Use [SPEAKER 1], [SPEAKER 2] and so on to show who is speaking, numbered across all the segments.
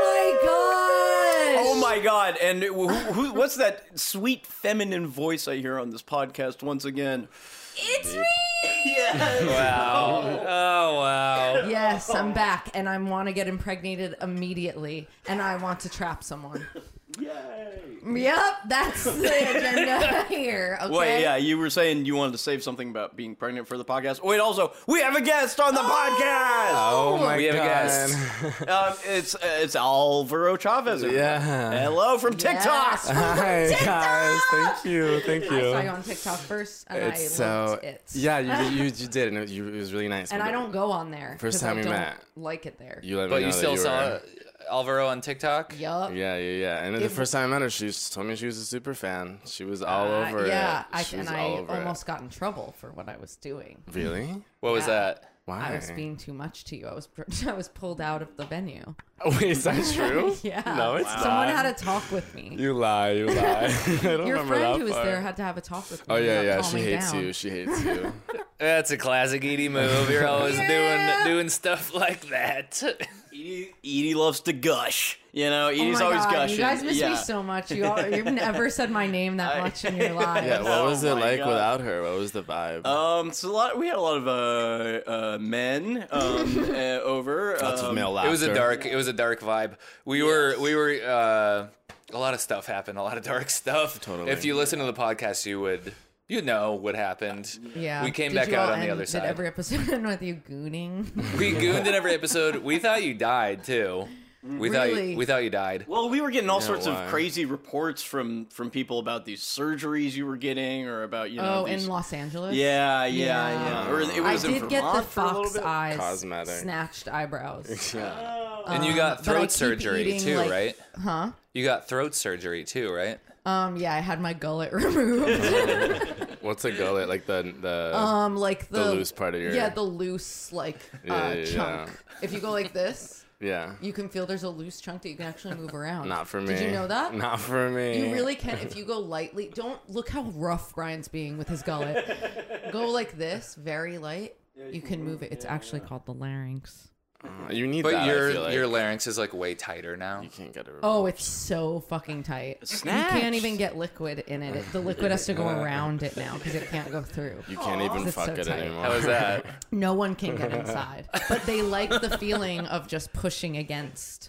[SPEAKER 1] Oh
[SPEAKER 2] Oh
[SPEAKER 3] God! And who, who, what's that sweet feminine voice I hear on this podcast once again?
[SPEAKER 1] It's me.
[SPEAKER 2] Oh wow.
[SPEAKER 1] Yes, I'm back, and I want to get impregnated immediately, and I want to trap someone. Yay! Yep, that's the agenda here. Okay.
[SPEAKER 3] Wait, yeah, you were saying you wanted to save something about being pregnant for the podcast. Wait, also, we have a guest on the
[SPEAKER 2] Oh my
[SPEAKER 3] We have a
[SPEAKER 2] god.
[SPEAKER 3] podcast. Um, it's uh, it's Alvaro Chavez.
[SPEAKER 2] yeah.
[SPEAKER 3] Hello from TikTok.
[SPEAKER 1] Yes.
[SPEAKER 2] Hi guys. Thank you. Thank
[SPEAKER 1] I saw you
[SPEAKER 2] you.
[SPEAKER 1] on TikTok first, and I
[SPEAKER 2] It's
[SPEAKER 1] loved
[SPEAKER 2] so
[SPEAKER 1] it.
[SPEAKER 2] yeah. You, you you did and it, you, it was really nice.
[SPEAKER 1] And
[SPEAKER 2] but
[SPEAKER 1] I don't go on there.
[SPEAKER 2] First
[SPEAKER 1] 'cause
[SPEAKER 2] time
[SPEAKER 1] I
[SPEAKER 2] we
[SPEAKER 1] don't
[SPEAKER 2] met.
[SPEAKER 1] Like it there.
[SPEAKER 2] You let me
[SPEAKER 4] But
[SPEAKER 2] know
[SPEAKER 4] you
[SPEAKER 2] that
[SPEAKER 4] still
[SPEAKER 2] you
[SPEAKER 4] saw
[SPEAKER 2] were-
[SPEAKER 4] Alvaro on TikTok.
[SPEAKER 1] Yup.
[SPEAKER 2] Yeah, yeah, yeah. And the
[SPEAKER 1] It-
[SPEAKER 2] first time I met her, she s- told me she was a super fan. She was all
[SPEAKER 1] Uh,
[SPEAKER 2] over
[SPEAKER 1] yeah,
[SPEAKER 2] it.
[SPEAKER 1] I,
[SPEAKER 2] she
[SPEAKER 1] and
[SPEAKER 2] was
[SPEAKER 1] I
[SPEAKER 2] all over it.
[SPEAKER 1] almost got in trouble for what I was doing.
[SPEAKER 2] Really?
[SPEAKER 4] What was that?
[SPEAKER 2] Why?
[SPEAKER 1] I was being too much to you. I was I was pulled out of the venue.
[SPEAKER 2] Wait, is that true?
[SPEAKER 1] Yeah.
[SPEAKER 2] No, it's
[SPEAKER 1] Someone
[SPEAKER 2] not.
[SPEAKER 1] had a talk with me.
[SPEAKER 2] You lie, you lie. I don't
[SPEAKER 1] Your
[SPEAKER 2] remember
[SPEAKER 1] friend
[SPEAKER 2] that
[SPEAKER 1] who was
[SPEAKER 2] part.
[SPEAKER 1] there had to have a talk with me.
[SPEAKER 2] Oh yeah,
[SPEAKER 1] about
[SPEAKER 2] yeah. She
[SPEAKER 1] calming
[SPEAKER 2] hates
[SPEAKER 1] down.
[SPEAKER 2] you. She hates you.
[SPEAKER 4] That's a classic Edie move. You're always
[SPEAKER 1] Yeah.
[SPEAKER 4] doing doing stuff like that.
[SPEAKER 3] Edie, Edie loves to gush. You know,
[SPEAKER 1] Oh
[SPEAKER 3] Edie's
[SPEAKER 1] my
[SPEAKER 3] always
[SPEAKER 1] God,
[SPEAKER 3] gushing.
[SPEAKER 1] You guys miss
[SPEAKER 3] yeah.
[SPEAKER 1] me so much. You all, you've never said my name that
[SPEAKER 3] I-
[SPEAKER 1] much in your lives.
[SPEAKER 2] yeah. What
[SPEAKER 3] Oh
[SPEAKER 2] was it
[SPEAKER 3] my
[SPEAKER 2] like
[SPEAKER 3] God.
[SPEAKER 2] without her? What was the vibe?
[SPEAKER 3] Um, so a lot. We had a lot of uh, uh men um, uh, over.
[SPEAKER 2] Lots of
[SPEAKER 3] um,
[SPEAKER 2] male laughter.
[SPEAKER 4] It was a dark. It was a dark vibe. We were. We were. Uh, a lot of stuff happened. A lot of dark stuff.
[SPEAKER 2] Totally.
[SPEAKER 4] If you listen to the podcast, you would. You know what happened.
[SPEAKER 1] Yeah.
[SPEAKER 4] We came
[SPEAKER 1] Did
[SPEAKER 4] back
[SPEAKER 1] you
[SPEAKER 4] out
[SPEAKER 1] all
[SPEAKER 4] on the
[SPEAKER 1] end-
[SPEAKER 4] other side.
[SPEAKER 1] Did every episode end with you gooning?
[SPEAKER 4] we gooned in every episode. We thought you died too. We thought
[SPEAKER 1] Really?
[SPEAKER 4] you, we thought you died.
[SPEAKER 3] Well, we were getting all sorts
[SPEAKER 2] why?
[SPEAKER 3] of crazy reports from from people about these surgeries you were getting, or about you know.
[SPEAKER 1] Oh,
[SPEAKER 3] these,
[SPEAKER 1] in Los Angeles.
[SPEAKER 3] Yeah, yeah,
[SPEAKER 1] Yeah.
[SPEAKER 3] yeah. Or it
[SPEAKER 1] I
[SPEAKER 3] was in
[SPEAKER 1] did get the
[SPEAKER 3] Vermont for a little
[SPEAKER 1] fox
[SPEAKER 3] bit.
[SPEAKER 1] eyes,
[SPEAKER 2] Cosmetic.
[SPEAKER 1] snatched eyebrows.
[SPEAKER 2] Yeah.
[SPEAKER 4] and you got
[SPEAKER 1] Um, but I
[SPEAKER 4] throat
[SPEAKER 1] keep
[SPEAKER 4] surgery
[SPEAKER 1] eating,
[SPEAKER 4] too,
[SPEAKER 1] like-
[SPEAKER 4] right?
[SPEAKER 1] Huh?
[SPEAKER 4] You got throat surgery too, right?
[SPEAKER 1] Um. Yeah, I had my gullet removed.
[SPEAKER 2] What's a gullet? Like the the.
[SPEAKER 1] um, like the,
[SPEAKER 2] The loose part of your-
[SPEAKER 1] yeah, the loose like uh,
[SPEAKER 2] Yeah, yeah,
[SPEAKER 1] chunk.
[SPEAKER 2] yeah.
[SPEAKER 1] If you go like this,
[SPEAKER 2] yeah.
[SPEAKER 1] you can feel there's a loose chunk that you can actually move around.
[SPEAKER 2] Not for me.
[SPEAKER 1] Did you know that?
[SPEAKER 2] Not for me.
[SPEAKER 1] You really can if you go lightly. Don't look how rough Brian's being with his gullet. go like this, very light. You can move it. It's actually called the larynx.
[SPEAKER 2] You need
[SPEAKER 4] But
[SPEAKER 2] that. I
[SPEAKER 4] your
[SPEAKER 2] feel like.
[SPEAKER 4] your larynx is like way tighter now.
[SPEAKER 2] You can't get it.
[SPEAKER 1] Oh, it's so fucking tight. You can't even get liquid in it. it. The liquid has to go around it now because it can't go through.
[SPEAKER 2] You can't even
[SPEAKER 1] It's so
[SPEAKER 2] fuck it
[SPEAKER 1] tight.
[SPEAKER 2] anymore.
[SPEAKER 4] How is that?
[SPEAKER 1] No one can get inside. But they like the feeling of just pushing against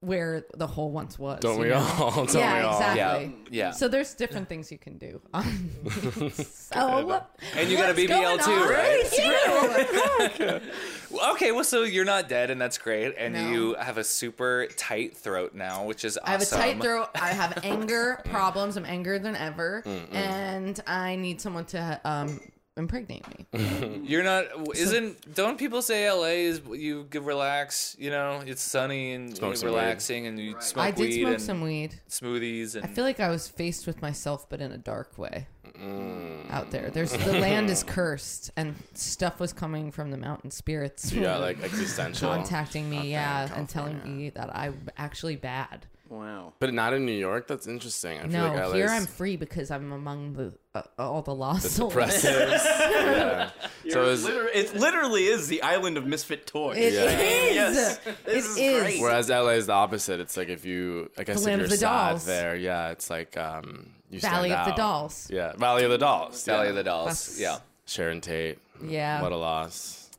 [SPEAKER 1] where the hole once was.
[SPEAKER 2] Don't
[SPEAKER 1] you
[SPEAKER 2] we
[SPEAKER 1] know?
[SPEAKER 2] all? Don't
[SPEAKER 1] yeah,
[SPEAKER 2] we all?
[SPEAKER 1] exactly.
[SPEAKER 4] Yeah, yeah.
[SPEAKER 1] So there's different things you can do. Um, so
[SPEAKER 4] And you got a
[SPEAKER 1] what's
[SPEAKER 4] BBL
[SPEAKER 1] going
[SPEAKER 4] too,
[SPEAKER 1] on
[SPEAKER 4] right?
[SPEAKER 1] with you?
[SPEAKER 4] Okay, well, so you're not dead, and that's great. And
[SPEAKER 1] No.
[SPEAKER 4] you have a super tight throat now, which is awesome.
[SPEAKER 1] I have a tight throat. I have anger problems. I'm angrier than ever, and I need someone to um, impregnate me.
[SPEAKER 4] You're not. Isn't? Don't people say LA is you give relax? You know, it's sunny and
[SPEAKER 2] Smoke
[SPEAKER 4] you're
[SPEAKER 2] some weed.
[SPEAKER 4] relaxing, and you smoke
[SPEAKER 1] I did
[SPEAKER 4] weed
[SPEAKER 1] smoke
[SPEAKER 4] and
[SPEAKER 1] some weed.
[SPEAKER 4] smoothies and
[SPEAKER 1] I feel like I was faced with myself, but in a dark way.
[SPEAKER 2] Mm.
[SPEAKER 1] Out there, there's the land is cursed, and stuff was coming from the mountain spirits.
[SPEAKER 2] You got like existential.
[SPEAKER 1] contacting me, yeah,
[SPEAKER 2] in
[SPEAKER 1] and telling me that I'm actually bad.
[SPEAKER 3] Wow.
[SPEAKER 2] But not in New York. That's interesting. I feel
[SPEAKER 1] No,
[SPEAKER 2] like LA's
[SPEAKER 1] here I'm free because I'm among the uh, all the lost souls.
[SPEAKER 2] depressive. yeah. So is,
[SPEAKER 3] Liter- it literally is the island of misfit toys.
[SPEAKER 1] It
[SPEAKER 2] Yeah.
[SPEAKER 1] is.
[SPEAKER 3] Yes. This
[SPEAKER 1] It
[SPEAKER 3] is
[SPEAKER 1] is.
[SPEAKER 3] great.
[SPEAKER 2] whereas LA is the opposite. It's like if you, I guess, if
[SPEAKER 1] Land
[SPEAKER 2] you're
[SPEAKER 1] of the
[SPEAKER 2] sad
[SPEAKER 1] Dolls.
[SPEAKER 2] there, yeah, it's like um, you stand
[SPEAKER 1] Valley of the
[SPEAKER 2] out.
[SPEAKER 1] Dolls.
[SPEAKER 2] Yeah, Valley of the Dolls.
[SPEAKER 4] Valley
[SPEAKER 2] yeah.
[SPEAKER 4] of the Dolls.
[SPEAKER 1] That's-
[SPEAKER 4] yeah.
[SPEAKER 2] Sharon Tate.
[SPEAKER 1] Yeah.
[SPEAKER 2] What a loss.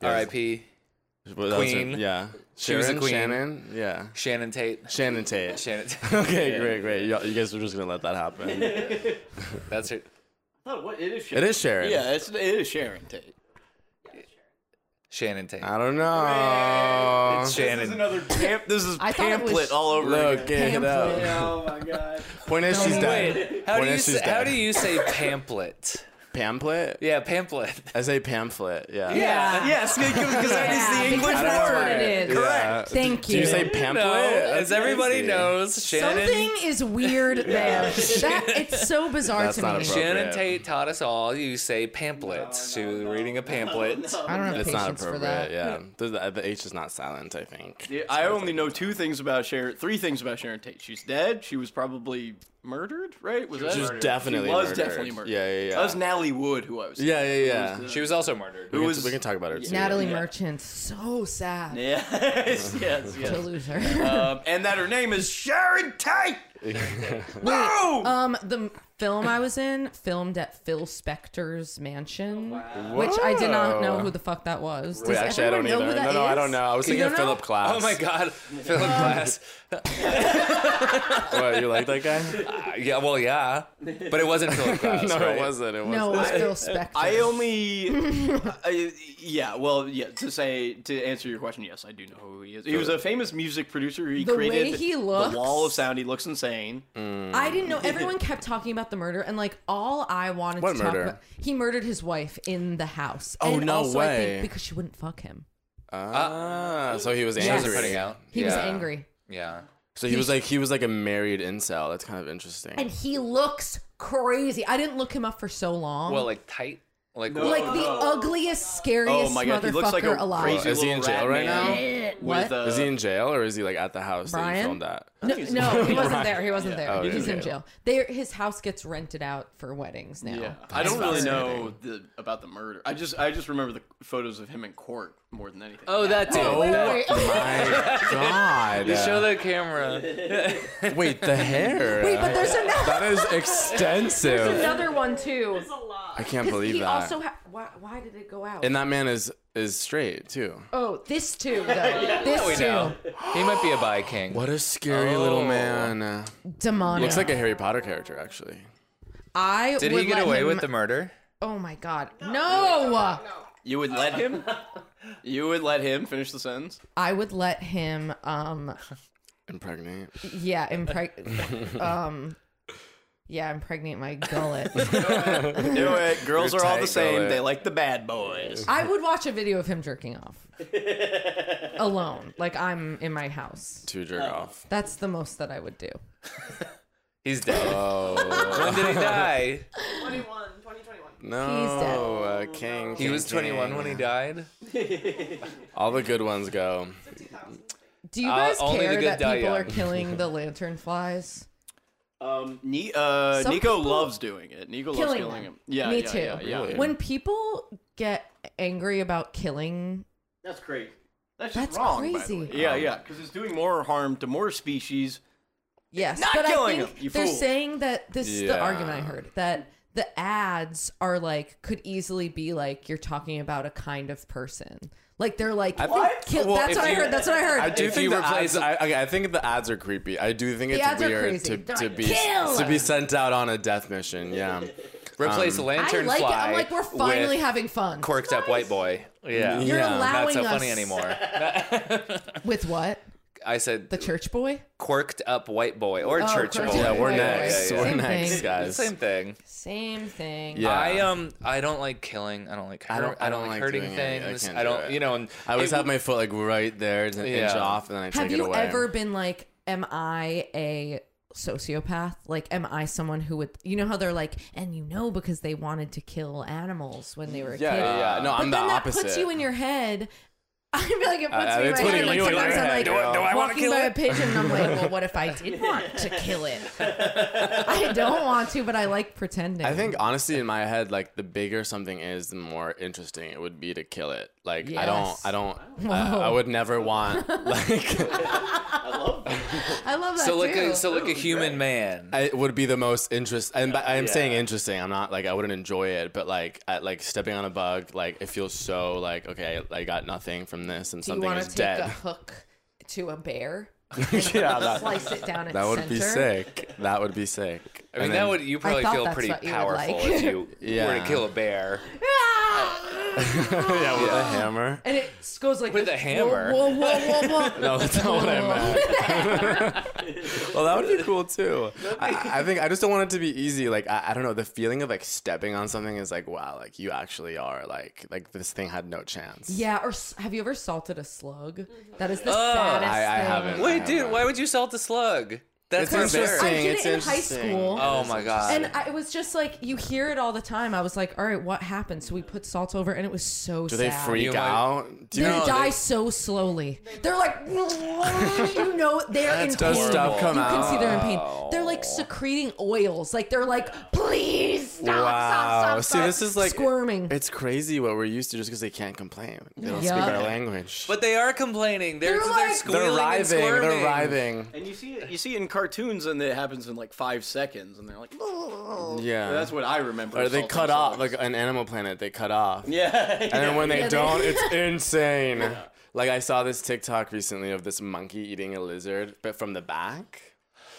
[SPEAKER 4] R.I.p.
[SPEAKER 2] Well, that was her-
[SPEAKER 4] Queen.
[SPEAKER 2] yeah.
[SPEAKER 4] She was a
[SPEAKER 2] Sharon,
[SPEAKER 4] queen.
[SPEAKER 2] Shannon. Yeah.
[SPEAKER 4] Shannon Tate.
[SPEAKER 2] Shannon Tate.
[SPEAKER 4] Shannon. Tate.
[SPEAKER 2] okay, great, great. You, you guys were just gonna let that happen. it
[SPEAKER 4] That's her.
[SPEAKER 3] Oh, what- it is Sharon.
[SPEAKER 2] is Sharon.
[SPEAKER 3] Yeah, it's, it is Sharon Tate.
[SPEAKER 4] Shannon Tate.
[SPEAKER 2] I don't know.
[SPEAKER 3] This is
[SPEAKER 4] Shannon.
[SPEAKER 3] another pam- this is
[SPEAKER 1] I thought it was-
[SPEAKER 3] pamphlet all over
[SPEAKER 2] Look
[SPEAKER 3] again.
[SPEAKER 2] it
[SPEAKER 1] Pamphlet.
[SPEAKER 2] up.
[SPEAKER 3] Oh my god.
[SPEAKER 2] Point is, she's dead.
[SPEAKER 4] How
[SPEAKER 2] Point
[SPEAKER 4] do you
[SPEAKER 2] is, she's
[SPEAKER 4] say, how
[SPEAKER 2] dead.
[SPEAKER 4] do you say pamphlet?
[SPEAKER 2] pamphlet?
[SPEAKER 4] Yeah, pamphlet.
[SPEAKER 2] I say pamphlet. Yeah.
[SPEAKER 1] Yeah.
[SPEAKER 3] Yes, because that is the
[SPEAKER 1] Yeah,
[SPEAKER 3] English
[SPEAKER 1] because
[SPEAKER 2] I don't know
[SPEAKER 3] word.
[SPEAKER 1] what
[SPEAKER 2] why.
[SPEAKER 1] it is.
[SPEAKER 2] Yeah.
[SPEAKER 1] Thank
[SPEAKER 2] Do you say
[SPEAKER 4] You
[SPEAKER 2] pamphlet?
[SPEAKER 4] know, as
[SPEAKER 2] That's
[SPEAKER 4] everybody
[SPEAKER 2] crazy.
[SPEAKER 4] knows, Shannon.
[SPEAKER 1] Something is weird there. That, it's so bizarre
[SPEAKER 2] That's
[SPEAKER 1] to
[SPEAKER 2] not
[SPEAKER 1] me.
[SPEAKER 2] appropriate.
[SPEAKER 4] Shannon Tate taught us all. You say pamphlets. she was reading a pamphlet.
[SPEAKER 1] I don't have
[SPEAKER 2] It's not
[SPEAKER 1] patience for
[SPEAKER 2] appropriate.
[SPEAKER 1] that.
[SPEAKER 2] Yeah. The, the- the H is not silent. I think.
[SPEAKER 3] Yeah, I only know two things about Sharon. Three things about Sharon Tate. She's dead. She was probably murdered, right? Was
[SPEAKER 2] She was definitely
[SPEAKER 3] She was
[SPEAKER 2] murdered.
[SPEAKER 3] definitely murdered.
[SPEAKER 2] Yeah, yeah, yeah.
[SPEAKER 3] That was Natalie Wood, who I was.
[SPEAKER 2] yeah, yeah, yeah.
[SPEAKER 4] She was also murdered.
[SPEAKER 3] Who
[SPEAKER 2] We
[SPEAKER 3] was?
[SPEAKER 2] can, we can talk about her. too.
[SPEAKER 1] Natalie
[SPEAKER 3] Yeah.
[SPEAKER 1] Merchant, so sad
[SPEAKER 3] yes, yes,
[SPEAKER 1] to
[SPEAKER 3] yes.
[SPEAKER 1] lose her.
[SPEAKER 2] Uh-huh.
[SPEAKER 3] um, and that her name is Sharon Tate. Boom!
[SPEAKER 1] Um, the film I was in filmed at Phil Spector's mansion, which I did not know who the fuck that was. Does
[SPEAKER 2] Oh, Wait, actually, I don't
[SPEAKER 1] everyone know
[SPEAKER 2] either.
[SPEAKER 1] who
[SPEAKER 2] No,
[SPEAKER 1] that
[SPEAKER 2] no, I
[SPEAKER 1] is?
[SPEAKER 2] don't know. I was
[SPEAKER 1] You
[SPEAKER 2] thinking of
[SPEAKER 1] don't know?
[SPEAKER 2] Philip Glass.
[SPEAKER 4] Oh my God, Philip Glass.
[SPEAKER 2] What, you like that guy?
[SPEAKER 4] Uh, yeah, well, yeah, but it wasn't Philip Glass.
[SPEAKER 2] no,
[SPEAKER 4] right?
[SPEAKER 2] it wasn't. It wasn't.
[SPEAKER 1] No, it was Phil Spector.
[SPEAKER 3] I only, I, yeah, well, yeah. To say to answer your question, yes, I do know who he is. He was a famous music producer. He
[SPEAKER 1] The way
[SPEAKER 3] created
[SPEAKER 1] he
[SPEAKER 3] the wall of
[SPEAKER 1] looks-
[SPEAKER 3] sound. He looks insane.
[SPEAKER 2] Hmm.
[SPEAKER 1] I didn't know. Everyone kept talking about the murder, and like all I wanted
[SPEAKER 2] What
[SPEAKER 1] to talk
[SPEAKER 2] murder?
[SPEAKER 1] about, he murdered his wife in the house.
[SPEAKER 2] Oh,
[SPEAKER 1] and
[SPEAKER 2] no
[SPEAKER 1] also, I
[SPEAKER 2] way.
[SPEAKER 1] think because she wouldn't fuck him.
[SPEAKER 2] Ah, so he was
[SPEAKER 4] She wasn't
[SPEAKER 2] angry.
[SPEAKER 4] putting out.
[SPEAKER 1] He was
[SPEAKER 4] Yeah.
[SPEAKER 1] angry,
[SPEAKER 4] Yeah.
[SPEAKER 2] So he was like he was like a married incel. That's kind of interesting.
[SPEAKER 1] and he looks crazy. I didn't look him up for so long.
[SPEAKER 4] Well, like tight. Like
[SPEAKER 3] No.
[SPEAKER 4] what?
[SPEAKER 1] like the ugliest, scariest
[SPEAKER 3] Oh my god,
[SPEAKER 1] motherfucker
[SPEAKER 3] he looks like a
[SPEAKER 1] alive.
[SPEAKER 3] crazy
[SPEAKER 2] Is he
[SPEAKER 3] little
[SPEAKER 2] in
[SPEAKER 3] rat
[SPEAKER 2] jail right
[SPEAKER 3] man
[SPEAKER 1] now? What?
[SPEAKER 3] With, uh,
[SPEAKER 2] is he in jail or is he like at the house that you
[SPEAKER 1] Brian?
[SPEAKER 2] filmed at?
[SPEAKER 1] No, no, he wasn't there. He wasn't there.
[SPEAKER 2] Oh, yeah,
[SPEAKER 1] He's in
[SPEAKER 2] yeah.
[SPEAKER 1] jail. They, his house gets rented out for weddings now.
[SPEAKER 3] Yeah, I don't really know the, about the murder. I just I just remember the photos of him in court more than anything.
[SPEAKER 4] oh, that dude.
[SPEAKER 1] Wait, wait, wait.
[SPEAKER 2] My God!
[SPEAKER 4] Show the camera.
[SPEAKER 2] Wait, the hair.
[SPEAKER 1] Wait, but there's another.
[SPEAKER 2] that is extensive.
[SPEAKER 1] Another one too.
[SPEAKER 2] I can't believe
[SPEAKER 1] he
[SPEAKER 2] that.
[SPEAKER 1] also ha- why, why did it go out?
[SPEAKER 2] and that man is is straight too.
[SPEAKER 1] oh, this too. Though. This
[SPEAKER 4] know.
[SPEAKER 1] too.
[SPEAKER 4] He might be a bi king.
[SPEAKER 2] What a scary little man.
[SPEAKER 1] Demonic.
[SPEAKER 2] Oh. Looks like a Harry Potter character actually.
[SPEAKER 1] I
[SPEAKER 4] Did
[SPEAKER 1] would
[SPEAKER 4] he get
[SPEAKER 1] let
[SPEAKER 4] away
[SPEAKER 1] him-
[SPEAKER 4] with the murder?
[SPEAKER 1] Oh my god. No.
[SPEAKER 3] You would let him? you would let him finish the sentence?
[SPEAKER 1] I would let him. Um.
[SPEAKER 2] Impregnate.
[SPEAKER 1] Yeah. Impreg. um. Yeah, impregnate my gullet.
[SPEAKER 3] Do it. Girls
[SPEAKER 2] You're
[SPEAKER 3] are all
[SPEAKER 2] tight, eh?
[SPEAKER 3] the same.
[SPEAKER 2] girl.
[SPEAKER 3] They like the bad boys.
[SPEAKER 1] I would watch a video of him jerking off alone, like I'm in my house.
[SPEAKER 2] To jerk off.
[SPEAKER 1] That's the most that I would do.
[SPEAKER 4] He's dead.
[SPEAKER 2] Oh,
[SPEAKER 4] When did he die?
[SPEAKER 5] 21, 2021.
[SPEAKER 2] No, uh, King.
[SPEAKER 4] He was 21 when he died.
[SPEAKER 2] All the good ones go.
[SPEAKER 1] Do you
[SPEAKER 4] Uh,
[SPEAKER 1] guys
[SPEAKER 4] only the
[SPEAKER 1] care
[SPEAKER 4] good
[SPEAKER 1] that
[SPEAKER 4] die
[SPEAKER 1] people
[SPEAKER 4] young.
[SPEAKER 1] are killing the lantern flies?
[SPEAKER 3] Um, Ni- uh,
[SPEAKER 1] Some
[SPEAKER 3] Nico
[SPEAKER 1] people-
[SPEAKER 3] loves doing it. Nico loves
[SPEAKER 1] Killing
[SPEAKER 3] killing
[SPEAKER 1] them.
[SPEAKER 3] him. Yeah,
[SPEAKER 1] Me
[SPEAKER 3] yeah,
[SPEAKER 1] too.
[SPEAKER 3] Yeah, yeah.
[SPEAKER 2] Really?
[SPEAKER 1] When people get angry about killing,
[SPEAKER 3] That's crazy. That's just
[SPEAKER 1] That's
[SPEAKER 3] wrong. by the
[SPEAKER 1] crazy.
[SPEAKER 3] way. Yeah, yeah, because it's doing more harm to more species.
[SPEAKER 1] yes,
[SPEAKER 3] Not
[SPEAKER 1] but
[SPEAKER 3] killing
[SPEAKER 1] I think
[SPEAKER 3] them, you
[SPEAKER 1] they're
[SPEAKER 3] fool.
[SPEAKER 1] saying that this is the
[SPEAKER 2] Yeah.
[SPEAKER 1] argument I heard that the ads are like could easily be like you're talking about a kind of person. Like they're like
[SPEAKER 2] What?
[SPEAKER 1] kill-
[SPEAKER 2] Well,
[SPEAKER 1] that's
[SPEAKER 2] if
[SPEAKER 1] what I
[SPEAKER 2] you-
[SPEAKER 1] heard. That's what I heard.
[SPEAKER 2] I do
[SPEAKER 4] If
[SPEAKER 2] think
[SPEAKER 4] you
[SPEAKER 2] the ads.
[SPEAKER 4] replace-
[SPEAKER 2] I, okay, I think the ads are creepy. I do think it's
[SPEAKER 1] ads are
[SPEAKER 2] weird
[SPEAKER 1] crazy.
[SPEAKER 2] to,
[SPEAKER 1] They're
[SPEAKER 2] to
[SPEAKER 1] like,
[SPEAKER 2] be
[SPEAKER 1] "Kill
[SPEAKER 2] to be
[SPEAKER 1] her."
[SPEAKER 2] sent out on a death mission. Yeah,
[SPEAKER 4] Replace
[SPEAKER 1] I
[SPEAKER 4] lantern
[SPEAKER 1] like
[SPEAKER 4] fly.
[SPEAKER 1] it. I'm like we're finally
[SPEAKER 4] with
[SPEAKER 1] having fun.
[SPEAKER 4] corked up white boy. Yeah.
[SPEAKER 1] You're
[SPEAKER 2] Yeah.
[SPEAKER 1] allowing
[SPEAKER 4] Not
[SPEAKER 1] us
[SPEAKER 4] so funny anymore.
[SPEAKER 1] With what?
[SPEAKER 4] I said
[SPEAKER 1] The church boy?
[SPEAKER 4] corked up white boy or
[SPEAKER 1] Oh,
[SPEAKER 4] church
[SPEAKER 1] corked
[SPEAKER 4] boy.
[SPEAKER 1] up
[SPEAKER 2] yeah. We're
[SPEAKER 1] Yeah, yeah,
[SPEAKER 2] next.
[SPEAKER 1] yeah.
[SPEAKER 2] We're
[SPEAKER 1] Same
[SPEAKER 2] next,
[SPEAKER 1] thing.
[SPEAKER 2] guys.
[SPEAKER 4] Same thing.
[SPEAKER 1] Same thing.
[SPEAKER 2] Yeah.
[SPEAKER 4] I um I don't like killing. I don't like hurt, I don't, like hurting
[SPEAKER 2] doing it. I
[SPEAKER 4] things.
[SPEAKER 2] can't
[SPEAKER 4] I,
[SPEAKER 2] do
[SPEAKER 4] don't
[SPEAKER 2] it.
[SPEAKER 4] you know and
[SPEAKER 2] I always
[SPEAKER 4] it-
[SPEAKER 2] have my foot like right there, it's an inch
[SPEAKER 4] Yeah.
[SPEAKER 2] off, and then I take
[SPEAKER 1] Have
[SPEAKER 2] it
[SPEAKER 1] you
[SPEAKER 2] away.
[SPEAKER 1] ever been like, am I a sociopath? Like, am I someone who would, you know how they're like, and you know because they wanted to kill animals when they were a
[SPEAKER 2] Yeah,
[SPEAKER 1] kid.
[SPEAKER 2] yeah, yeah. No,
[SPEAKER 1] But
[SPEAKER 2] I'm the
[SPEAKER 1] then that
[SPEAKER 2] opposite.
[SPEAKER 1] puts you in your head. I feel like it puts
[SPEAKER 2] Uh,
[SPEAKER 1] me in
[SPEAKER 2] it's
[SPEAKER 1] my
[SPEAKER 2] putting
[SPEAKER 1] head. Like
[SPEAKER 2] you in your
[SPEAKER 1] sometimes I'm
[SPEAKER 2] head.
[SPEAKER 1] like,
[SPEAKER 2] Do I- do I wanna
[SPEAKER 1] walking
[SPEAKER 2] kill
[SPEAKER 1] by
[SPEAKER 2] it?
[SPEAKER 1] a pigeon, and I'm like, well, what if I did want to kill it? I don't want to, but I like pretending.
[SPEAKER 2] I think honestly, in my head, like the bigger something is, the more interesting it would be to kill it. Like I don't,
[SPEAKER 1] Yes.
[SPEAKER 2] I don't, I, I would never want like
[SPEAKER 1] I love that
[SPEAKER 4] so like
[SPEAKER 2] uh,
[SPEAKER 1] too.
[SPEAKER 4] a so like a human man.
[SPEAKER 2] I- it would be the most interest. And by- I'm saying interesting. I'm not like I wouldn't enjoy it, but like I, like stepping on a bug, like it feels so like okay, I, I got nothing from this, and
[SPEAKER 1] Do you
[SPEAKER 2] something
[SPEAKER 1] want
[SPEAKER 2] is
[SPEAKER 1] to take a
[SPEAKER 2] dead.
[SPEAKER 1] hook to a bear?
[SPEAKER 2] yeah, that,
[SPEAKER 1] Slice it down at
[SPEAKER 2] that would be
[SPEAKER 1] center?
[SPEAKER 2] sick. That would be sick.
[SPEAKER 4] I mean that would you probably
[SPEAKER 1] thought
[SPEAKER 4] feel
[SPEAKER 1] that's
[SPEAKER 4] pretty
[SPEAKER 1] what you would
[SPEAKER 4] powerful
[SPEAKER 1] like.
[SPEAKER 4] if you were
[SPEAKER 2] Yeah.
[SPEAKER 4] to kill a bear.
[SPEAKER 2] yeah, with a hammer.
[SPEAKER 1] Ah! And it goes like
[SPEAKER 4] With
[SPEAKER 1] this.
[SPEAKER 4] a hammer.
[SPEAKER 1] Whoa, whoa, whoa, whoa, whoa.
[SPEAKER 2] No, that's not what I meant. well, that would be cool too. I, I think I just don't want it to be easy. Like I, I don't know, the feeling of like stepping on something is like wow, like you actually are like like this thing had no chance.
[SPEAKER 1] Yeah, or s- have you ever salted a slug? That is the
[SPEAKER 4] Oh,
[SPEAKER 1] saddest
[SPEAKER 2] I- I
[SPEAKER 1] thing.
[SPEAKER 2] haven't.
[SPEAKER 4] Wait,
[SPEAKER 2] have
[SPEAKER 4] dude,
[SPEAKER 2] one.
[SPEAKER 4] why would you salt the slug? That's
[SPEAKER 2] It's
[SPEAKER 1] I
[SPEAKER 4] embarrassing.
[SPEAKER 2] interesting.
[SPEAKER 1] did
[SPEAKER 2] it's
[SPEAKER 1] it in high
[SPEAKER 2] interesting.
[SPEAKER 1] school.
[SPEAKER 4] Oh my god.
[SPEAKER 1] And I, it was just like you hear it all the time. I was like, "All right, what happened?" So we put salt over, and it was so
[SPEAKER 2] Do
[SPEAKER 1] sad.
[SPEAKER 2] they freak
[SPEAKER 4] You might-
[SPEAKER 2] out? Do
[SPEAKER 1] They
[SPEAKER 2] you
[SPEAKER 4] No,
[SPEAKER 1] die
[SPEAKER 4] they-
[SPEAKER 1] so slowly. They're like, you know, they're in
[SPEAKER 4] That's
[SPEAKER 1] pain.
[SPEAKER 2] does stuff come
[SPEAKER 1] you can see they're in
[SPEAKER 2] out?
[SPEAKER 1] pain. They're like secreting oils. Like they're like, please stop,
[SPEAKER 2] Wow.
[SPEAKER 1] stop, stop,
[SPEAKER 2] See,
[SPEAKER 1] stop.
[SPEAKER 2] this is like
[SPEAKER 1] squirming.
[SPEAKER 2] It's crazy what we're used to just because they can't complain. They don't
[SPEAKER 1] Yeah.
[SPEAKER 2] speak our language.
[SPEAKER 4] but they are complaining. They're,
[SPEAKER 1] They're
[SPEAKER 4] they're,
[SPEAKER 1] like-
[SPEAKER 4] squealing
[SPEAKER 2] they're
[SPEAKER 4] and
[SPEAKER 2] writhing.
[SPEAKER 4] squirming.
[SPEAKER 2] They're writhing.
[SPEAKER 3] And you see it, you see it in cartoons, and it happens in like five seconds, and they're like, "Oh."
[SPEAKER 2] Yeah.
[SPEAKER 3] That's what I remember.
[SPEAKER 2] Or
[SPEAKER 3] of
[SPEAKER 2] they
[SPEAKER 3] Salt
[SPEAKER 2] cut
[SPEAKER 3] and
[SPEAKER 2] off
[SPEAKER 3] Salt.
[SPEAKER 2] like an Animal Planet. They cut off.
[SPEAKER 3] yeah.
[SPEAKER 2] And then when they
[SPEAKER 1] Yeah, they-
[SPEAKER 2] don't, it's insane. Like I saw this TikTok recently of this monkey eating a lizard, but from the back.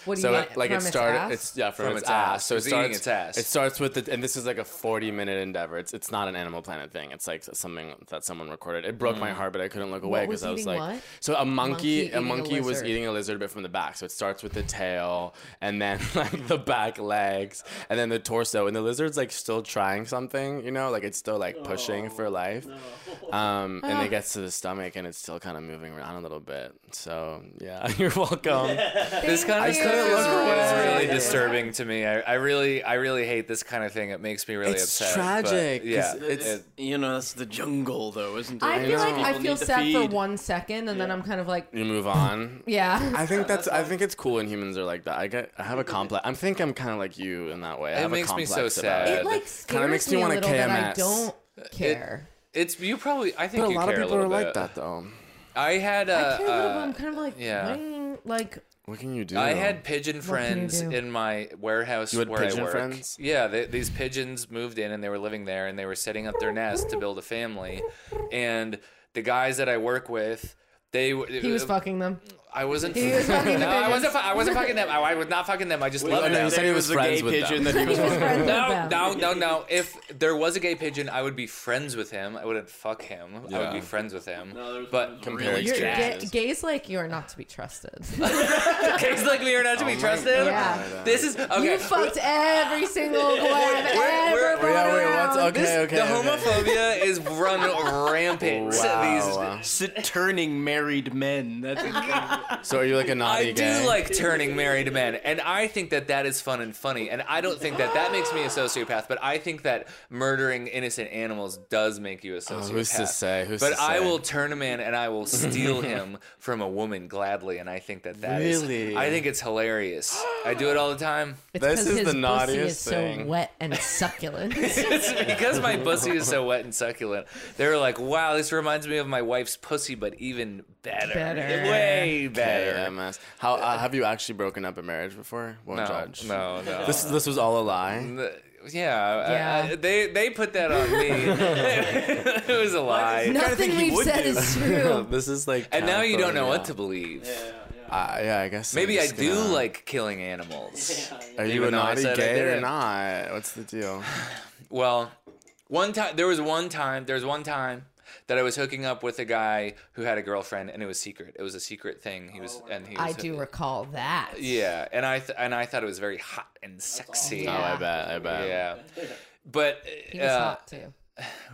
[SPEAKER 1] what do
[SPEAKER 2] So
[SPEAKER 1] you
[SPEAKER 2] it,
[SPEAKER 1] mean,
[SPEAKER 2] like it
[SPEAKER 1] from its
[SPEAKER 2] started.
[SPEAKER 1] ass?
[SPEAKER 2] It's yeah, from,
[SPEAKER 4] From
[SPEAKER 2] its,
[SPEAKER 4] its
[SPEAKER 2] ass.
[SPEAKER 4] ass,
[SPEAKER 2] So it
[SPEAKER 4] 'cause it's eating
[SPEAKER 2] starts.
[SPEAKER 4] its ass.
[SPEAKER 2] It starts with the, and this is like a forty-minute endeavor. It's it's not an Animal Planet thing. It's like something that someone recorded. It broke my heart, but I couldn't look away
[SPEAKER 1] was
[SPEAKER 2] because I was
[SPEAKER 1] eating
[SPEAKER 2] like,
[SPEAKER 1] what?
[SPEAKER 2] so a monkey,
[SPEAKER 1] Monkey
[SPEAKER 2] a
[SPEAKER 1] eating a
[SPEAKER 2] monkey was
[SPEAKER 1] lizard.
[SPEAKER 2] eating a lizard, but from the back. So it starts with the tail, and then like the back legs, and then the torso, and the lizard's like still trying something. You know, like it's still like pushing for life. Um, and
[SPEAKER 1] Ah.
[SPEAKER 2] it gets to the stomach, and it's still kind of moving around a little bit. So yeah, you're welcome.
[SPEAKER 4] This kind of
[SPEAKER 1] Thank
[SPEAKER 4] stuff
[SPEAKER 1] you.
[SPEAKER 4] is what is really
[SPEAKER 2] Yeah.
[SPEAKER 4] disturbing to me. I, I really, I really hate this kind of thing. It makes me really
[SPEAKER 2] It's
[SPEAKER 4] upset. but
[SPEAKER 2] tragic, 'cause
[SPEAKER 4] Yeah,
[SPEAKER 2] it's-
[SPEAKER 4] it-
[SPEAKER 3] you know, that's the jungle, though, isn't it?
[SPEAKER 1] I feel
[SPEAKER 3] Those
[SPEAKER 1] like
[SPEAKER 3] people
[SPEAKER 1] I feel
[SPEAKER 3] need to
[SPEAKER 1] sad for
[SPEAKER 3] feed.
[SPEAKER 1] one second, and then I'm kind of like,
[SPEAKER 2] you move on.
[SPEAKER 1] yeah.
[SPEAKER 2] I think that's. I think it's cool when humans are like that. I get. I have a complex. I think I'm kind of like you in that way. I
[SPEAKER 4] It
[SPEAKER 2] have
[SPEAKER 4] makes
[SPEAKER 2] a
[SPEAKER 4] me
[SPEAKER 2] complex
[SPEAKER 4] so
[SPEAKER 2] about
[SPEAKER 4] sad.
[SPEAKER 2] it.
[SPEAKER 1] it like
[SPEAKER 2] kinda
[SPEAKER 1] scares
[SPEAKER 2] makes
[SPEAKER 1] me
[SPEAKER 2] me
[SPEAKER 1] a
[SPEAKER 2] wanna
[SPEAKER 1] little that I
[SPEAKER 2] KMS.
[SPEAKER 1] don't care.
[SPEAKER 4] it's you probably. I think
[SPEAKER 2] But a
[SPEAKER 4] you
[SPEAKER 2] lot of
[SPEAKER 4] care
[SPEAKER 2] people are
[SPEAKER 4] little
[SPEAKER 2] like
[SPEAKER 4] bit.
[SPEAKER 2] that though.
[SPEAKER 4] I had. Uh,
[SPEAKER 1] I care a little, but
[SPEAKER 4] uh,
[SPEAKER 1] I'm kind of like,
[SPEAKER 4] yeah.
[SPEAKER 1] "Mm," like
[SPEAKER 2] What can you do?
[SPEAKER 4] uh, I had pigeon
[SPEAKER 1] can you
[SPEAKER 4] friends
[SPEAKER 1] do?
[SPEAKER 4] in my warehouse
[SPEAKER 2] You had
[SPEAKER 4] where I
[SPEAKER 2] pigeon
[SPEAKER 4] work.
[SPEAKER 2] friends?
[SPEAKER 4] Yeah, they, these pigeons moved in and they were living there and they were setting up their nest to build a family. And the guys that I work with, they w- uh,
[SPEAKER 1] he was fucking them.
[SPEAKER 4] I wasn't.
[SPEAKER 1] He was fucking the
[SPEAKER 4] no, I
[SPEAKER 1] pigeons.
[SPEAKER 4] wasn't. fu- I wasn't fucking them. I, I was not fucking them. I just
[SPEAKER 2] no,
[SPEAKER 4] loved
[SPEAKER 2] you
[SPEAKER 4] them.
[SPEAKER 2] said he was
[SPEAKER 3] a gay
[SPEAKER 2] friends with
[SPEAKER 3] pigeon
[SPEAKER 2] them.
[SPEAKER 3] that he was.
[SPEAKER 1] He was friends with
[SPEAKER 4] No,
[SPEAKER 1] them.
[SPEAKER 4] no, no, no. If there was a gay pigeon, I would be friends with him. I wouldn't fuck him. I would
[SPEAKER 2] Yeah.
[SPEAKER 4] be friends with him.
[SPEAKER 3] No, there's-
[SPEAKER 4] but
[SPEAKER 3] there's
[SPEAKER 2] really
[SPEAKER 1] You're,
[SPEAKER 2] Yeah.
[SPEAKER 1] ga- gays like you are not to be trusted.
[SPEAKER 4] kids like me are not to be
[SPEAKER 2] my
[SPEAKER 4] trusted.
[SPEAKER 1] Yeah.
[SPEAKER 4] This is okay.
[SPEAKER 1] You fucked every single one I've
[SPEAKER 4] Where- where-
[SPEAKER 1] ever brought
[SPEAKER 2] Yeah, wait, what's-
[SPEAKER 1] around.
[SPEAKER 2] okay,
[SPEAKER 4] This-
[SPEAKER 2] okay,
[SPEAKER 4] the
[SPEAKER 2] okay.
[SPEAKER 4] homophobia is run rampant. So
[SPEAKER 2] Oh, Wow.
[SPEAKER 4] these-
[SPEAKER 3] turning married men. That's
[SPEAKER 2] So are you like a naughty
[SPEAKER 4] I
[SPEAKER 2] gay?
[SPEAKER 4] do like turning married men, and I think that that is fun and funny, and I don't think that that makes me a sociopath, but I think that murdering innocent animals does make you a sociopath.
[SPEAKER 2] Oh, who's to say? Who's
[SPEAKER 4] but
[SPEAKER 2] to
[SPEAKER 4] I
[SPEAKER 2] say?
[SPEAKER 4] will turn a man and I will steal him from a woman gladly, and I think that that is.
[SPEAKER 2] Really?
[SPEAKER 4] I think it's hilarious. I do it all the time.
[SPEAKER 1] It's
[SPEAKER 2] This
[SPEAKER 1] 'cause
[SPEAKER 2] is
[SPEAKER 1] his
[SPEAKER 2] the
[SPEAKER 1] pussy
[SPEAKER 2] naughtiest
[SPEAKER 1] is
[SPEAKER 2] thing.
[SPEAKER 1] so wet and succulent.
[SPEAKER 4] It's because my pussy is so wet and succulent. They were like, "Wow, this reminds me of my wife's pussy, but even better,
[SPEAKER 1] Better.
[SPEAKER 4] way better."
[SPEAKER 2] KMS. How uh, have you actually broken up a marriage before? Won't
[SPEAKER 4] No,
[SPEAKER 2] judge.
[SPEAKER 4] no, no.
[SPEAKER 2] This this was all a lie.
[SPEAKER 4] The- yeah, I- I-
[SPEAKER 1] Yeah.
[SPEAKER 4] they they put that on me. it was a lie.
[SPEAKER 1] Nothing
[SPEAKER 3] he
[SPEAKER 1] we've
[SPEAKER 3] would
[SPEAKER 1] said
[SPEAKER 3] do.
[SPEAKER 1] is true.
[SPEAKER 2] this is like.
[SPEAKER 4] and now you don't know what to
[SPEAKER 2] counterpart,
[SPEAKER 4] believe.
[SPEAKER 2] yeah. Uh, yeah, I guess. I'm
[SPEAKER 4] Maybe I
[SPEAKER 2] just
[SPEAKER 4] do
[SPEAKER 2] gonna-
[SPEAKER 4] like killing animals.
[SPEAKER 2] Are you a
[SPEAKER 4] even though I
[SPEAKER 2] naughty
[SPEAKER 4] said I
[SPEAKER 2] gay or
[SPEAKER 4] didn't.
[SPEAKER 2] not? What's the deal?
[SPEAKER 4] Well, one time there was one time there was one time that I was hooking up with a guy who had a girlfriend, and it was secret. It was a secret thing. He
[SPEAKER 2] Oh,
[SPEAKER 4] was and he. Was
[SPEAKER 1] I do recall that.
[SPEAKER 4] Yeah, and I th- and I thought it was very hot and sexy.
[SPEAKER 1] awesome.
[SPEAKER 2] Oh, I
[SPEAKER 1] Yeah.
[SPEAKER 2] bet. I bet.
[SPEAKER 4] Yeah, but
[SPEAKER 1] He was
[SPEAKER 4] uh,
[SPEAKER 1] hot too.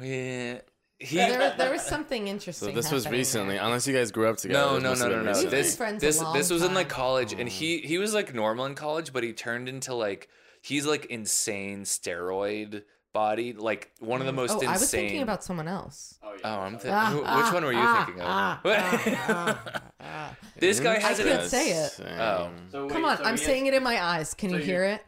[SPEAKER 4] yeah, he.
[SPEAKER 1] There, there was something interesting.
[SPEAKER 2] So this was
[SPEAKER 1] happening
[SPEAKER 2] recently,
[SPEAKER 1] there.
[SPEAKER 2] unless you guys grew up together.
[SPEAKER 4] No,
[SPEAKER 2] this
[SPEAKER 4] no,
[SPEAKER 2] must
[SPEAKER 4] no,
[SPEAKER 2] have
[SPEAKER 4] no,
[SPEAKER 2] been
[SPEAKER 4] no.
[SPEAKER 2] recently.
[SPEAKER 4] This
[SPEAKER 1] friends a
[SPEAKER 4] this
[SPEAKER 1] long
[SPEAKER 4] this was in like
[SPEAKER 1] time.
[SPEAKER 4] college,
[SPEAKER 2] Oh.
[SPEAKER 4] and he he was like normal in college, but he turned into like he's like insane steroid body, like one
[SPEAKER 2] Mm.
[SPEAKER 4] of the most
[SPEAKER 1] Oh,
[SPEAKER 4] insane.
[SPEAKER 1] I was thinking about someone else.
[SPEAKER 4] Oh, I'm thi-
[SPEAKER 1] Ah,
[SPEAKER 4] who-
[SPEAKER 1] ah,
[SPEAKER 4] which one were you
[SPEAKER 1] ah,
[SPEAKER 4] thinking of?
[SPEAKER 1] ah,
[SPEAKER 4] this guy has
[SPEAKER 1] I
[SPEAKER 4] an.
[SPEAKER 1] can't say it.
[SPEAKER 2] Interesting.
[SPEAKER 4] Oh.
[SPEAKER 1] Come on, I'm saying it in my eyes. Can you
[SPEAKER 3] you-
[SPEAKER 1] hear it?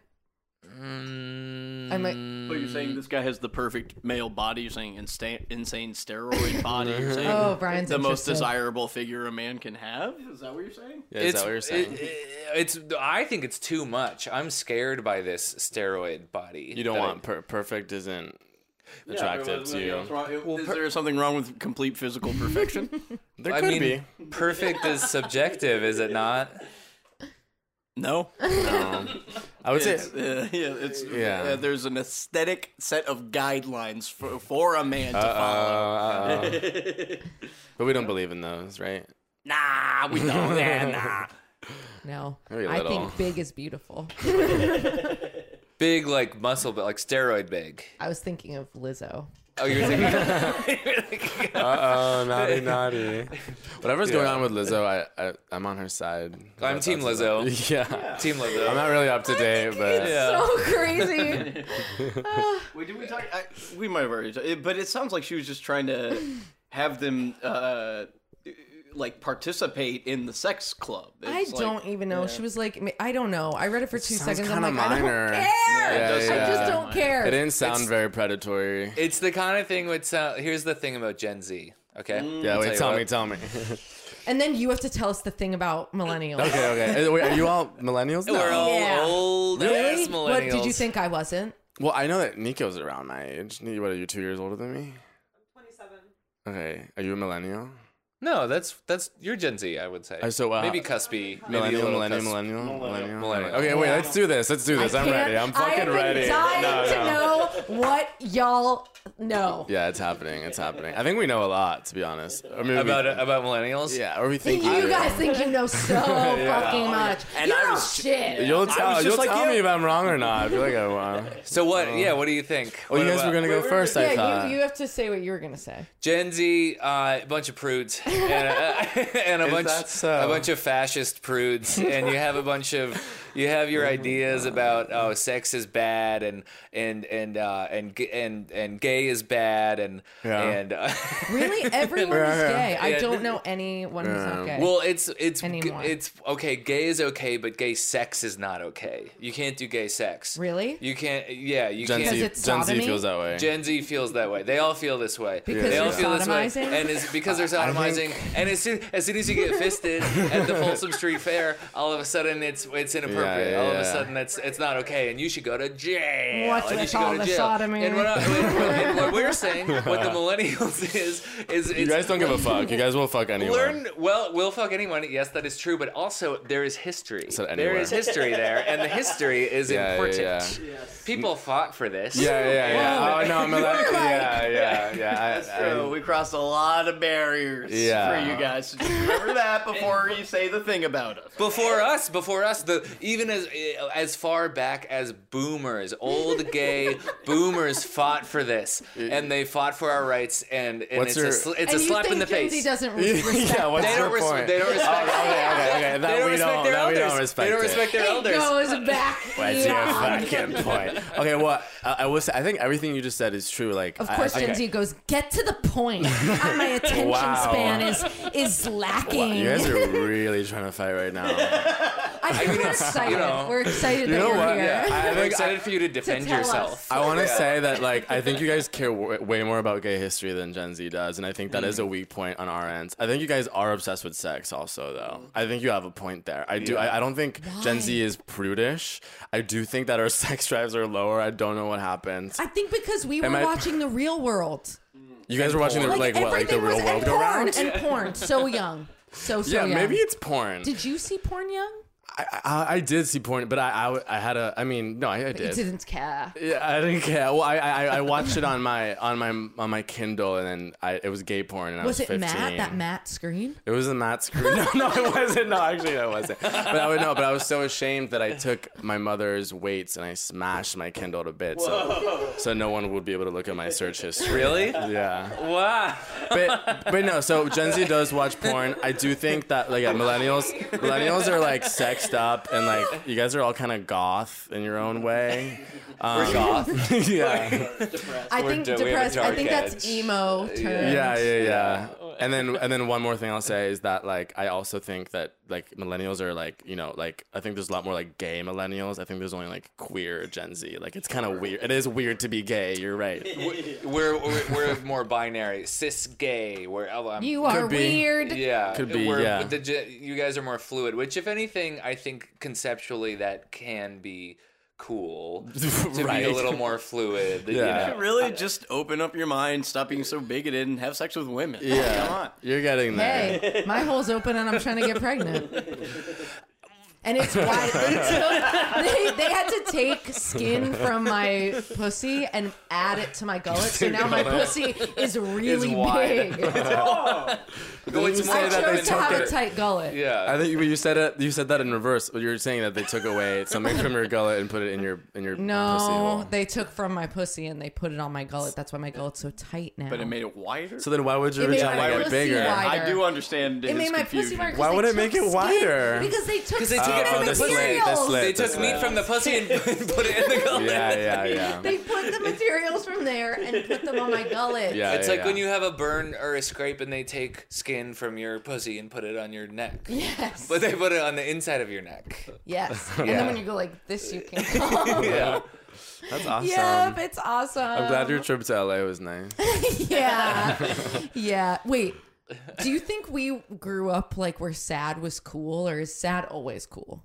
[SPEAKER 1] I might.
[SPEAKER 3] But you're
[SPEAKER 2] Mm.
[SPEAKER 3] saying this guy has the perfect male body. You're saying insane, insane steroid body. You're saying
[SPEAKER 1] Oh, Brian's
[SPEAKER 3] the most
[SPEAKER 1] interested.
[SPEAKER 3] desirable figure a man can have. Is that what you're saying?
[SPEAKER 2] Yeah, is that what you're saying?
[SPEAKER 4] it- it- it's. I think it's too much. I'm scared by this steroid body.
[SPEAKER 2] you don't
[SPEAKER 4] that I-
[SPEAKER 2] want per- perfect isn't attractive to you.
[SPEAKER 3] Is there something wrong with complete physical perfection?
[SPEAKER 2] There
[SPEAKER 4] I
[SPEAKER 2] could
[SPEAKER 4] mean,
[SPEAKER 2] be.
[SPEAKER 4] perfect is subjective, is it not?
[SPEAKER 3] no.
[SPEAKER 2] Um, I would say.
[SPEAKER 3] It's, uh, yeah, it's
[SPEAKER 2] Yeah.
[SPEAKER 3] uh, there's an aesthetic set of guidelines for, for a man to follow.
[SPEAKER 2] Uh, but we don't believe in those, right?
[SPEAKER 3] Nah, we don't. Yeah, nah.
[SPEAKER 1] No,
[SPEAKER 2] Very
[SPEAKER 1] I
[SPEAKER 2] little.
[SPEAKER 1] think big is beautiful.
[SPEAKER 4] Big like muscle, but like steroid big.
[SPEAKER 1] I was thinking of Lizzo.
[SPEAKER 4] Oh, you're thinking.
[SPEAKER 2] Uh oh, naughty, naughty. Whatever's going
[SPEAKER 4] Uh-uh, Yeah.
[SPEAKER 2] on with Lizzo, I, I I'm on her side.
[SPEAKER 4] I'm Team Lizzo.
[SPEAKER 2] Yeah.
[SPEAKER 4] Team Lizzo.
[SPEAKER 2] I'm not really up to date, but
[SPEAKER 4] Yeah.
[SPEAKER 1] So crazy.
[SPEAKER 3] Wait, did we talk? I, Uh, we might have already, talked- it- but it sounds like she was just trying to have them, uh, like participate in the sex club.
[SPEAKER 1] I
[SPEAKER 3] It's like-
[SPEAKER 1] don't even know. She was like, I don't know. I read it for two
[SPEAKER 2] sounds
[SPEAKER 1] seconds. I'm like,
[SPEAKER 2] kinda minor.
[SPEAKER 1] I don't
[SPEAKER 3] Yeah, it
[SPEAKER 1] care.
[SPEAKER 3] does
[SPEAKER 1] I
[SPEAKER 3] sound
[SPEAKER 1] just
[SPEAKER 3] minor.
[SPEAKER 1] don't care.
[SPEAKER 2] it didn't sound
[SPEAKER 4] It's-
[SPEAKER 2] very predatory.
[SPEAKER 4] It's the kind of thing with. Uh, here's the thing about Gen Z. Okay.
[SPEAKER 2] yeah,
[SPEAKER 4] I'll
[SPEAKER 2] wait,
[SPEAKER 4] you
[SPEAKER 2] tell
[SPEAKER 4] what.
[SPEAKER 2] me, tell me.
[SPEAKER 1] And then you have to tell us the thing about millennials.
[SPEAKER 2] okay, okay. Uh, wait, Are you all millennials?
[SPEAKER 4] We're
[SPEAKER 2] now?
[SPEAKER 4] all
[SPEAKER 1] Yeah.
[SPEAKER 4] old
[SPEAKER 1] Really?
[SPEAKER 4] ass millennials.
[SPEAKER 1] What did you think I wasn't?
[SPEAKER 2] Well, I know that Nico's around my age. Ni- What are you, two years older than me?
[SPEAKER 5] 27.
[SPEAKER 2] Okay. Are you a millennial?
[SPEAKER 4] No, that's that's you're Gen Z. I would say.
[SPEAKER 2] Uh, so, uh,
[SPEAKER 4] maybe cuspy. Maybe a
[SPEAKER 2] Millennial,
[SPEAKER 4] little
[SPEAKER 2] millennial,
[SPEAKER 4] cusp-
[SPEAKER 2] millennial, millennial,
[SPEAKER 4] Millennial.
[SPEAKER 2] Okay, wait, let's do this. Let's do this.
[SPEAKER 1] I
[SPEAKER 2] I'm
[SPEAKER 1] can't-
[SPEAKER 2] ready. I'm
[SPEAKER 1] I have
[SPEAKER 2] fucking
[SPEAKER 1] been
[SPEAKER 2] ready.
[SPEAKER 1] Dying
[SPEAKER 2] No,
[SPEAKER 1] to
[SPEAKER 2] no.
[SPEAKER 1] know what y'all know.
[SPEAKER 2] Yeah, it's happening. It's happening. I think we know a lot, to be honest. Or maybe we-
[SPEAKER 4] about uh, about millennials.
[SPEAKER 2] yeah, or we
[SPEAKER 1] You
[SPEAKER 2] think we do.
[SPEAKER 1] guys think you know so fucking much.
[SPEAKER 3] And
[SPEAKER 1] you
[SPEAKER 3] I
[SPEAKER 1] know
[SPEAKER 3] was-
[SPEAKER 1] shit.
[SPEAKER 2] You'll tell,
[SPEAKER 3] was
[SPEAKER 2] you'll
[SPEAKER 3] just like,
[SPEAKER 2] tell
[SPEAKER 3] yeah.
[SPEAKER 2] me if I'm wrong or not. I feel like I won.
[SPEAKER 4] So what? yeah. What do you think?
[SPEAKER 2] Uh-huh. Oh, you
[SPEAKER 4] What
[SPEAKER 2] guys were
[SPEAKER 4] about-
[SPEAKER 2] gonna go first, I
[SPEAKER 1] yeah,
[SPEAKER 2] thought.
[SPEAKER 1] you, you have to say what you were gonna say.
[SPEAKER 4] Gen Z, uh, a bunch of prudes, and, uh, and a
[SPEAKER 2] Is
[SPEAKER 4] bunch,
[SPEAKER 2] that so?
[SPEAKER 4] a bunch of fascist prudes, and you have a bunch of, you have your
[SPEAKER 2] Mm-hmm.
[SPEAKER 4] ideas about oh, sex is bad, and and and uh, and g- and and gay is bad, and
[SPEAKER 2] Yeah.
[SPEAKER 4] and uh,
[SPEAKER 1] Really, everyone is
[SPEAKER 2] Yeah, yeah.
[SPEAKER 1] gay. I
[SPEAKER 4] Yeah.
[SPEAKER 1] don't know anyone who's not
[SPEAKER 2] Yeah.
[SPEAKER 1] gay.
[SPEAKER 4] well, it's it's g-
[SPEAKER 1] Eh, Anymore.
[SPEAKER 4] it's okay. Gay is okay, but gay sex is not okay. You can't do gay sex.
[SPEAKER 1] Really?
[SPEAKER 4] You can't. Yeah, you
[SPEAKER 2] Gen
[SPEAKER 4] can't.
[SPEAKER 2] Z,
[SPEAKER 1] it's
[SPEAKER 2] Gen Z
[SPEAKER 1] sodomy?
[SPEAKER 2] feels that way.
[SPEAKER 4] Gen Z feels that way. They all feel this way.
[SPEAKER 1] Because
[SPEAKER 4] they all
[SPEAKER 2] they're
[SPEAKER 4] feel this way,
[SPEAKER 1] sodomizing?
[SPEAKER 4] and it's because they're
[SPEAKER 2] I- I
[SPEAKER 4] sodomizing.
[SPEAKER 2] think-
[SPEAKER 4] And as soon, as soon as you get fisted at the Folsom Street Fair, all of a sudden it's it's inappropriate.
[SPEAKER 2] Yeah, yeah,
[SPEAKER 4] all of a
[SPEAKER 2] yeah.
[SPEAKER 4] sudden it's it's not okay, and you should go to jail.
[SPEAKER 1] What's
[SPEAKER 4] and you
[SPEAKER 1] with
[SPEAKER 4] should go
[SPEAKER 1] all
[SPEAKER 4] to
[SPEAKER 1] the
[SPEAKER 4] jail.
[SPEAKER 1] sodomy?
[SPEAKER 4] And what, I- what- and what we're saying, what the millennials is, is
[SPEAKER 2] you
[SPEAKER 4] it's,
[SPEAKER 2] guys don't give a fuck. You guys will fuck anyone.
[SPEAKER 4] Learn well, we'll fuck anyone. Yes, that is true, but also there is history.
[SPEAKER 2] So
[SPEAKER 4] there
[SPEAKER 2] anywhere.
[SPEAKER 4] is history there, and the history is
[SPEAKER 2] Yeah, yeah,
[SPEAKER 4] important.
[SPEAKER 2] yeah.
[SPEAKER 4] People fought for this.
[SPEAKER 2] Yeah, yeah, yeah. Oh no, I'm allowed. Yeah, yeah, yeah. I- I-
[SPEAKER 3] So we crossed a lot of barriers
[SPEAKER 2] Yeah.
[SPEAKER 3] for you guys. So just remember that before you say the thing about us.
[SPEAKER 4] Before us, before us, the even as eh, as far back as boomers, old gay boomers fought for this, and they fought for our rights. And, and
[SPEAKER 2] What's
[SPEAKER 4] it's
[SPEAKER 2] your-
[SPEAKER 4] a, sl- it's
[SPEAKER 1] and
[SPEAKER 4] a
[SPEAKER 1] you
[SPEAKER 4] slap
[SPEAKER 1] think
[SPEAKER 4] in the
[SPEAKER 1] Gen
[SPEAKER 4] face.
[SPEAKER 1] Z doesn't re- respect
[SPEAKER 2] yeah, what's
[SPEAKER 4] they
[SPEAKER 2] your
[SPEAKER 4] don't res-
[SPEAKER 2] point? Oh,
[SPEAKER 4] they don't respect.
[SPEAKER 2] Okay, okay, okay. That
[SPEAKER 4] They don't
[SPEAKER 2] we
[SPEAKER 4] respect
[SPEAKER 2] don't.
[SPEAKER 4] their
[SPEAKER 2] That we
[SPEAKER 4] elders.
[SPEAKER 2] don't
[SPEAKER 4] They
[SPEAKER 2] respect.
[SPEAKER 4] don't
[SPEAKER 2] it.
[SPEAKER 4] respect their
[SPEAKER 1] it
[SPEAKER 4] elders.
[SPEAKER 1] goes back.
[SPEAKER 2] What's
[SPEAKER 1] beyond.
[SPEAKER 2] your fucking point? Okay, well, I, I was. I think everything you just said is true. Like,
[SPEAKER 1] Of
[SPEAKER 2] I- I
[SPEAKER 1] course,
[SPEAKER 2] think-
[SPEAKER 1] Gen Z goes, get to the point. Uh, My attention
[SPEAKER 2] Wow.
[SPEAKER 1] span is is lacking.
[SPEAKER 2] Wow, you guys are really trying to fight right now.
[SPEAKER 1] I think we're
[SPEAKER 4] it's-
[SPEAKER 1] excited.
[SPEAKER 4] you know-
[SPEAKER 1] we're excited
[SPEAKER 2] You
[SPEAKER 1] that
[SPEAKER 2] know
[SPEAKER 1] you're
[SPEAKER 2] what?
[SPEAKER 1] here.
[SPEAKER 2] Yeah, I
[SPEAKER 4] I'm
[SPEAKER 2] think-
[SPEAKER 4] excited for you to defend
[SPEAKER 1] tell
[SPEAKER 4] yourself.
[SPEAKER 2] I want to say that, like, I think you guys care w- way more about gay history than Gen Z does, and I think that is a weak point on our ends. I think you guys are obsessed with sex, also, though. I think you have a point there. I do. I, I don't think Gen Z is prudish. I do think that our sex drives are lower. I don't know what happened.
[SPEAKER 1] I think because we were
[SPEAKER 2] Am I-
[SPEAKER 1] watching the real world.
[SPEAKER 2] You guys were watching the,
[SPEAKER 1] Like,
[SPEAKER 2] like what, like the
[SPEAKER 1] everything
[SPEAKER 2] real
[SPEAKER 1] was
[SPEAKER 2] world
[SPEAKER 1] and
[SPEAKER 2] go
[SPEAKER 1] porn
[SPEAKER 2] round.
[SPEAKER 1] and porn. So young. So so
[SPEAKER 2] Yeah,
[SPEAKER 1] young.
[SPEAKER 2] maybe it's porn.
[SPEAKER 1] Did you see porn young?
[SPEAKER 2] I, I, I did see porn, but I, I, w- I had a. I mean, no, I, I
[SPEAKER 1] You
[SPEAKER 2] did.
[SPEAKER 1] didn't care.
[SPEAKER 2] Yeah, I didn't care. Well, I, I I watched it on my on my on my Kindle, and then I, it was gay porn, and I was,
[SPEAKER 1] Was it
[SPEAKER 2] 15.
[SPEAKER 1] Matt? That Matt screen?
[SPEAKER 2] It was a Matt screen. No, no, it wasn't. No, actually, no, it wasn't. But I would know. But I was so ashamed that I took my mother's weights and I smashed my Kindle to bits, so, so no one would be able to look at my search history.
[SPEAKER 4] Really?
[SPEAKER 2] Yeah
[SPEAKER 4] Wow.
[SPEAKER 2] but but no. So Gen Z does watch porn. I do think that like yeah, millennials millennials are like sexed up and like you guys are all kind of goth in your own way. Um,
[SPEAKER 4] goth?
[SPEAKER 2] yeah,
[SPEAKER 1] I
[SPEAKER 4] We're
[SPEAKER 1] think
[SPEAKER 4] do- we have a
[SPEAKER 1] depressed. I
[SPEAKER 4] dark
[SPEAKER 1] think
[SPEAKER 4] edge.
[SPEAKER 1] that's emo term.
[SPEAKER 2] yeah, yeah, yeah. And then and then one more thing I'll say is that like I also think that like millennials are like you know like I think there's a lot more like gay millennials. I think there's only like queer Gen Z. Like it's kind of weird. It is weird to be gay. You're right.
[SPEAKER 4] We're, we're we're more binary, cis gay. We're oh, I'm-
[SPEAKER 1] You are
[SPEAKER 2] Could be.
[SPEAKER 1] weird.
[SPEAKER 4] Yeah,
[SPEAKER 2] Could be,
[SPEAKER 4] We're,
[SPEAKER 2] yeah.
[SPEAKER 4] but The, ge- you guys are more fluid, which, if anything, I think conceptually that can be cool to be a
[SPEAKER 2] Right.
[SPEAKER 4] little more fluid.
[SPEAKER 2] Yeah.
[SPEAKER 4] You know.
[SPEAKER 3] Really, just open up your mind, stop being so bigoted, and have sex with women.
[SPEAKER 2] Yeah,
[SPEAKER 3] Come on.
[SPEAKER 2] you're getting there.
[SPEAKER 1] Hey, my hole's open and I'm trying to get pregnant. and it's why they, took, they, they had to take skin from my pussy and add it to my gullet. So now my pussy is really
[SPEAKER 4] wide.
[SPEAKER 1] big.
[SPEAKER 4] Go and
[SPEAKER 1] I
[SPEAKER 4] say that they
[SPEAKER 1] chose to
[SPEAKER 4] took
[SPEAKER 1] have a
[SPEAKER 4] it.
[SPEAKER 1] tight gullet.
[SPEAKER 4] Yeah.
[SPEAKER 2] I think but you said it. You said that in reverse. But you were saying that they took away something from your gullet and put it in your in your pussy
[SPEAKER 1] No,
[SPEAKER 2] hole.
[SPEAKER 1] they took from my pussy and they put it on my gullet. That's why my gullet's so tight now.
[SPEAKER 3] But it made it wider.
[SPEAKER 2] So then why would your
[SPEAKER 1] It made my
[SPEAKER 2] vagina get
[SPEAKER 1] pussy
[SPEAKER 2] bigger?
[SPEAKER 1] wide.
[SPEAKER 3] I do understand.
[SPEAKER 1] It
[SPEAKER 3] his
[SPEAKER 1] made my pussy
[SPEAKER 3] confusion.
[SPEAKER 1] more. 'cause
[SPEAKER 2] Why
[SPEAKER 1] they
[SPEAKER 2] would it
[SPEAKER 1] took
[SPEAKER 2] make it
[SPEAKER 1] skin-
[SPEAKER 2] wider?
[SPEAKER 1] Because they took
[SPEAKER 4] they
[SPEAKER 1] skin
[SPEAKER 4] took it
[SPEAKER 2] Oh,
[SPEAKER 4] from
[SPEAKER 1] and
[SPEAKER 4] the slit, the
[SPEAKER 1] materials.
[SPEAKER 2] slit.
[SPEAKER 4] They
[SPEAKER 2] That's
[SPEAKER 4] took
[SPEAKER 2] right.
[SPEAKER 4] meat from the pussy and put it in the gullet.
[SPEAKER 2] Yeah, yeah, yeah.
[SPEAKER 1] They put the materials from there and put them on my gullet.
[SPEAKER 2] Yeah.
[SPEAKER 4] It's like when
[SPEAKER 2] yeah.
[SPEAKER 4] you have a burn or a scrape and they take skin from your pussy and put it on your neck.
[SPEAKER 1] Yes.
[SPEAKER 4] But they put it on the inside of your neck.
[SPEAKER 1] yes. And
[SPEAKER 4] Yeah.
[SPEAKER 1] then when you go like this, you can. not
[SPEAKER 4] Yeah.
[SPEAKER 2] That's awesome.
[SPEAKER 1] Yep, it's awesome.
[SPEAKER 2] I'm glad
[SPEAKER 1] um,
[SPEAKER 2] your trip to LA was nice.
[SPEAKER 1] yeah. Yeah. Wait. Do you think we grew up like where sad was cool, or is sad always cool?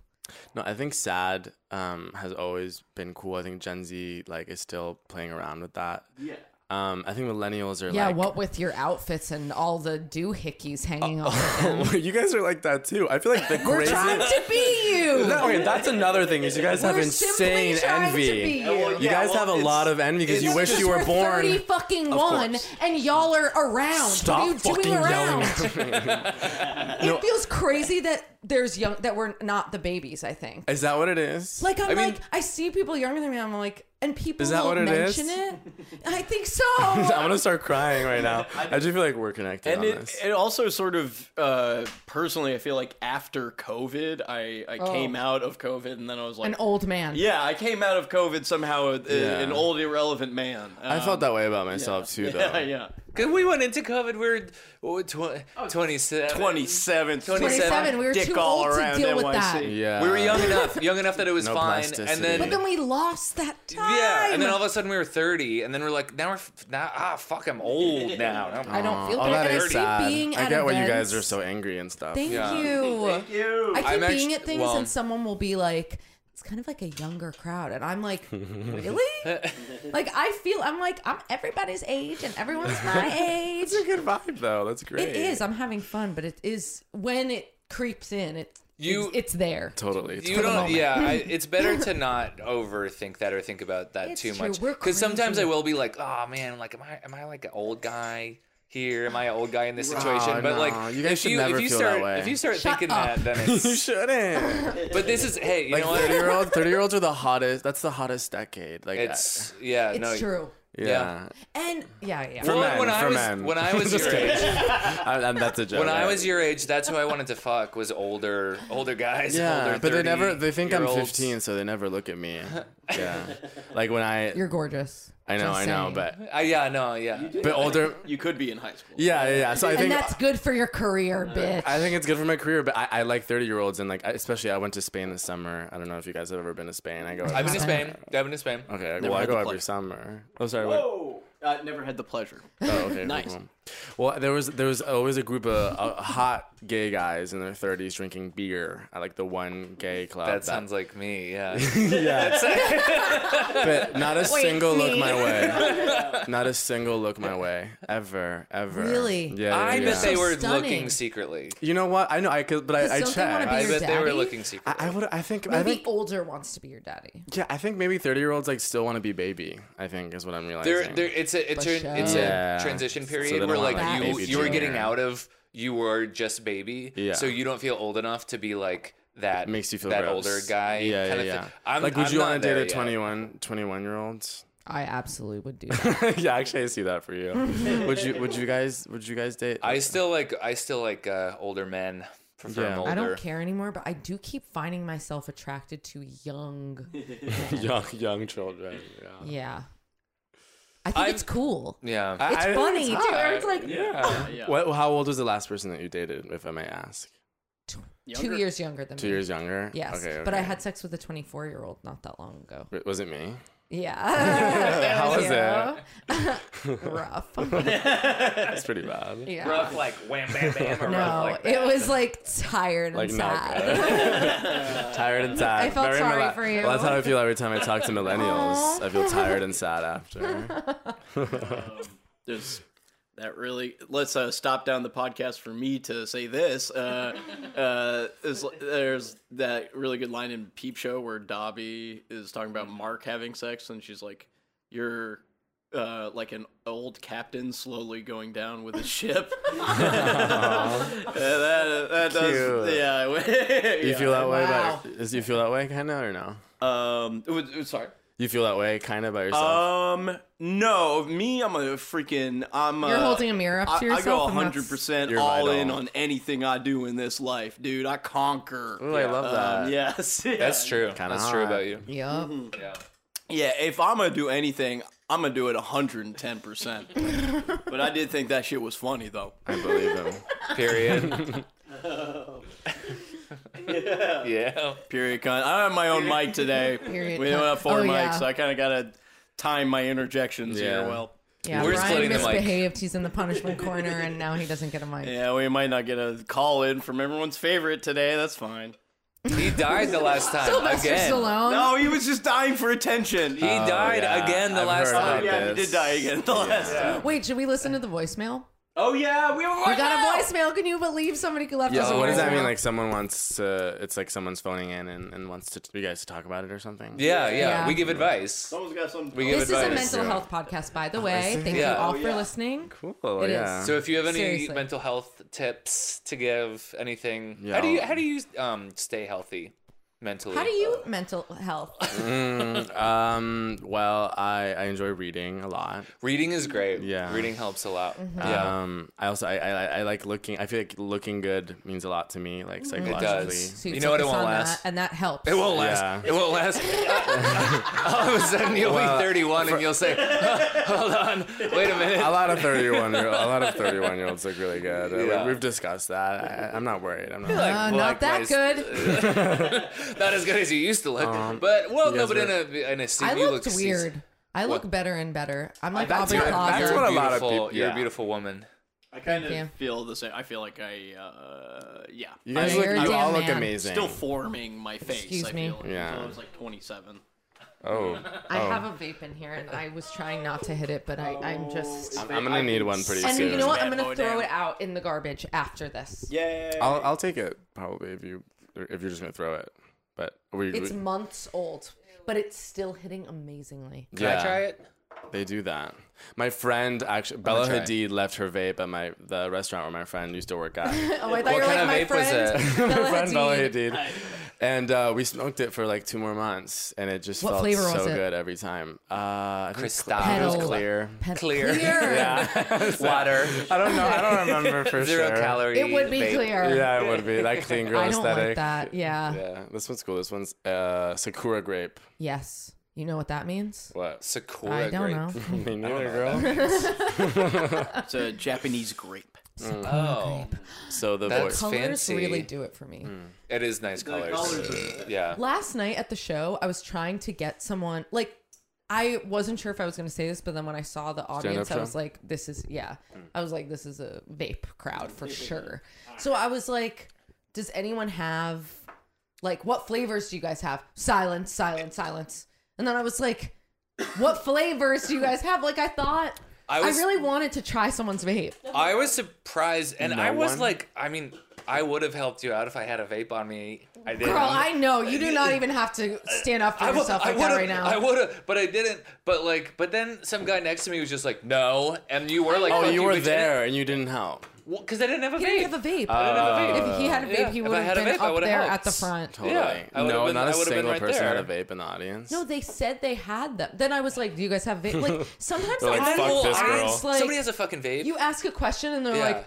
[SPEAKER 2] No, I think sad um, has always been cool. I think Gen Z like is still playing around with that. Yeah. Um, I think millennials are
[SPEAKER 1] Yeah.
[SPEAKER 2] like
[SPEAKER 1] what with your outfits and all the doohickeys hanging off.
[SPEAKER 2] you guys are like that too. I feel like the
[SPEAKER 1] We're
[SPEAKER 2] crazy
[SPEAKER 1] trying to be you.
[SPEAKER 2] No, okay, that's another thing is you guys have
[SPEAKER 1] We're
[SPEAKER 2] insane
[SPEAKER 1] simply trying
[SPEAKER 2] envy.
[SPEAKER 1] to be you.
[SPEAKER 3] well,
[SPEAKER 2] You
[SPEAKER 3] Yeah,
[SPEAKER 2] guys
[SPEAKER 3] well,
[SPEAKER 2] have a
[SPEAKER 3] it's-
[SPEAKER 2] lot of envy because you
[SPEAKER 3] it's
[SPEAKER 2] wish
[SPEAKER 1] Because
[SPEAKER 2] you were
[SPEAKER 1] we're
[SPEAKER 2] born.
[SPEAKER 1] 30 fucking one,
[SPEAKER 2] course.
[SPEAKER 1] and y'all are around.
[SPEAKER 2] Stop
[SPEAKER 1] what are you
[SPEAKER 2] fucking
[SPEAKER 1] doing around?
[SPEAKER 2] yelling at me.
[SPEAKER 1] It feels crazy that there's young that we're not the babies. I think.
[SPEAKER 2] Is that what it is?
[SPEAKER 1] Like I'm
[SPEAKER 4] I mean-
[SPEAKER 1] like I see people younger than me. I'm like, and people
[SPEAKER 2] Is that
[SPEAKER 1] will
[SPEAKER 2] what it
[SPEAKER 1] mention
[SPEAKER 2] is?
[SPEAKER 1] it. I think so.
[SPEAKER 2] I'm gonna start crying right now. I do feel like we're connected
[SPEAKER 3] and
[SPEAKER 2] on
[SPEAKER 3] it,
[SPEAKER 2] this.
[SPEAKER 3] it also sort of uh, personally, I feel like after COVID, I, I came out of COVID, and then I was like,
[SPEAKER 1] Oh. An old man.
[SPEAKER 3] yeah, I came out of COVID somehow, uh,
[SPEAKER 2] Yeah.
[SPEAKER 3] an old irrelevant man. Um,
[SPEAKER 2] I felt that way about myself too, though.
[SPEAKER 3] Yeah, yeah.
[SPEAKER 4] Because we went into COVID, we were oh, tw- 27.
[SPEAKER 3] 27,
[SPEAKER 1] 27. We were
[SPEAKER 3] dick
[SPEAKER 1] too
[SPEAKER 3] all
[SPEAKER 1] old to
[SPEAKER 3] around
[SPEAKER 1] deal with
[SPEAKER 3] NYC.
[SPEAKER 1] that.
[SPEAKER 2] Yeah.
[SPEAKER 4] We were young enough, young enough that it was
[SPEAKER 2] No
[SPEAKER 4] fine.
[SPEAKER 2] plasticity.
[SPEAKER 4] And then.
[SPEAKER 1] But then we lost that time.
[SPEAKER 4] yeah, and then all of a sudden we were 30, and then we're like, now we're f- now ah fuck, I'm old now. I'm-
[SPEAKER 1] I don't feel
[SPEAKER 2] Oh,
[SPEAKER 1] good.
[SPEAKER 2] that
[SPEAKER 1] And I
[SPEAKER 2] is
[SPEAKER 1] keep
[SPEAKER 2] sad.
[SPEAKER 1] being
[SPEAKER 2] I
[SPEAKER 1] at
[SPEAKER 2] get why you
[SPEAKER 1] events.
[SPEAKER 2] guys are so angry and stuff.
[SPEAKER 1] Thank
[SPEAKER 4] Yeah.
[SPEAKER 1] you. Thank you. I keep
[SPEAKER 4] I'm
[SPEAKER 1] being
[SPEAKER 4] actu-
[SPEAKER 1] at things,
[SPEAKER 4] well-
[SPEAKER 1] and someone will be like, "It's kind of like a younger crowd," and I'm like, "Really?" like I feel I'm like I'm everybody's age, and everyone's my age.
[SPEAKER 2] It's a good vibe though. That's great.
[SPEAKER 1] It is. I'm having fun, but it is when it creeps in. It
[SPEAKER 4] You-
[SPEAKER 1] it's, it's there.
[SPEAKER 2] Totally. It's
[SPEAKER 4] you
[SPEAKER 2] fine.
[SPEAKER 4] don't yeah I, it's better to not overthink that or think about that
[SPEAKER 1] It's
[SPEAKER 4] too
[SPEAKER 1] true,
[SPEAKER 4] much
[SPEAKER 1] we're
[SPEAKER 4] because sometimes i
[SPEAKER 1] crazy.
[SPEAKER 4] will be like oh man like am i am i like an old guy here am i an old guy in this situation but
[SPEAKER 2] no,
[SPEAKER 4] like
[SPEAKER 2] you guys
[SPEAKER 4] if
[SPEAKER 2] should
[SPEAKER 4] you,
[SPEAKER 2] never
[SPEAKER 4] if you
[SPEAKER 2] feel that
[SPEAKER 4] start
[SPEAKER 2] way.
[SPEAKER 4] if you start
[SPEAKER 1] Shut
[SPEAKER 4] thinking
[SPEAKER 1] up.
[SPEAKER 4] that then
[SPEAKER 2] you
[SPEAKER 4] it's
[SPEAKER 2] shouldn't.
[SPEAKER 4] but this is hey you
[SPEAKER 2] Like
[SPEAKER 4] know what
[SPEAKER 2] thirty year old, thirty year olds are the hottest. That's the hottest decade. Like
[SPEAKER 4] it's yeah
[SPEAKER 1] It's
[SPEAKER 4] no
[SPEAKER 1] true.
[SPEAKER 2] yeah.
[SPEAKER 4] yeah.
[SPEAKER 1] And yeah, yeah.
[SPEAKER 2] For
[SPEAKER 4] Well,
[SPEAKER 2] men,
[SPEAKER 4] when I
[SPEAKER 2] for
[SPEAKER 4] was-
[SPEAKER 2] men.
[SPEAKER 4] when I was
[SPEAKER 2] Just
[SPEAKER 4] your
[SPEAKER 2] kidding.
[SPEAKER 4] age.
[SPEAKER 2] I, I, that's a joke.
[SPEAKER 4] when I
[SPEAKER 2] right?
[SPEAKER 4] was your age, that's who I wanted to fuck was older, older guys.
[SPEAKER 2] yeah,
[SPEAKER 4] older
[SPEAKER 2] but they never. They think I'm
[SPEAKER 4] 30-year-olds.
[SPEAKER 2] 15, so they never look at me. Yeah, like when I,
[SPEAKER 1] You're gorgeous.
[SPEAKER 2] I know,
[SPEAKER 1] just
[SPEAKER 2] I know,
[SPEAKER 1] saying.
[SPEAKER 2] but
[SPEAKER 4] Uh, yeah, no, yeah.
[SPEAKER 2] but older.
[SPEAKER 3] You could be in high school.
[SPEAKER 2] Yeah, yeah, yeah. So I
[SPEAKER 1] and
[SPEAKER 2] think
[SPEAKER 1] that's good for your career, bitch.
[SPEAKER 2] I think it's good for my career, but I, I like 30 year olds and like I, especially I went to Spain this summer. I don't know if you guys have ever been to Spain. I go.
[SPEAKER 4] I've been to
[SPEAKER 1] Uh,
[SPEAKER 4] Spain. I've been to Spain.
[SPEAKER 2] Okay, well I
[SPEAKER 3] had
[SPEAKER 2] go
[SPEAKER 3] the
[SPEAKER 2] every
[SPEAKER 3] pleasure.
[SPEAKER 2] summer. Oh, sorry. what-
[SPEAKER 3] Whoa. Uh, never had the pleasure.
[SPEAKER 2] Oh, okay.
[SPEAKER 3] Nice.
[SPEAKER 2] cool. Well, there was there was always a group of uh, hot gay guys in their 30s drinking beer at like the one gay club.
[SPEAKER 4] That sounds like me. Yeah.
[SPEAKER 2] but not a
[SPEAKER 1] Wait,
[SPEAKER 2] single look
[SPEAKER 1] me.
[SPEAKER 2] my way. not a single look my way ever, ever.
[SPEAKER 1] Really?
[SPEAKER 2] Yeah. yeah,
[SPEAKER 4] I
[SPEAKER 2] yeah.
[SPEAKER 4] bet they were
[SPEAKER 1] Stunning.
[SPEAKER 4] looking secretly.
[SPEAKER 2] You know what? I know I could, but I, I
[SPEAKER 1] Because don't they wanna
[SPEAKER 2] checked.
[SPEAKER 1] be
[SPEAKER 4] I
[SPEAKER 1] your
[SPEAKER 4] bet they were
[SPEAKER 1] daddy?
[SPEAKER 4] looking
[SPEAKER 2] I,
[SPEAKER 4] secretly.
[SPEAKER 2] I would. I think. I
[SPEAKER 1] Maybe
[SPEAKER 2] think.
[SPEAKER 1] older wants to be your daddy.
[SPEAKER 2] Yeah, I think maybe 30 year olds like still want to be baby. I think is what I'm realizing.
[SPEAKER 4] there, there, it's a it's,
[SPEAKER 1] For
[SPEAKER 4] a, it's
[SPEAKER 2] sure.
[SPEAKER 4] a transition
[SPEAKER 2] So they
[SPEAKER 4] period
[SPEAKER 2] don't
[SPEAKER 4] where
[SPEAKER 2] want,
[SPEAKER 4] like
[SPEAKER 1] like,
[SPEAKER 4] you
[SPEAKER 1] baby
[SPEAKER 4] you were
[SPEAKER 2] junior.
[SPEAKER 4] getting out of you were just baby,
[SPEAKER 2] Yeah.
[SPEAKER 4] so you don't feel old enough to be like that.
[SPEAKER 2] makes you feel
[SPEAKER 4] that
[SPEAKER 2] gross.
[SPEAKER 4] older guy.
[SPEAKER 2] Yeah, yeah,
[SPEAKER 4] kind
[SPEAKER 2] yeah.
[SPEAKER 4] Of thing. I'm,
[SPEAKER 2] like, would
[SPEAKER 4] I'm
[SPEAKER 2] you
[SPEAKER 4] want to
[SPEAKER 2] date a 21, 21 year old?
[SPEAKER 1] I absolutely would do that.
[SPEAKER 2] yeah, actually, I see that for you. would you? Would you guys? Would you guys date?
[SPEAKER 4] I still like I still like uh, older men. Prefer
[SPEAKER 2] Yeah.
[SPEAKER 4] them older.
[SPEAKER 1] I don't care anymore, but I do keep finding myself attracted to young.
[SPEAKER 2] young young children. Yeah.
[SPEAKER 1] Yeah. I think
[SPEAKER 4] I'm-
[SPEAKER 1] it's cool.
[SPEAKER 4] Yeah.
[SPEAKER 1] It's
[SPEAKER 2] I- I-
[SPEAKER 1] funny,
[SPEAKER 2] it's
[SPEAKER 1] too.
[SPEAKER 2] hot.
[SPEAKER 1] It's like
[SPEAKER 4] yeah.
[SPEAKER 3] Yeah.
[SPEAKER 2] What, how old was the last person that you dated, if I may ask?
[SPEAKER 1] two years younger than
[SPEAKER 2] Two
[SPEAKER 4] Mm.
[SPEAKER 1] me.
[SPEAKER 2] years younger.
[SPEAKER 1] Yes.
[SPEAKER 2] Okay,
[SPEAKER 1] But I
[SPEAKER 2] okay.
[SPEAKER 1] had sex with a 24 year old not that long ago.
[SPEAKER 2] Wait, Was it me?
[SPEAKER 1] Yeah.
[SPEAKER 2] How was
[SPEAKER 1] Yeah. Rough.
[SPEAKER 2] That's pretty bad.
[SPEAKER 1] Yeah.
[SPEAKER 4] Rough like wham bam bam or rough
[SPEAKER 1] No,
[SPEAKER 4] like that.
[SPEAKER 1] it was like tired and
[SPEAKER 2] Like not
[SPEAKER 1] sad.
[SPEAKER 2] good. tired and sad.
[SPEAKER 1] I felt
[SPEAKER 2] Very
[SPEAKER 1] sorry
[SPEAKER 2] milla-
[SPEAKER 1] for you.
[SPEAKER 2] Well, that's how I feel every time I talk to millennials. I feel tired and sad after.
[SPEAKER 3] There's That really let's uh, stop down the podcast for me to say this. Uh, uh, is, there's that really good line in Peep Show where Dobby is talking about Mark having sex, and she's like, "You're uh, like an old captain slowly going down with a ship." Uh, that that does,
[SPEAKER 2] Cute.
[SPEAKER 3] yeah.
[SPEAKER 2] You feel that way
[SPEAKER 1] Wow.
[SPEAKER 2] about is you feel that way kind of or no?
[SPEAKER 3] Um, it was- it was- sorry.
[SPEAKER 2] You feel that way kind of by yourself.
[SPEAKER 3] Um, no, me, I'm a freaking. I'm.
[SPEAKER 1] You're
[SPEAKER 3] uh,
[SPEAKER 1] holding a mirror up to
[SPEAKER 3] I, I go
[SPEAKER 1] yourself. and that's-
[SPEAKER 3] 100 percent
[SPEAKER 2] You're
[SPEAKER 3] all
[SPEAKER 2] vital.
[SPEAKER 3] in on anything I do in this life, dude. I conquer.
[SPEAKER 2] Ooh, I love that.
[SPEAKER 3] Um, yes, yeah.
[SPEAKER 4] That's true.
[SPEAKER 2] Kinda
[SPEAKER 4] That's true
[SPEAKER 2] hot.
[SPEAKER 4] about you.
[SPEAKER 1] Yup.
[SPEAKER 4] Yeah.
[SPEAKER 3] Yeah, if I'm gonna do anything, I'm gonna do it 110. percent But I did think that shit was funny though.
[SPEAKER 2] I believe him.
[SPEAKER 4] Period. yeah.
[SPEAKER 3] Period. Con- I don't have my own mic today.
[SPEAKER 1] Period
[SPEAKER 3] We don't
[SPEAKER 1] con-
[SPEAKER 3] have four
[SPEAKER 1] Oh,
[SPEAKER 3] mics,
[SPEAKER 1] yeah.
[SPEAKER 3] so I kind of gotta time my interjections
[SPEAKER 2] Yeah.
[SPEAKER 3] here. Well,
[SPEAKER 1] Yeah,
[SPEAKER 4] We're
[SPEAKER 1] Brian
[SPEAKER 4] splitting the mic.
[SPEAKER 1] misbehaved. He's in the punishment corner, and now he doesn't get a mic.
[SPEAKER 3] yeah, we might not get a call in from everyone's favorite today. That's fine.
[SPEAKER 4] He died the last time.
[SPEAKER 1] Sylvester
[SPEAKER 4] again.
[SPEAKER 1] Stallone.
[SPEAKER 3] No, he was just dying for attention.
[SPEAKER 4] He
[SPEAKER 3] He,
[SPEAKER 4] died
[SPEAKER 2] yeah.
[SPEAKER 4] again the
[SPEAKER 2] I've
[SPEAKER 4] last
[SPEAKER 2] heard
[SPEAKER 3] oh,
[SPEAKER 4] time.
[SPEAKER 2] Uh, about
[SPEAKER 3] yeah, he
[SPEAKER 2] this.
[SPEAKER 3] did die again the last time.
[SPEAKER 1] Wait, should we listen to the voicemail?
[SPEAKER 3] Oh yeah, we have a
[SPEAKER 1] We got a voicemail. Can you believe somebody could left
[SPEAKER 4] Yeah,
[SPEAKER 1] us a
[SPEAKER 2] So what does that
[SPEAKER 1] voicemail?
[SPEAKER 2] mean? Like someone wants to? It's like someone's phoning in and, and wants to you guys to talk about it or something.
[SPEAKER 4] Yeah, yeah,
[SPEAKER 1] Yeah.
[SPEAKER 4] We give advice.
[SPEAKER 3] Someone's got some.
[SPEAKER 4] We give
[SPEAKER 1] this is a
[SPEAKER 4] advice.
[SPEAKER 1] mental health podcast, by the way. Thank
[SPEAKER 4] Yeah.
[SPEAKER 1] you all
[SPEAKER 4] Oh,
[SPEAKER 1] for listening.
[SPEAKER 2] Cool.
[SPEAKER 1] It is.
[SPEAKER 2] yeah.
[SPEAKER 4] so if you have any
[SPEAKER 1] Seriously.
[SPEAKER 4] mental health tips to give, anything, how
[SPEAKER 2] Yeah.
[SPEAKER 4] do you how do you um stay healthy mentally?
[SPEAKER 1] How do you mental health?
[SPEAKER 2] um. Well, I I enjoy reading a lot.
[SPEAKER 4] Reading is great.
[SPEAKER 2] Yeah.
[SPEAKER 4] reading helps a lot.
[SPEAKER 1] Mm-hmm.
[SPEAKER 4] Yeah,
[SPEAKER 2] Um. I also I, I I like looking. I feel like looking good means a lot to me. Like psychologically.
[SPEAKER 1] So
[SPEAKER 4] You know what? It
[SPEAKER 1] focus
[SPEAKER 4] won't
[SPEAKER 1] on that,
[SPEAKER 4] last.
[SPEAKER 1] and that helps.
[SPEAKER 4] it won't last.
[SPEAKER 2] Yeah.
[SPEAKER 4] It won't last. All of a sudden, you'll
[SPEAKER 2] Well,
[SPEAKER 4] be 31 and you'll say, "Hold on, wait a minute."
[SPEAKER 2] A lot of thirty-one. year- A lot of thirty-one year olds look really good. Uh,
[SPEAKER 4] Yeah.
[SPEAKER 2] We, have discussed that. I, I'm not worried. I'm not.
[SPEAKER 4] Like,
[SPEAKER 1] Uh,
[SPEAKER 4] like
[SPEAKER 1] not that
[SPEAKER 4] my-
[SPEAKER 1] good.
[SPEAKER 4] Not as good as you used to look,
[SPEAKER 2] Um,
[SPEAKER 4] but well, no,
[SPEAKER 2] yes,
[SPEAKER 4] but in
[SPEAKER 2] but-
[SPEAKER 4] a in a scene,
[SPEAKER 1] I
[SPEAKER 4] you
[SPEAKER 1] looked
[SPEAKER 4] look
[SPEAKER 1] weird. I look
[SPEAKER 4] What? Oh,
[SPEAKER 1] better and better. I'm like
[SPEAKER 2] That's
[SPEAKER 1] Aubrey
[SPEAKER 2] what-
[SPEAKER 1] Plaza.
[SPEAKER 2] that's
[SPEAKER 4] You're
[SPEAKER 2] what
[SPEAKER 4] a
[SPEAKER 2] a lot of
[SPEAKER 4] beautiful-
[SPEAKER 2] people-
[SPEAKER 4] You're a
[SPEAKER 2] yeah.
[SPEAKER 4] beautiful woman.
[SPEAKER 3] I kind
[SPEAKER 1] Thank you.
[SPEAKER 3] of feel the same. I feel like I, uh, yeah.
[SPEAKER 2] You guys
[SPEAKER 1] You're a
[SPEAKER 2] look. You all
[SPEAKER 1] damn
[SPEAKER 2] look
[SPEAKER 1] man.
[SPEAKER 2] amazing.
[SPEAKER 3] Still forming my face. I
[SPEAKER 1] Excuse me.
[SPEAKER 3] feel like,
[SPEAKER 2] Yeah.
[SPEAKER 3] until I was like 27.
[SPEAKER 2] oh.
[SPEAKER 1] I have a vape in here, and I was trying not to hit it, but I, I'm
[SPEAKER 4] Oh,
[SPEAKER 1] just.
[SPEAKER 2] I'm gonna need one pretty
[SPEAKER 1] And
[SPEAKER 2] soon.
[SPEAKER 1] you know what? I'm
[SPEAKER 3] Bad
[SPEAKER 1] gonna
[SPEAKER 3] boy
[SPEAKER 1] throw
[SPEAKER 3] down.
[SPEAKER 1] it out in the garbage after this.
[SPEAKER 3] Yeah.
[SPEAKER 2] I'll I'll take it probably if you if you're just gonna throw it. But we.
[SPEAKER 1] It's
[SPEAKER 2] we-
[SPEAKER 1] months old, but it's still hitting amazingly.
[SPEAKER 4] Can I
[SPEAKER 2] Yeah.
[SPEAKER 4] try it?
[SPEAKER 2] They do that. My friend actually Bella
[SPEAKER 4] try.
[SPEAKER 2] Hadid left her vape at my the restaurant where my friend used to work at.
[SPEAKER 1] Oh, I thought you were
[SPEAKER 4] what
[SPEAKER 1] like
[SPEAKER 4] kind
[SPEAKER 1] my
[SPEAKER 4] of vape was
[SPEAKER 1] friend.
[SPEAKER 4] it?
[SPEAKER 2] my friend Bella
[SPEAKER 1] Hadid.
[SPEAKER 2] Hadid. And uh, we smoked it for like two more months, and it just
[SPEAKER 1] What
[SPEAKER 2] felt
[SPEAKER 1] flavor
[SPEAKER 2] so
[SPEAKER 1] was it?
[SPEAKER 2] good every time. Uh, I think it's cl-
[SPEAKER 4] Cristal.
[SPEAKER 2] I think it was
[SPEAKER 1] Petal.
[SPEAKER 2] clear.
[SPEAKER 1] Pen-
[SPEAKER 4] Clear.
[SPEAKER 2] Yeah.
[SPEAKER 4] Water,
[SPEAKER 2] I don't know. I don't remember for
[SPEAKER 4] zero
[SPEAKER 2] sure.
[SPEAKER 4] calorie.
[SPEAKER 1] It would be
[SPEAKER 4] vape.
[SPEAKER 1] clear.
[SPEAKER 2] Yeah, it would be that clean girl
[SPEAKER 1] I don't
[SPEAKER 2] aesthetic.
[SPEAKER 1] like that. Yeah.
[SPEAKER 2] Yeah, this one's cool. This one's uh, Sakura grape.
[SPEAKER 1] Yes. You know what that means?
[SPEAKER 2] What?
[SPEAKER 4] Sakura
[SPEAKER 1] I don't
[SPEAKER 4] grape.
[SPEAKER 1] know.
[SPEAKER 2] Me neither, girl.
[SPEAKER 3] It's a Japanese grape.
[SPEAKER 4] Oh,
[SPEAKER 2] So the
[SPEAKER 4] That's-
[SPEAKER 2] voice.
[SPEAKER 1] Colors
[SPEAKER 4] fancy.
[SPEAKER 1] really do it for me.
[SPEAKER 4] it is nice colors. yeah.
[SPEAKER 1] Last night at the show, I was trying to get someone like I wasn't sure if I was going to say this, but then when I saw the audience, I
[SPEAKER 2] show?
[SPEAKER 1] was like, "This is yeah."
[SPEAKER 4] Hmm.
[SPEAKER 1] I was like, "This is a vape crowd for sure." So I was like, "Does anyone have like what flavors do you guys have?" Silence, silence, silence. And then I was like, "What flavors do you guys have?" Like I thought,
[SPEAKER 4] I
[SPEAKER 1] I,
[SPEAKER 4] was-
[SPEAKER 1] really wanted to try someone's vape.
[SPEAKER 4] I was surprised, and
[SPEAKER 2] No
[SPEAKER 4] I was
[SPEAKER 2] one?
[SPEAKER 4] like, I mean, I would have helped you out if I had a vape on me. I didn't.
[SPEAKER 1] Girl, I know you do not even have to stand up for
[SPEAKER 4] Um, uh, I would
[SPEAKER 1] yourself like that
[SPEAKER 4] have,
[SPEAKER 1] right now.
[SPEAKER 4] I would have, but I didn't. But like, but then some guy next to me was just like, "No," and you were like,
[SPEAKER 2] Oh,
[SPEAKER 4] "Fuck
[SPEAKER 2] you were
[SPEAKER 4] bitch,"
[SPEAKER 2] there and you didn't help.
[SPEAKER 4] because I didn't have a
[SPEAKER 1] He
[SPEAKER 4] vape.
[SPEAKER 1] didn't have a vape.
[SPEAKER 4] I didn't have a vape. Uh,
[SPEAKER 1] if he had a vape,
[SPEAKER 4] Yeah,
[SPEAKER 1] he
[SPEAKER 4] if I
[SPEAKER 1] would have
[SPEAKER 4] had a
[SPEAKER 1] been
[SPEAKER 4] vape, I
[SPEAKER 1] up
[SPEAKER 4] would've
[SPEAKER 1] there
[SPEAKER 4] helped.
[SPEAKER 1] at the front.
[SPEAKER 2] Totally.
[SPEAKER 4] I would've
[SPEAKER 2] no,
[SPEAKER 4] been-
[SPEAKER 2] not
[SPEAKER 4] I
[SPEAKER 2] a
[SPEAKER 4] would've been
[SPEAKER 2] single
[SPEAKER 4] right
[SPEAKER 2] person
[SPEAKER 4] there.
[SPEAKER 2] had a vape in the audience.
[SPEAKER 1] No, they said they had them. Then I was like, "Do you guys have vape?" Like sometimes the
[SPEAKER 2] They're like,
[SPEAKER 1] audience,
[SPEAKER 2] "Fuck this girl."
[SPEAKER 1] audience, like
[SPEAKER 4] Somebody has a fucking vape.
[SPEAKER 1] you ask a question and they're
[SPEAKER 4] Yeah.
[SPEAKER 1] like,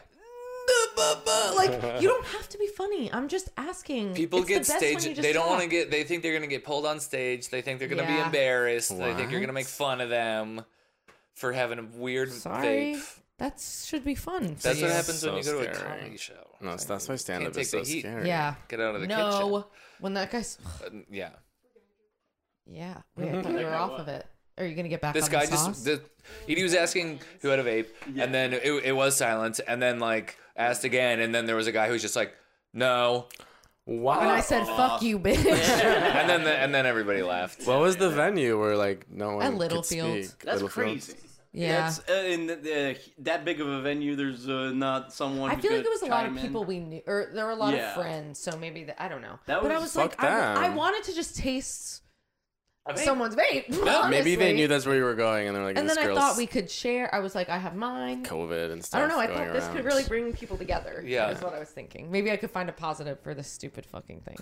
[SPEAKER 1] "Buh, buh, buh." like you don't have to be funny. I'm just asking.
[SPEAKER 4] People
[SPEAKER 1] It's the
[SPEAKER 4] get
[SPEAKER 1] best when you
[SPEAKER 4] stage.
[SPEAKER 1] just
[SPEAKER 4] They don't
[SPEAKER 1] talk.
[SPEAKER 4] want to get. They think they're gonna get pulled on stage. They think they're gonna be
[SPEAKER 1] Yeah.
[SPEAKER 4] embarrassed. They think you're
[SPEAKER 2] What?
[SPEAKER 4] gonna make fun of them for having a weird
[SPEAKER 1] Sorry,
[SPEAKER 4] vape.
[SPEAKER 1] that should be fun. For
[SPEAKER 4] That's
[SPEAKER 1] you.
[SPEAKER 4] what happens
[SPEAKER 2] So
[SPEAKER 4] when you go to a
[SPEAKER 2] scary.
[SPEAKER 4] comedy show.
[SPEAKER 2] No, it's- that's why stand up
[SPEAKER 4] take
[SPEAKER 2] is so
[SPEAKER 4] the heat.
[SPEAKER 2] scary.
[SPEAKER 1] Yeah.
[SPEAKER 4] Get out of the
[SPEAKER 1] no, when that guy's
[SPEAKER 4] kitchen. Uh, yeah.
[SPEAKER 1] yeah, wait, I thought you were off of it. Are you gonna get back?
[SPEAKER 4] This
[SPEAKER 1] on
[SPEAKER 4] guy
[SPEAKER 1] the sauce?
[SPEAKER 4] just the, Edie was asking who had a vape, and then it, it was silence, and then like asked again, and then there was a guy who was just like, no,
[SPEAKER 1] when I
[SPEAKER 2] Wow.
[SPEAKER 1] said "fuck you, bitch."
[SPEAKER 4] and then the, and then everybody left.
[SPEAKER 2] What was the venue where like no one
[SPEAKER 1] At
[SPEAKER 2] could
[SPEAKER 1] Littlefield.
[SPEAKER 2] speak?
[SPEAKER 3] That's
[SPEAKER 2] Littlefield?
[SPEAKER 3] crazy.
[SPEAKER 1] Yeah.
[SPEAKER 3] That's, uh, in the, the, that big of a venue, there's uh, not someone.
[SPEAKER 1] I
[SPEAKER 3] who's
[SPEAKER 1] feel like
[SPEAKER 3] gonna
[SPEAKER 1] it was a lot of
[SPEAKER 3] chime in. E-,
[SPEAKER 1] people we knew, or there were a lot
[SPEAKER 3] Yeah.
[SPEAKER 1] of friends, so maybe that I don't know.
[SPEAKER 3] That
[SPEAKER 1] but I
[SPEAKER 3] was-
[SPEAKER 1] was like,
[SPEAKER 2] Fuck them.
[SPEAKER 1] I, I wanted to just taste someone's vape.
[SPEAKER 2] Maybe they
[SPEAKER 1] honestly.
[SPEAKER 2] knew that's where you were going, and they're like,
[SPEAKER 1] And
[SPEAKER 2] this
[SPEAKER 1] then I
[SPEAKER 2] girl's
[SPEAKER 1] thought we could share. I was like, I have mine.
[SPEAKER 2] COVID and stuff.
[SPEAKER 1] I don't know. I
[SPEAKER 2] going
[SPEAKER 1] thought this could
[SPEAKER 2] around.
[SPEAKER 1] really bring people together.
[SPEAKER 4] Yeah.
[SPEAKER 1] is what I was thinking. Maybe I could find a positive for this stupid fucking thing.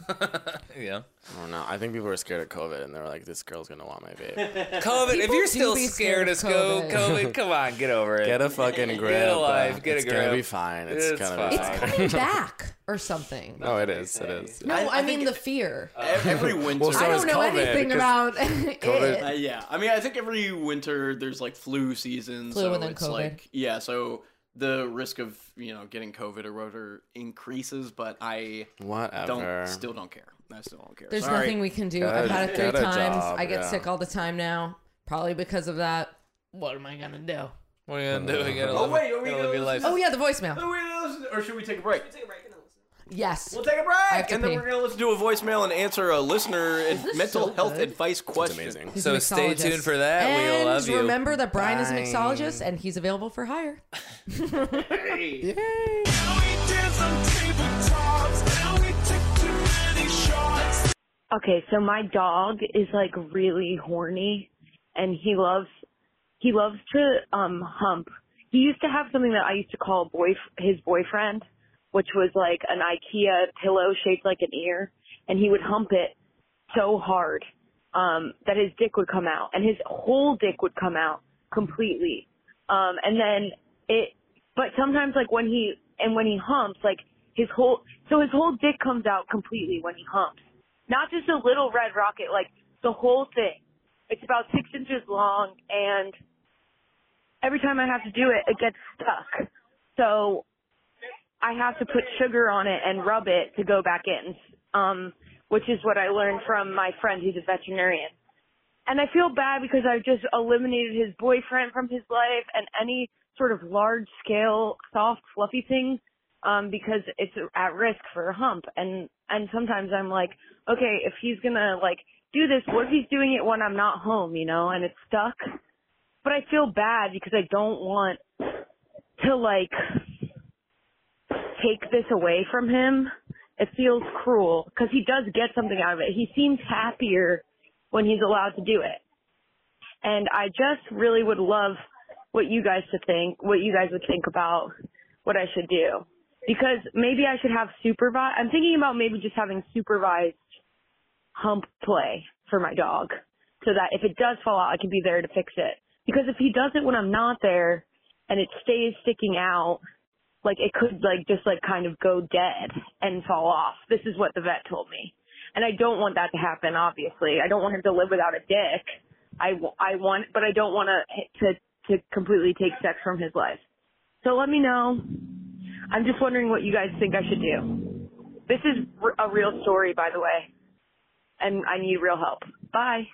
[SPEAKER 4] yeah.
[SPEAKER 2] I don't know. I think people were scared of COVID, and they were like, "This girl's gonna want my vape."
[SPEAKER 4] COVID, if
[SPEAKER 1] People
[SPEAKER 4] you're
[SPEAKER 1] do
[SPEAKER 4] still
[SPEAKER 1] be
[SPEAKER 4] scared,
[SPEAKER 1] scared
[SPEAKER 4] of
[SPEAKER 1] of
[SPEAKER 4] COVID, COVID, come on, get over it.
[SPEAKER 2] Get a fucking grip.
[SPEAKER 4] a life,
[SPEAKER 2] uh,
[SPEAKER 4] get a
[SPEAKER 2] it's gonna
[SPEAKER 4] grip.
[SPEAKER 2] be fine. It's,
[SPEAKER 4] It's
[SPEAKER 2] gonna
[SPEAKER 4] fine.
[SPEAKER 1] it's
[SPEAKER 2] be fine.
[SPEAKER 1] coming back or something. No,
[SPEAKER 2] No, it is. It is.
[SPEAKER 3] I-
[SPEAKER 1] I,
[SPEAKER 3] I
[SPEAKER 1] mean
[SPEAKER 3] think
[SPEAKER 1] the
[SPEAKER 3] it- Uh,
[SPEAKER 1] fear.
[SPEAKER 3] Every winter.
[SPEAKER 2] so
[SPEAKER 1] I
[SPEAKER 2] is
[SPEAKER 1] don't know
[SPEAKER 2] COVID,
[SPEAKER 1] anything
[SPEAKER 2] because
[SPEAKER 1] about
[SPEAKER 2] COVID-
[SPEAKER 1] it.
[SPEAKER 3] Uh, yeah, I mean, I think every winter there's like flu season,
[SPEAKER 1] Flu
[SPEAKER 3] so
[SPEAKER 1] and then
[SPEAKER 3] it's
[SPEAKER 1] COVID.
[SPEAKER 3] like yeah, so the risk of you know getting COVID or whatever increases, but I
[SPEAKER 2] Whatever.
[SPEAKER 3] don't still don't care. I still don't care.
[SPEAKER 1] There's
[SPEAKER 3] Sorry.
[SPEAKER 1] nothing we can do.
[SPEAKER 2] Gotta-
[SPEAKER 1] I've had it three
[SPEAKER 2] gotta
[SPEAKER 1] times.
[SPEAKER 2] job,
[SPEAKER 1] I get
[SPEAKER 2] yeah.
[SPEAKER 1] sick all the time now, probably because of that. What am I gonna do?
[SPEAKER 4] What are you gonna do? You gotta
[SPEAKER 3] Oh,
[SPEAKER 4] live-
[SPEAKER 3] wait, are we
[SPEAKER 4] gotta
[SPEAKER 3] gonna
[SPEAKER 4] live your
[SPEAKER 3] listen-
[SPEAKER 4] life.
[SPEAKER 1] Oh yeah, the voicemail.
[SPEAKER 3] Are we gonna listen- Or should we take a break?
[SPEAKER 5] Take a break and then listen.
[SPEAKER 1] Yes.
[SPEAKER 3] We'll take a
[SPEAKER 1] have
[SPEAKER 3] break,
[SPEAKER 1] to
[SPEAKER 3] and then
[SPEAKER 1] pee.
[SPEAKER 3] we're gonna listen to a voicemail and answer a listener and
[SPEAKER 1] this
[SPEAKER 3] mental
[SPEAKER 1] so
[SPEAKER 3] health
[SPEAKER 1] good?
[SPEAKER 3] advice
[SPEAKER 2] It's
[SPEAKER 3] question.
[SPEAKER 2] amazing.
[SPEAKER 1] He's a
[SPEAKER 4] So stay
[SPEAKER 1] mixologist.
[SPEAKER 4] tuned for that.
[SPEAKER 1] And
[SPEAKER 4] we love you.
[SPEAKER 1] remember that Brian is a
[SPEAKER 2] Bye.
[SPEAKER 1] mixologist and he's available for hire.
[SPEAKER 6] Okay, so my dog is like really horny and he loves he loves to um hump. He used to have something that I used to call boy his boyfriend, which was like an IKEA pillow shaped like an ear and he would hump it so hard um that his dick would come out and his whole dick would come out completely. Um and then it but sometimes like when he and when he humps like his whole so his whole dick comes out completely when he humps not just a little red rocket, like the whole thing. It's about six inches long, and every time I have to do it, it gets stuck. So I have to put sugar on it and rub it to go back in, um, which is what I learned from my friend who's a veterinarian. And I feel bad because I've just eliminated his boyfriend from his life and any sort of large scale, soft, fluffy thing um, because it's at risk for a hump. And and sometimes I'm like, okay, if he's gonna like do this, what if he's doing it when I'm not home, you know, and it's stuck? But I feel bad because I don't want to like take this away from him. It feels cruel because he does get something out of it. He seems happier when he's allowed to do it. And I just really would love what you guys to think, what you guys would think about what I should do. Because maybe I should have supervise. I'm thinking about maybe just having supervised hump play for my dog so that if it does fall out, I can be there to fix it. Because if he does it when I'm not there and it stays sticking out, like it could like just like kind of go dead and fall off. This is what the vet told me. And I don't want that to happen, obviously. I don't want him to live without a dick. I, w- I want, but I don't want to, to, to completely take sex from his life. So let me know. I'm just wondering what you guys think I should do. This is r- a real story, by the way. And I need real help. Bye.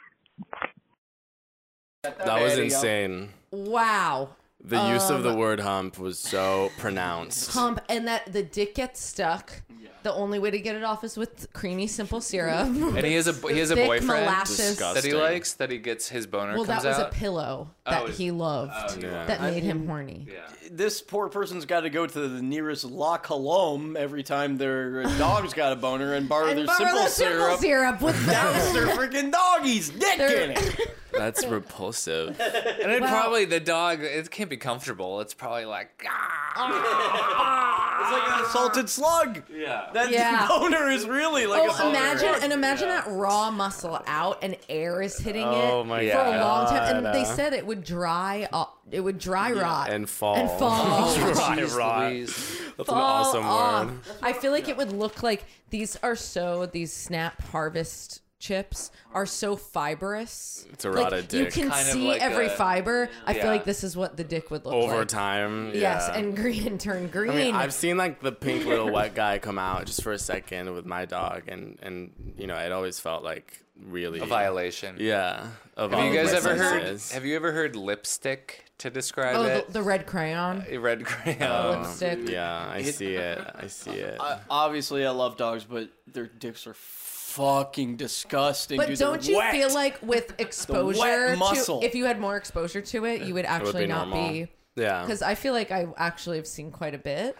[SPEAKER 2] That was insane.
[SPEAKER 1] Wow.
[SPEAKER 2] The use of the word hump was so pronounced.
[SPEAKER 1] Pump and that the dick gets stuck. The only way to get it off is with creamy simple syrup.
[SPEAKER 4] And he has a he has a
[SPEAKER 1] Thick
[SPEAKER 4] boyfriend
[SPEAKER 1] molasses.
[SPEAKER 2] Disgust.
[SPEAKER 4] that he
[SPEAKER 2] Disgusting.
[SPEAKER 4] likes that he gets his boner
[SPEAKER 1] Well, that
[SPEAKER 4] comes
[SPEAKER 1] was a
[SPEAKER 4] out.
[SPEAKER 1] pillow that
[SPEAKER 4] Oh, it-
[SPEAKER 1] he loved
[SPEAKER 2] yeah.
[SPEAKER 1] that made him horny.
[SPEAKER 4] yeah.
[SPEAKER 3] This poor person's got to go to the nearest La Colombe every time their dog's got a boner and borrow
[SPEAKER 1] And
[SPEAKER 3] their
[SPEAKER 1] borrow
[SPEAKER 3] simple
[SPEAKER 1] the simple
[SPEAKER 3] syrup.
[SPEAKER 1] syrup with
[SPEAKER 3] That's their freaking doggy's dick
[SPEAKER 1] They're-
[SPEAKER 3] in it.
[SPEAKER 2] That's repulsive.
[SPEAKER 4] And then probably the dog it can't be comfortable. It's probably like "Ah."
[SPEAKER 3] It's like an assaulted slug.
[SPEAKER 4] Yeah.
[SPEAKER 3] That
[SPEAKER 1] Yeah.
[SPEAKER 3] boner is really like a
[SPEAKER 1] Oh,
[SPEAKER 3] boner.
[SPEAKER 1] imagine and imagine that raw muscle out and air is hitting
[SPEAKER 2] Oh
[SPEAKER 1] it
[SPEAKER 2] my
[SPEAKER 1] for
[SPEAKER 2] God.
[SPEAKER 1] a long time, and they
[SPEAKER 2] Yeah.
[SPEAKER 1] said it would dry up, it would dry rot
[SPEAKER 2] and fall.
[SPEAKER 1] and fall.
[SPEAKER 2] Dry
[SPEAKER 4] Jeez
[SPEAKER 2] rot.
[SPEAKER 4] Louise.
[SPEAKER 2] That's an
[SPEAKER 1] fall
[SPEAKER 2] awesome
[SPEAKER 1] off.
[SPEAKER 2] word.
[SPEAKER 1] I feel like it would look like these are so these snap harvest chips are so fibrous.
[SPEAKER 2] It's a rotted
[SPEAKER 1] like, You
[SPEAKER 2] dick.
[SPEAKER 1] can
[SPEAKER 4] Kind of
[SPEAKER 1] see
[SPEAKER 4] like
[SPEAKER 1] every
[SPEAKER 4] a-
[SPEAKER 1] fiber. I
[SPEAKER 4] yeah.
[SPEAKER 1] feel like this is what the dick would look
[SPEAKER 2] Over
[SPEAKER 1] like.
[SPEAKER 2] time.
[SPEAKER 1] Yes,
[SPEAKER 2] yeah.
[SPEAKER 1] and green turn green.
[SPEAKER 2] I mean, I've seen like the pink little wet guy come out just for a second with my dog, and and you know, it always felt like really
[SPEAKER 4] A violation.
[SPEAKER 2] Yeah. Of
[SPEAKER 4] Have
[SPEAKER 2] all
[SPEAKER 4] you guys
[SPEAKER 2] the
[SPEAKER 4] ever heard
[SPEAKER 2] senses.
[SPEAKER 4] have you ever heard lipstick to describe
[SPEAKER 1] oh, the,
[SPEAKER 4] it?
[SPEAKER 1] the red crayon.
[SPEAKER 4] A red crayon.
[SPEAKER 2] Uh,
[SPEAKER 1] lipstick.
[SPEAKER 2] Yeah, I see it. I see it.
[SPEAKER 4] Uh,
[SPEAKER 3] Uh, I- obviously, I love dogs, but their dicks are fucking disgusting.
[SPEAKER 1] But
[SPEAKER 3] dude. They're
[SPEAKER 1] don't you
[SPEAKER 3] wet.
[SPEAKER 1] feel like with exposure, to,
[SPEAKER 3] muscle.
[SPEAKER 1] if you had more exposure to it, you would actually
[SPEAKER 2] be
[SPEAKER 1] not
[SPEAKER 2] normal.
[SPEAKER 1] be?
[SPEAKER 2] Yeah.
[SPEAKER 1] Because I feel like I actually have seen quite a bit.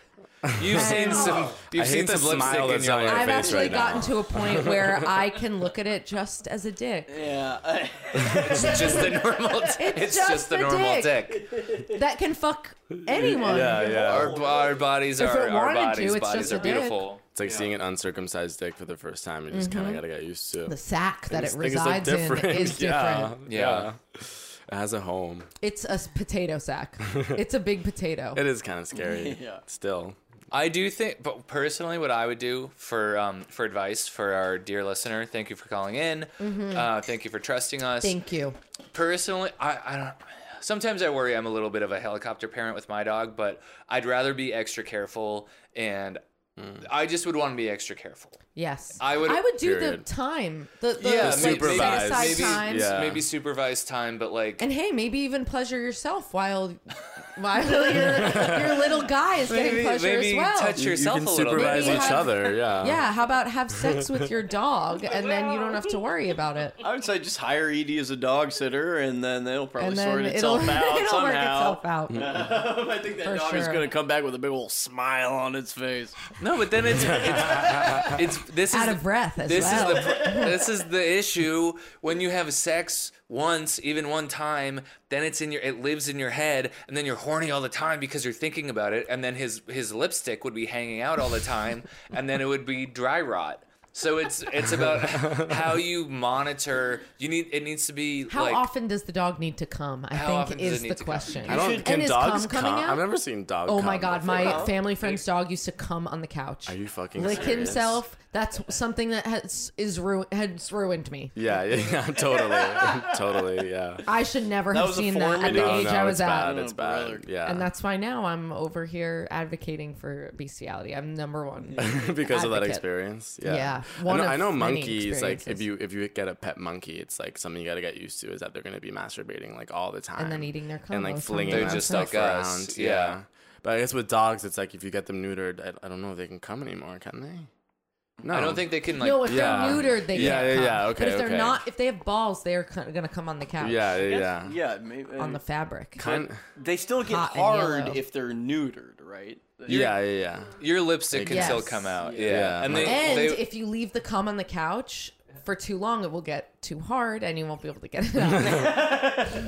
[SPEAKER 4] You've seen some.
[SPEAKER 2] I
[SPEAKER 4] You've
[SPEAKER 2] hate
[SPEAKER 4] seen
[SPEAKER 2] the
[SPEAKER 4] some lipstick
[SPEAKER 2] smile
[SPEAKER 4] in
[SPEAKER 2] that's
[SPEAKER 4] your
[SPEAKER 2] on your
[SPEAKER 4] life.
[SPEAKER 1] I've
[SPEAKER 2] face
[SPEAKER 1] actually
[SPEAKER 2] right now.
[SPEAKER 1] gotten to a point where I can look at it just as a dick.
[SPEAKER 3] Yeah.
[SPEAKER 4] It's just the normal. It's,
[SPEAKER 1] just
[SPEAKER 4] just, the
[SPEAKER 1] a
[SPEAKER 4] normal
[SPEAKER 1] dick.
[SPEAKER 4] dick.
[SPEAKER 1] That can fuck anyone.
[SPEAKER 2] yeah, yeah.
[SPEAKER 4] Our, our bodies
[SPEAKER 1] If
[SPEAKER 4] are
[SPEAKER 1] it
[SPEAKER 4] our
[SPEAKER 1] wanted to,
[SPEAKER 4] bodies.
[SPEAKER 1] it's
[SPEAKER 4] bodies
[SPEAKER 1] just
[SPEAKER 4] are
[SPEAKER 1] a dick.
[SPEAKER 4] beautiful.
[SPEAKER 2] It's like seeing an uncircumcised dick for the first time. You just kind of got to get used to.
[SPEAKER 1] Mm-hmm. The sack that it
[SPEAKER 2] These things look
[SPEAKER 1] resides in is different.
[SPEAKER 2] Yeah, yeah.
[SPEAKER 4] Yeah.
[SPEAKER 2] It has a home.
[SPEAKER 1] It's a s- potato sack. it's a big potato.
[SPEAKER 2] It is kind of scary.
[SPEAKER 3] Yeah.
[SPEAKER 2] Still.
[SPEAKER 4] I do think, but personally, what I would do for um, for advice for our dear listener, thank you for calling in. Uh, thank you for trusting us.
[SPEAKER 1] Mm-hmm. Thank you.
[SPEAKER 4] personally, I, I don't. Sometimes I worry I'm a little bit of a helicopter parent with my dog, but I'd rather be extra careful, and
[SPEAKER 2] Mm.
[SPEAKER 4] I just would want to be extra careful.
[SPEAKER 1] Yes.
[SPEAKER 4] I would-
[SPEAKER 1] I would do
[SPEAKER 2] Period.
[SPEAKER 1] the time. The, the,
[SPEAKER 4] Yeah,
[SPEAKER 1] like,
[SPEAKER 2] supervised.
[SPEAKER 1] set aside
[SPEAKER 4] Maybe-
[SPEAKER 1] time.
[SPEAKER 2] Yeah.
[SPEAKER 4] Maybe supervised time, but like
[SPEAKER 1] And hey, maybe even pleasure yourself while while your your little guy is getting
[SPEAKER 4] maybe,
[SPEAKER 1] pleasure
[SPEAKER 4] maybe
[SPEAKER 1] as well.
[SPEAKER 4] touch
[SPEAKER 2] You, you
[SPEAKER 4] yourself
[SPEAKER 2] can
[SPEAKER 4] a little bit.
[SPEAKER 2] supervise
[SPEAKER 1] Maybe
[SPEAKER 2] each
[SPEAKER 1] have-
[SPEAKER 2] other. Yeah.
[SPEAKER 1] yeah, how about have sex with your dog and then you don't have to worry about it.
[SPEAKER 3] I would say just hire Edie as a dog sitter, and then they'll probably
[SPEAKER 1] And
[SPEAKER 3] sort
[SPEAKER 1] then it'll,
[SPEAKER 3] itself out
[SPEAKER 1] it'll work
[SPEAKER 3] somehow.
[SPEAKER 1] itself out.
[SPEAKER 3] I think that
[SPEAKER 1] For
[SPEAKER 3] dog is
[SPEAKER 1] sure.
[SPEAKER 3] gonna come back with a big old smile on its face.
[SPEAKER 4] No, but then it's it's, it's this
[SPEAKER 1] Out
[SPEAKER 4] is
[SPEAKER 1] of breath as
[SPEAKER 4] this
[SPEAKER 1] well.
[SPEAKER 4] is the pr- this is the issue when you have sex once, even one time, then it's in your it lives in your head, and then you're horny all the time because you're thinking about it, and then his his lipstick would be hanging out all the time, and then it would be dry rot. So it's it's about how you monitor. You need it needs to be
[SPEAKER 1] how
[SPEAKER 4] like
[SPEAKER 1] often does the dog need to come? I
[SPEAKER 4] How
[SPEAKER 1] think
[SPEAKER 4] often does it
[SPEAKER 1] is
[SPEAKER 4] need
[SPEAKER 1] the
[SPEAKER 4] to come?
[SPEAKER 1] question.
[SPEAKER 2] I don't. Can
[SPEAKER 1] and is
[SPEAKER 2] dogs
[SPEAKER 1] cum
[SPEAKER 2] come?
[SPEAKER 1] coming out?
[SPEAKER 2] I've never seen dogs.
[SPEAKER 1] Oh my
[SPEAKER 2] cum
[SPEAKER 1] god,
[SPEAKER 2] before.
[SPEAKER 1] my family friend's dog used to come on the couch.
[SPEAKER 2] Are you fucking
[SPEAKER 1] lick
[SPEAKER 2] serious?
[SPEAKER 1] himself? That's something that has is ru- has ruined me.
[SPEAKER 2] Yeah, yeah, yeah, totally, totally, yeah.
[SPEAKER 1] I should never
[SPEAKER 3] That
[SPEAKER 1] have
[SPEAKER 3] was a
[SPEAKER 1] seen that at the age
[SPEAKER 3] formative-
[SPEAKER 1] I was
[SPEAKER 2] it's
[SPEAKER 1] at.
[SPEAKER 2] bad. It's
[SPEAKER 3] Oh,
[SPEAKER 2] bad.
[SPEAKER 3] brother.
[SPEAKER 2] Yeah,
[SPEAKER 1] And that's why now I'm over here advocating for bestiality. I'm number one.
[SPEAKER 2] because of that
[SPEAKER 1] advocate.
[SPEAKER 2] experience. Yeah,
[SPEAKER 1] Yeah,
[SPEAKER 2] I
[SPEAKER 1] one
[SPEAKER 2] know,
[SPEAKER 1] of
[SPEAKER 2] I know
[SPEAKER 1] many
[SPEAKER 2] monkeys. Like if
[SPEAKER 1] experiences.
[SPEAKER 2] you if you get a pet monkey, it's like something you got to get used to is that they're going to be masturbating like all the time
[SPEAKER 1] then eating their cum
[SPEAKER 2] and
[SPEAKER 1] all
[SPEAKER 2] like
[SPEAKER 1] the time.
[SPEAKER 2] flinging
[SPEAKER 1] They're
[SPEAKER 2] that
[SPEAKER 4] just
[SPEAKER 2] stuff
[SPEAKER 4] like
[SPEAKER 2] around.
[SPEAKER 4] us,
[SPEAKER 2] Yeah.
[SPEAKER 4] yeah.
[SPEAKER 2] but I guess with dogs, it's like if you get them neutered, I, I don't know if they can come anymore. Can they? No,
[SPEAKER 4] I don't think they can like
[SPEAKER 1] no, if
[SPEAKER 2] Yeah.
[SPEAKER 1] they're neutered, they
[SPEAKER 2] Yeah,
[SPEAKER 1] can't
[SPEAKER 2] yeah,
[SPEAKER 1] come.
[SPEAKER 2] yeah, okay,
[SPEAKER 1] but if they're
[SPEAKER 2] okay.
[SPEAKER 1] not, if they have balls, they are co- gonna come on the couch.
[SPEAKER 2] Yeah, yeah, yeah.
[SPEAKER 3] Yeah, maybe
[SPEAKER 1] on the fabric.
[SPEAKER 2] Kind.
[SPEAKER 3] they still get
[SPEAKER 1] Hot and
[SPEAKER 3] hard
[SPEAKER 1] yellow.
[SPEAKER 3] if they're neutered, right?
[SPEAKER 2] Yeah, yeah, yeah.
[SPEAKER 4] your lipstick can
[SPEAKER 1] Yes.
[SPEAKER 4] still come out. Yeah,
[SPEAKER 2] Yeah.
[SPEAKER 4] and they,
[SPEAKER 1] and
[SPEAKER 4] they
[SPEAKER 1] if you leave the cum on the couch for too long, it will get too hard, and you won't be able to get it out.
[SPEAKER 2] Is that
[SPEAKER 4] that's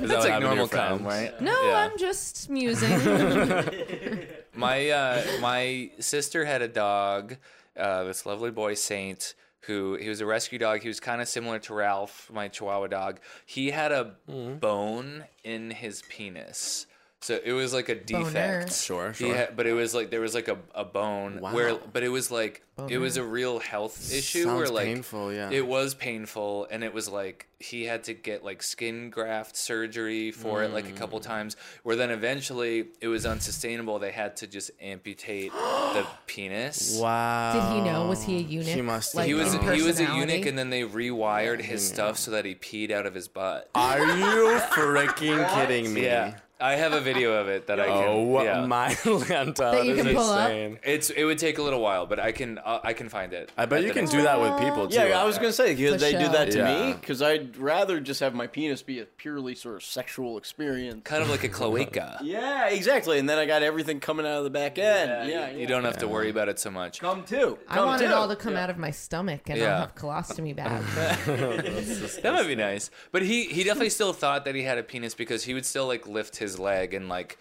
[SPEAKER 2] what happened
[SPEAKER 4] like
[SPEAKER 2] to
[SPEAKER 4] normal
[SPEAKER 2] your
[SPEAKER 4] cum,
[SPEAKER 2] friends?
[SPEAKER 4] right?
[SPEAKER 1] no,
[SPEAKER 4] Yeah.
[SPEAKER 1] I'm just musing.
[SPEAKER 4] My uh, my sister had a dog, uh, this lovely boy Saint, who he was a rescue dog. He was kind of similar to Ralph, my Chihuahua dog. He had a bone in his penis. So it was like a defect.
[SPEAKER 2] Sure,
[SPEAKER 4] He
[SPEAKER 2] sure.
[SPEAKER 4] had- but it was like there was like a, a bone where
[SPEAKER 2] Wow.
[SPEAKER 4] but it was like it was a real health issue
[SPEAKER 2] Sounds
[SPEAKER 4] where like
[SPEAKER 2] painful, yeah.
[SPEAKER 4] it was painful and it was like he had to get like skin graft surgery for it like a
[SPEAKER 2] Mm.
[SPEAKER 4] couple times where then eventually it was unsustainable they had to just amputate the penis
[SPEAKER 2] Wow.
[SPEAKER 1] Did he know? Was he a eunuch?
[SPEAKER 2] He must.
[SPEAKER 1] Like,
[SPEAKER 4] he was
[SPEAKER 1] in
[SPEAKER 4] he was a
[SPEAKER 1] personality?
[SPEAKER 4] eunuch and then they rewired his stuff so that he peed out of his butt
[SPEAKER 2] Are you freaking kidding me?
[SPEAKER 4] yeah i have a video of it that i can
[SPEAKER 2] Oh
[SPEAKER 4] yeah.
[SPEAKER 2] my Lanta,
[SPEAKER 1] That you
[SPEAKER 2] is
[SPEAKER 1] can pull up?
[SPEAKER 2] insane.
[SPEAKER 4] it's it would take a little while but i can uh, i can find it
[SPEAKER 2] I bet
[SPEAKER 4] at
[SPEAKER 2] you
[SPEAKER 4] the
[SPEAKER 2] can
[SPEAKER 4] next
[SPEAKER 2] do that with people too.
[SPEAKER 3] Yeah, I was gonna say could
[SPEAKER 1] For
[SPEAKER 3] they do
[SPEAKER 1] sure.
[SPEAKER 3] that to me
[SPEAKER 2] Yeah.
[SPEAKER 3] because I'd rather just have my penis be a purely sort of sexual experience.
[SPEAKER 4] kind of like a cloaca.
[SPEAKER 3] Yeah, exactly. And then I got everything coming out of the back end. Yeah, yeah.
[SPEAKER 4] You don't have to worry about it so much.
[SPEAKER 3] come too.
[SPEAKER 1] I
[SPEAKER 3] Come
[SPEAKER 1] want it
[SPEAKER 3] too.
[SPEAKER 1] all to come out of my stomach, and
[SPEAKER 4] Yeah.
[SPEAKER 1] I'll have colostomy bags.
[SPEAKER 4] That might be nice. But he he definitely still thought that he had a penis because he would still like lift his leg and like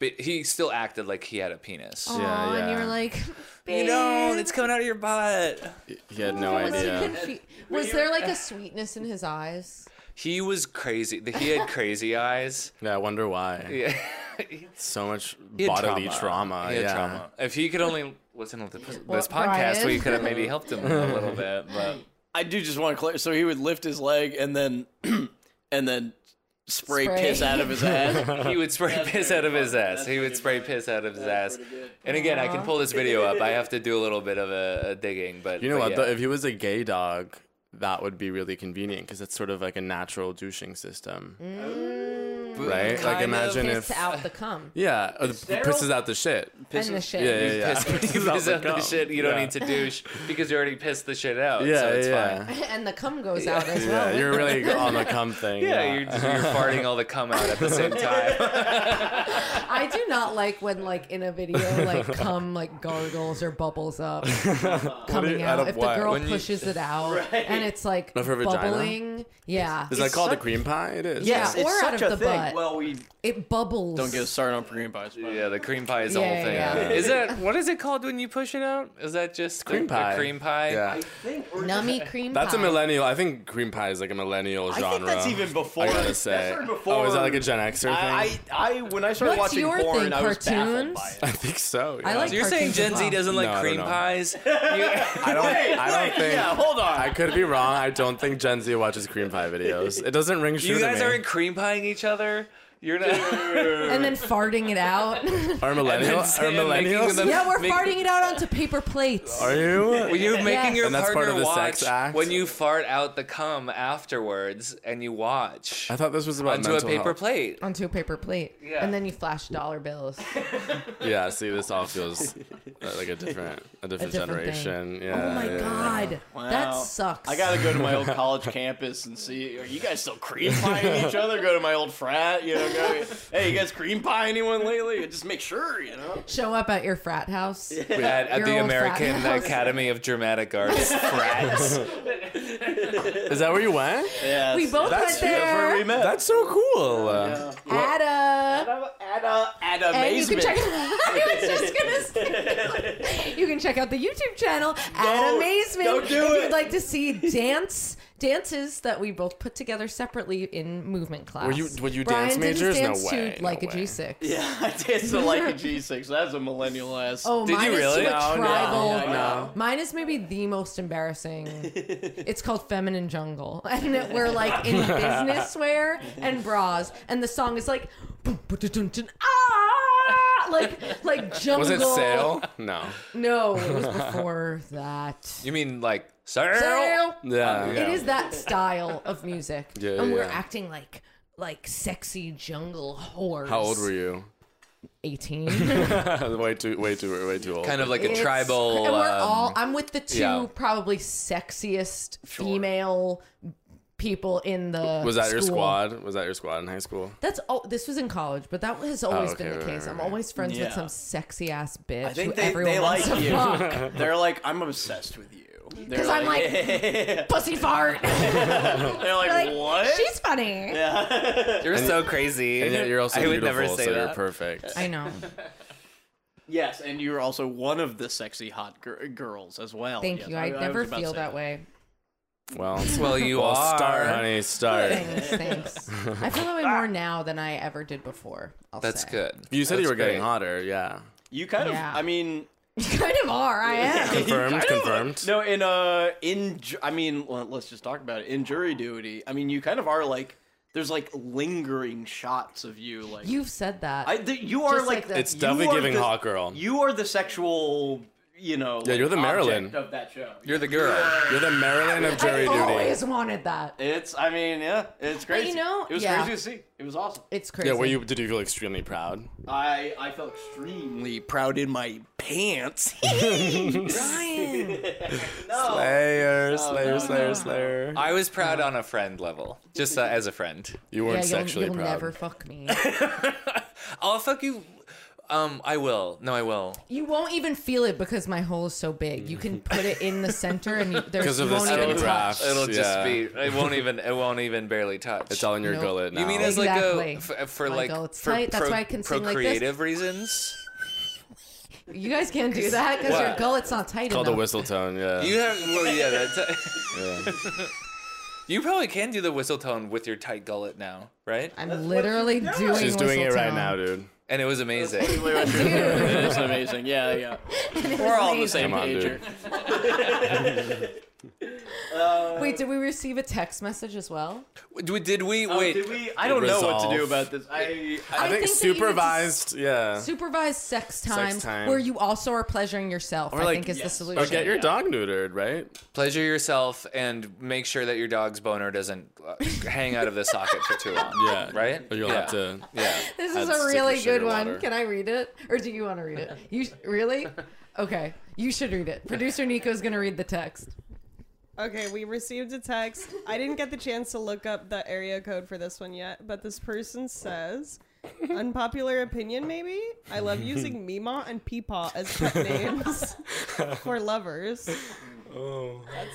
[SPEAKER 4] but he still acted like he had a penis.
[SPEAKER 1] Aw, and
[SPEAKER 2] yeah.
[SPEAKER 1] you were like,
[SPEAKER 4] You
[SPEAKER 1] babe,
[SPEAKER 4] know, it's coming out of your butt.
[SPEAKER 2] He had no
[SPEAKER 1] was, he
[SPEAKER 2] idea.
[SPEAKER 1] confu- was there like a sweetness in his eyes?
[SPEAKER 4] He was crazy. The- He had crazy eyes.
[SPEAKER 2] Yeah, I wonder why.
[SPEAKER 4] Yeah.
[SPEAKER 2] So much
[SPEAKER 4] had
[SPEAKER 2] bodily trauma.
[SPEAKER 4] He had
[SPEAKER 2] yeah.
[SPEAKER 4] trauma. If he could only listen to the, this
[SPEAKER 1] Well,
[SPEAKER 4] podcast, we
[SPEAKER 1] Brian.
[SPEAKER 4] could have maybe helped him a little bit. But
[SPEAKER 3] I do just want to clear. So he would lift his leg and then and then spray,
[SPEAKER 1] Spray.
[SPEAKER 3] piss out of his ass.
[SPEAKER 4] he would spray piss out of his ass. He would spray piss out of his ass. And again, I can pull this video up. I have to do a little bit of a, a digging, but
[SPEAKER 2] You know
[SPEAKER 4] but
[SPEAKER 2] what?
[SPEAKER 4] yeah.
[SPEAKER 2] Though, if he was a gay dog,
[SPEAKER 1] Mm.
[SPEAKER 2] that would be really convenient because it's sort of like a natural douching system. right?
[SPEAKER 4] Kind
[SPEAKER 2] Like
[SPEAKER 4] of.
[SPEAKER 2] imagine if
[SPEAKER 1] Piss out the cum
[SPEAKER 2] yeah, or the p- pisses out the shit.
[SPEAKER 1] and the shit.
[SPEAKER 2] Yeah, yeah, yeah.
[SPEAKER 4] Piss- you
[SPEAKER 2] Pisses out
[SPEAKER 4] piss out the
[SPEAKER 2] cum.
[SPEAKER 4] shit you don't
[SPEAKER 2] Yeah.
[SPEAKER 4] need to douche because you already pissed the shit out.
[SPEAKER 2] Yeah,
[SPEAKER 4] so it's
[SPEAKER 2] yeah,
[SPEAKER 4] fine.
[SPEAKER 1] And the cum goes out as
[SPEAKER 2] yeah.
[SPEAKER 1] well.
[SPEAKER 2] You're really on the cum thing.
[SPEAKER 4] Yeah, you're, just, you're farting all the cum out at the same time.
[SPEAKER 1] I do not like when like in a video like cum like gargles or bubbles up coming
[SPEAKER 2] out
[SPEAKER 1] out.
[SPEAKER 2] of
[SPEAKER 1] if
[SPEAKER 2] what?
[SPEAKER 1] the girl
[SPEAKER 4] When you-
[SPEAKER 1] pushes it out and it's like
[SPEAKER 2] Of her vagina?
[SPEAKER 1] bubbling. Yeah.
[SPEAKER 2] Is that called the
[SPEAKER 3] such-
[SPEAKER 2] cream pie? It is.
[SPEAKER 1] Yeah,
[SPEAKER 3] Yes,
[SPEAKER 1] or
[SPEAKER 3] it's
[SPEAKER 1] out
[SPEAKER 3] such
[SPEAKER 1] of
[SPEAKER 3] a
[SPEAKER 1] the
[SPEAKER 3] thing.
[SPEAKER 1] butt.
[SPEAKER 3] Well, we
[SPEAKER 1] it bubbles.
[SPEAKER 3] don't get us started on cream pies. but-
[SPEAKER 4] Yeah, the cream pie is the
[SPEAKER 1] Yeah,
[SPEAKER 4] whole thing.
[SPEAKER 1] yeah, yeah.
[SPEAKER 4] Is that what is it called when you push it out? Is that just
[SPEAKER 2] Cream
[SPEAKER 4] the,
[SPEAKER 2] pie.
[SPEAKER 4] The cream pie.
[SPEAKER 2] Yeah.
[SPEAKER 1] nummy cream
[SPEAKER 2] That's a
[SPEAKER 1] pie.
[SPEAKER 2] millennial. I think cream pie is like a millennial
[SPEAKER 3] I
[SPEAKER 2] genre.
[SPEAKER 3] think that's even before.
[SPEAKER 2] I gotta
[SPEAKER 3] that's
[SPEAKER 2] say.
[SPEAKER 3] sort of before.
[SPEAKER 2] Oh, is that like a Gen Xer thing?
[SPEAKER 3] I, I, I when I started
[SPEAKER 1] What's
[SPEAKER 3] watching
[SPEAKER 1] your
[SPEAKER 3] porn,
[SPEAKER 1] thing,
[SPEAKER 3] I was baffled
[SPEAKER 1] cartoons?
[SPEAKER 3] by it.
[SPEAKER 2] I think so. Yeah.
[SPEAKER 1] I like
[SPEAKER 4] So you're saying
[SPEAKER 1] Cartoons
[SPEAKER 4] Gen
[SPEAKER 1] as
[SPEAKER 4] Z
[SPEAKER 1] well.
[SPEAKER 4] doesn't
[SPEAKER 2] No,
[SPEAKER 4] like
[SPEAKER 2] I don't
[SPEAKER 4] cream
[SPEAKER 2] know.
[SPEAKER 4] pies? You-
[SPEAKER 2] I don't. I don't think.
[SPEAKER 3] Yeah, hold on.
[SPEAKER 2] I could be wrong. I don't think Gen Z watches cream pie videos. It doesn't ring true
[SPEAKER 4] you guys
[SPEAKER 2] to me.
[SPEAKER 4] aren't cream pieing each other. You're not.
[SPEAKER 1] and then farting it out.
[SPEAKER 2] Are
[SPEAKER 4] And then
[SPEAKER 2] millennials? Are
[SPEAKER 4] Sam making
[SPEAKER 2] millennials?
[SPEAKER 4] them-
[SPEAKER 1] yeah, we're
[SPEAKER 4] Make-
[SPEAKER 1] farting it out onto paper plates.
[SPEAKER 2] Are you?
[SPEAKER 4] Well, you're making your
[SPEAKER 2] And that's
[SPEAKER 4] partner
[SPEAKER 2] part of the
[SPEAKER 4] watch
[SPEAKER 2] sex act?
[SPEAKER 4] when you fart out the cum afterwards, and you watch
[SPEAKER 2] I thought this was about
[SPEAKER 4] onto a
[SPEAKER 2] mental
[SPEAKER 4] paper
[SPEAKER 2] health.
[SPEAKER 4] plate.
[SPEAKER 1] Onto a paper plate.
[SPEAKER 4] Yeah.
[SPEAKER 1] And then you flash dollar bills.
[SPEAKER 2] Yeah. See, this all feels uh, like a different, a
[SPEAKER 1] different
[SPEAKER 2] different,
[SPEAKER 1] thing.
[SPEAKER 2] generation. Yeah.
[SPEAKER 1] Oh my
[SPEAKER 2] yeah.
[SPEAKER 1] god. That sucks.
[SPEAKER 3] I gotta go to my old college campus and see. Are you guys still cream pieing each other? Go to my old frat, you know. Go, hey, you guys cream pie anyone lately? And Just make sure, you know.
[SPEAKER 1] show up at your frat house.
[SPEAKER 4] At, at
[SPEAKER 1] Your
[SPEAKER 4] the
[SPEAKER 1] old
[SPEAKER 4] American
[SPEAKER 1] frat house.
[SPEAKER 4] Academy of Dramatic Arts frats.
[SPEAKER 2] Is that where you went?
[SPEAKER 3] Yeah,
[SPEAKER 1] We both went
[SPEAKER 3] where we
[SPEAKER 1] there.
[SPEAKER 3] met.
[SPEAKER 2] That's so cool.
[SPEAKER 1] Ada.
[SPEAKER 3] at, at
[SPEAKER 1] And you can
[SPEAKER 3] amazement.
[SPEAKER 1] check. I was just gonna say, you can check out the YouTube channel at
[SPEAKER 3] No,
[SPEAKER 1] Amazement
[SPEAKER 3] don't do
[SPEAKER 1] if
[SPEAKER 3] it.
[SPEAKER 1] you'd like to see dance dances that we both put together separately in movement class.
[SPEAKER 2] Were you- were you
[SPEAKER 1] Brian
[SPEAKER 2] dance
[SPEAKER 1] did his
[SPEAKER 2] majors? No
[SPEAKER 1] dance
[SPEAKER 2] way,
[SPEAKER 1] to
[SPEAKER 2] no
[SPEAKER 1] like
[SPEAKER 2] way.
[SPEAKER 1] a G six.
[SPEAKER 3] yeah, I did so like a G6. That's a millennial ass.
[SPEAKER 1] Oh,
[SPEAKER 4] Did
[SPEAKER 1] mine
[SPEAKER 4] you
[SPEAKER 1] is
[SPEAKER 4] really?
[SPEAKER 1] to a
[SPEAKER 4] No, no,
[SPEAKER 1] tribal.
[SPEAKER 3] no, no.
[SPEAKER 1] Mine is maybe the most embarrassing. it's called Feminine Jungle, and it- we're like in business wear and bras, and the song is like, boom, ba, da, dun, dun, ah, like like jungle.
[SPEAKER 2] Was it sale? No.
[SPEAKER 1] No, it was before that.
[SPEAKER 4] You mean like sale?
[SPEAKER 1] Sale.
[SPEAKER 2] Yeah.
[SPEAKER 1] It is that style of music,
[SPEAKER 2] Yeah,
[SPEAKER 1] and we're
[SPEAKER 2] yeah.
[SPEAKER 1] acting like like sexy jungle whores.
[SPEAKER 2] How old were you?
[SPEAKER 1] Eighteen.
[SPEAKER 2] way too, way too, way too old.
[SPEAKER 4] Kind of like a
[SPEAKER 1] It's-
[SPEAKER 4] tribal.
[SPEAKER 1] And we're
[SPEAKER 4] um,
[SPEAKER 1] all. I'm with the two
[SPEAKER 4] yeah.
[SPEAKER 1] probably sexiest female people in the.
[SPEAKER 2] Was that your
[SPEAKER 1] school.
[SPEAKER 2] squad? Was that your squad in high school?
[SPEAKER 1] That's oh, this was in college, but that has always
[SPEAKER 2] Oh, okay,
[SPEAKER 1] been the
[SPEAKER 2] right,
[SPEAKER 1] case.
[SPEAKER 2] right,
[SPEAKER 1] I'm
[SPEAKER 2] right.
[SPEAKER 1] always friends
[SPEAKER 3] Yeah.
[SPEAKER 1] with some sexy ass bitch
[SPEAKER 3] I think
[SPEAKER 1] who
[SPEAKER 3] they,
[SPEAKER 1] everyone
[SPEAKER 3] they like
[SPEAKER 1] wants to
[SPEAKER 3] you.
[SPEAKER 1] fuck.
[SPEAKER 3] They're like, I'm obsessed with you. Because
[SPEAKER 1] I'm like-
[SPEAKER 3] they're
[SPEAKER 1] Pussy fart.
[SPEAKER 3] like,
[SPEAKER 1] like,
[SPEAKER 3] what?
[SPEAKER 1] She's funny.
[SPEAKER 4] You're so crazy.
[SPEAKER 2] And yet you're also
[SPEAKER 4] I would
[SPEAKER 2] beautiful,
[SPEAKER 4] never say
[SPEAKER 2] so
[SPEAKER 4] that.
[SPEAKER 2] you're perfect.
[SPEAKER 1] I know.
[SPEAKER 3] Yes, and you're also one of the sexy hot gir- girls as well.
[SPEAKER 1] Thank
[SPEAKER 3] Yes,
[SPEAKER 1] you. I, never
[SPEAKER 3] was about to
[SPEAKER 1] feel
[SPEAKER 3] say
[SPEAKER 1] that way.
[SPEAKER 2] Well,
[SPEAKER 4] Well, you
[SPEAKER 2] well,
[SPEAKER 4] are.
[SPEAKER 2] start, honey, start.
[SPEAKER 1] Thanks. Thanks. I feel that way more now than I ever did before. I'll
[SPEAKER 4] That's
[SPEAKER 1] say.
[SPEAKER 4] good.
[SPEAKER 2] You said you
[SPEAKER 4] That's
[SPEAKER 2] were getting
[SPEAKER 4] great.
[SPEAKER 2] hotter, yeah.
[SPEAKER 3] You kind
[SPEAKER 1] Yeah.
[SPEAKER 3] of, I mean,
[SPEAKER 1] You kind of are. I am.
[SPEAKER 2] Confirmed, confirmed.
[SPEAKER 3] No, in uh, in ju- I mean, well, let's just talk about it. In jury duty, I mean, you kind of are like there's like lingering shots of you, like
[SPEAKER 1] You've said that.
[SPEAKER 3] I, th- you are
[SPEAKER 1] Just
[SPEAKER 3] like,
[SPEAKER 1] like
[SPEAKER 3] the
[SPEAKER 1] that.
[SPEAKER 2] It's
[SPEAKER 3] you
[SPEAKER 2] definitely
[SPEAKER 3] are
[SPEAKER 2] giving
[SPEAKER 3] the-
[SPEAKER 2] hot girl.
[SPEAKER 3] You are the sexual, you know.
[SPEAKER 2] Yeah, you're the
[SPEAKER 3] like, object
[SPEAKER 2] Marilyn.
[SPEAKER 3] of that show.
[SPEAKER 4] You're the girl.
[SPEAKER 2] You're the Maryland of jury
[SPEAKER 1] I
[SPEAKER 2] duty.
[SPEAKER 1] always wanted that.
[SPEAKER 3] It's, I mean, yeah, it's crazy.
[SPEAKER 1] know,
[SPEAKER 3] it was
[SPEAKER 1] yeah.
[SPEAKER 3] crazy to see. It was awesome.
[SPEAKER 1] It's crazy.
[SPEAKER 2] Yeah, were you? Did you feel extremely proud?
[SPEAKER 3] I, I felt extremely proud in my pants.
[SPEAKER 1] Oh.
[SPEAKER 2] Slayer, Slayer, Slayer, Slayer.
[SPEAKER 4] I was proud on a friend level, just uh, as a friend.
[SPEAKER 2] You
[SPEAKER 1] Yeah,
[SPEAKER 2] weren't
[SPEAKER 1] you'll,
[SPEAKER 2] sexually
[SPEAKER 1] you'll
[SPEAKER 2] proud.
[SPEAKER 1] never fuck me.
[SPEAKER 4] I'll fuck you. Um, I will. No, I will.
[SPEAKER 1] You won't even feel it because my hole is so big. You can put it in the center and you, there's
[SPEAKER 2] Because
[SPEAKER 1] you
[SPEAKER 2] of the
[SPEAKER 1] won't
[SPEAKER 2] skin
[SPEAKER 1] even touch.
[SPEAKER 2] graft.
[SPEAKER 4] It'll just
[SPEAKER 2] yeah.
[SPEAKER 4] be. It won't even. It won't even barely touch.
[SPEAKER 2] It's all in your
[SPEAKER 1] Nope.
[SPEAKER 2] gullet now.
[SPEAKER 4] You mean as
[SPEAKER 1] Exactly.
[SPEAKER 4] like a f- uh, for
[SPEAKER 1] My
[SPEAKER 4] like
[SPEAKER 1] gullet's
[SPEAKER 4] for
[SPEAKER 1] tight, that's why I can sing like this.
[SPEAKER 4] procreative reasons?
[SPEAKER 1] You guys can't do that because your
[SPEAKER 4] What?
[SPEAKER 1] gullet's not tight
[SPEAKER 2] called a
[SPEAKER 1] enough.
[SPEAKER 2] whistle tone? Yeah.
[SPEAKER 4] You have well, yeah. That's, you probably can do the whistle tone with your tight gullet now, right?
[SPEAKER 1] I'm literally doing.
[SPEAKER 2] She's doing it right
[SPEAKER 1] Whistletoe.
[SPEAKER 2] now, dude.
[SPEAKER 4] And it was amazing.
[SPEAKER 3] it's amazing. Yeah, yeah. We're all on the same
[SPEAKER 2] Come on,
[SPEAKER 3] page.
[SPEAKER 2] dude.
[SPEAKER 3] here.
[SPEAKER 1] Wait, did we receive a text message as well?
[SPEAKER 4] D- Did we
[SPEAKER 3] Oh,
[SPEAKER 4] wait?
[SPEAKER 3] did we, I don't know what to do
[SPEAKER 2] Resolve.
[SPEAKER 3] about this. I, I,
[SPEAKER 2] I, think,
[SPEAKER 1] think that you would
[SPEAKER 2] supervised, yeah.
[SPEAKER 1] Supervised sex time,
[SPEAKER 2] time.
[SPEAKER 1] where you also are pleasuring yourself. I
[SPEAKER 2] like-
[SPEAKER 1] think is the
[SPEAKER 3] Yes.
[SPEAKER 1] solution.
[SPEAKER 2] or get your dog neutered, right?
[SPEAKER 4] Pleasure yourself and make sure that your dog's boner doesn't uh, hang out of the socket for too long.
[SPEAKER 2] Yeah.
[SPEAKER 4] Right?
[SPEAKER 2] Or you'll
[SPEAKER 4] yeah.
[SPEAKER 2] have to.
[SPEAKER 4] Yeah.
[SPEAKER 1] This
[SPEAKER 2] Add
[SPEAKER 1] is a
[SPEAKER 2] stick
[SPEAKER 1] really
[SPEAKER 2] of sugar
[SPEAKER 1] good one.
[SPEAKER 2] water.
[SPEAKER 1] Can I read it, or do you want to read it? You really? Okay, you should read it. Producer Nico's gonna read the text.
[SPEAKER 5] Okay, we received a text. I didn't get the chance to look up the area code for this one yet, but this person says, unpopular opinion maybe? I love using Mima and Peepaw as pet names for lovers.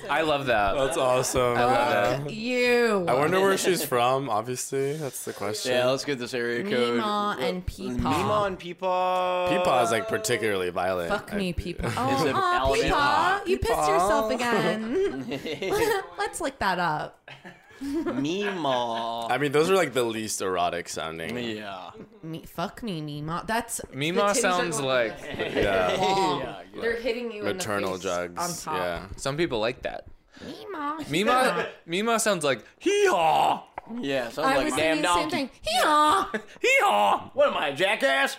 [SPEAKER 4] I love that.
[SPEAKER 2] That's awesome.
[SPEAKER 1] Fuck you.
[SPEAKER 2] I wonder where she's from. Obviously, that's the question.
[SPEAKER 3] yeah, let's get this area code.
[SPEAKER 1] Meemaw and Peepaw.
[SPEAKER 3] Meemaw and Peepaw.
[SPEAKER 2] Peepaw is like particularly violent.
[SPEAKER 1] Fuck me,
[SPEAKER 2] I-
[SPEAKER 1] Peepaw.
[SPEAKER 3] Is it
[SPEAKER 1] Oh,
[SPEAKER 3] Alabama?
[SPEAKER 1] Peepaw, you pissed yourself again. Let's look that up.
[SPEAKER 3] Meemaw.
[SPEAKER 2] I mean, those are like the least erotic sounding.
[SPEAKER 3] Yeah.
[SPEAKER 1] Me, fuck me, Meemaw. That's the
[SPEAKER 4] Mima
[SPEAKER 1] titties are
[SPEAKER 4] sounds
[SPEAKER 1] going
[SPEAKER 4] like
[SPEAKER 2] Yeah.
[SPEAKER 1] long. They're hitting you
[SPEAKER 2] Maternal
[SPEAKER 1] in the face
[SPEAKER 2] jugs.
[SPEAKER 1] on
[SPEAKER 2] Yeah.
[SPEAKER 1] top.
[SPEAKER 4] some people like that.
[SPEAKER 1] Meemaw.
[SPEAKER 4] Mima Mima sounds like hee haw.
[SPEAKER 3] Yeah, sounds
[SPEAKER 1] I
[SPEAKER 3] like
[SPEAKER 1] was
[SPEAKER 3] a
[SPEAKER 1] thinking
[SPEAKER 3] damn
[SPEAKER 1] the same
[SPEAKER 3] donkey.
[SPEAKER 1] thing. Hee-haw.
[SPEAKER 4] Hee haw.
[SPEAKER 3] What am I, a jackass?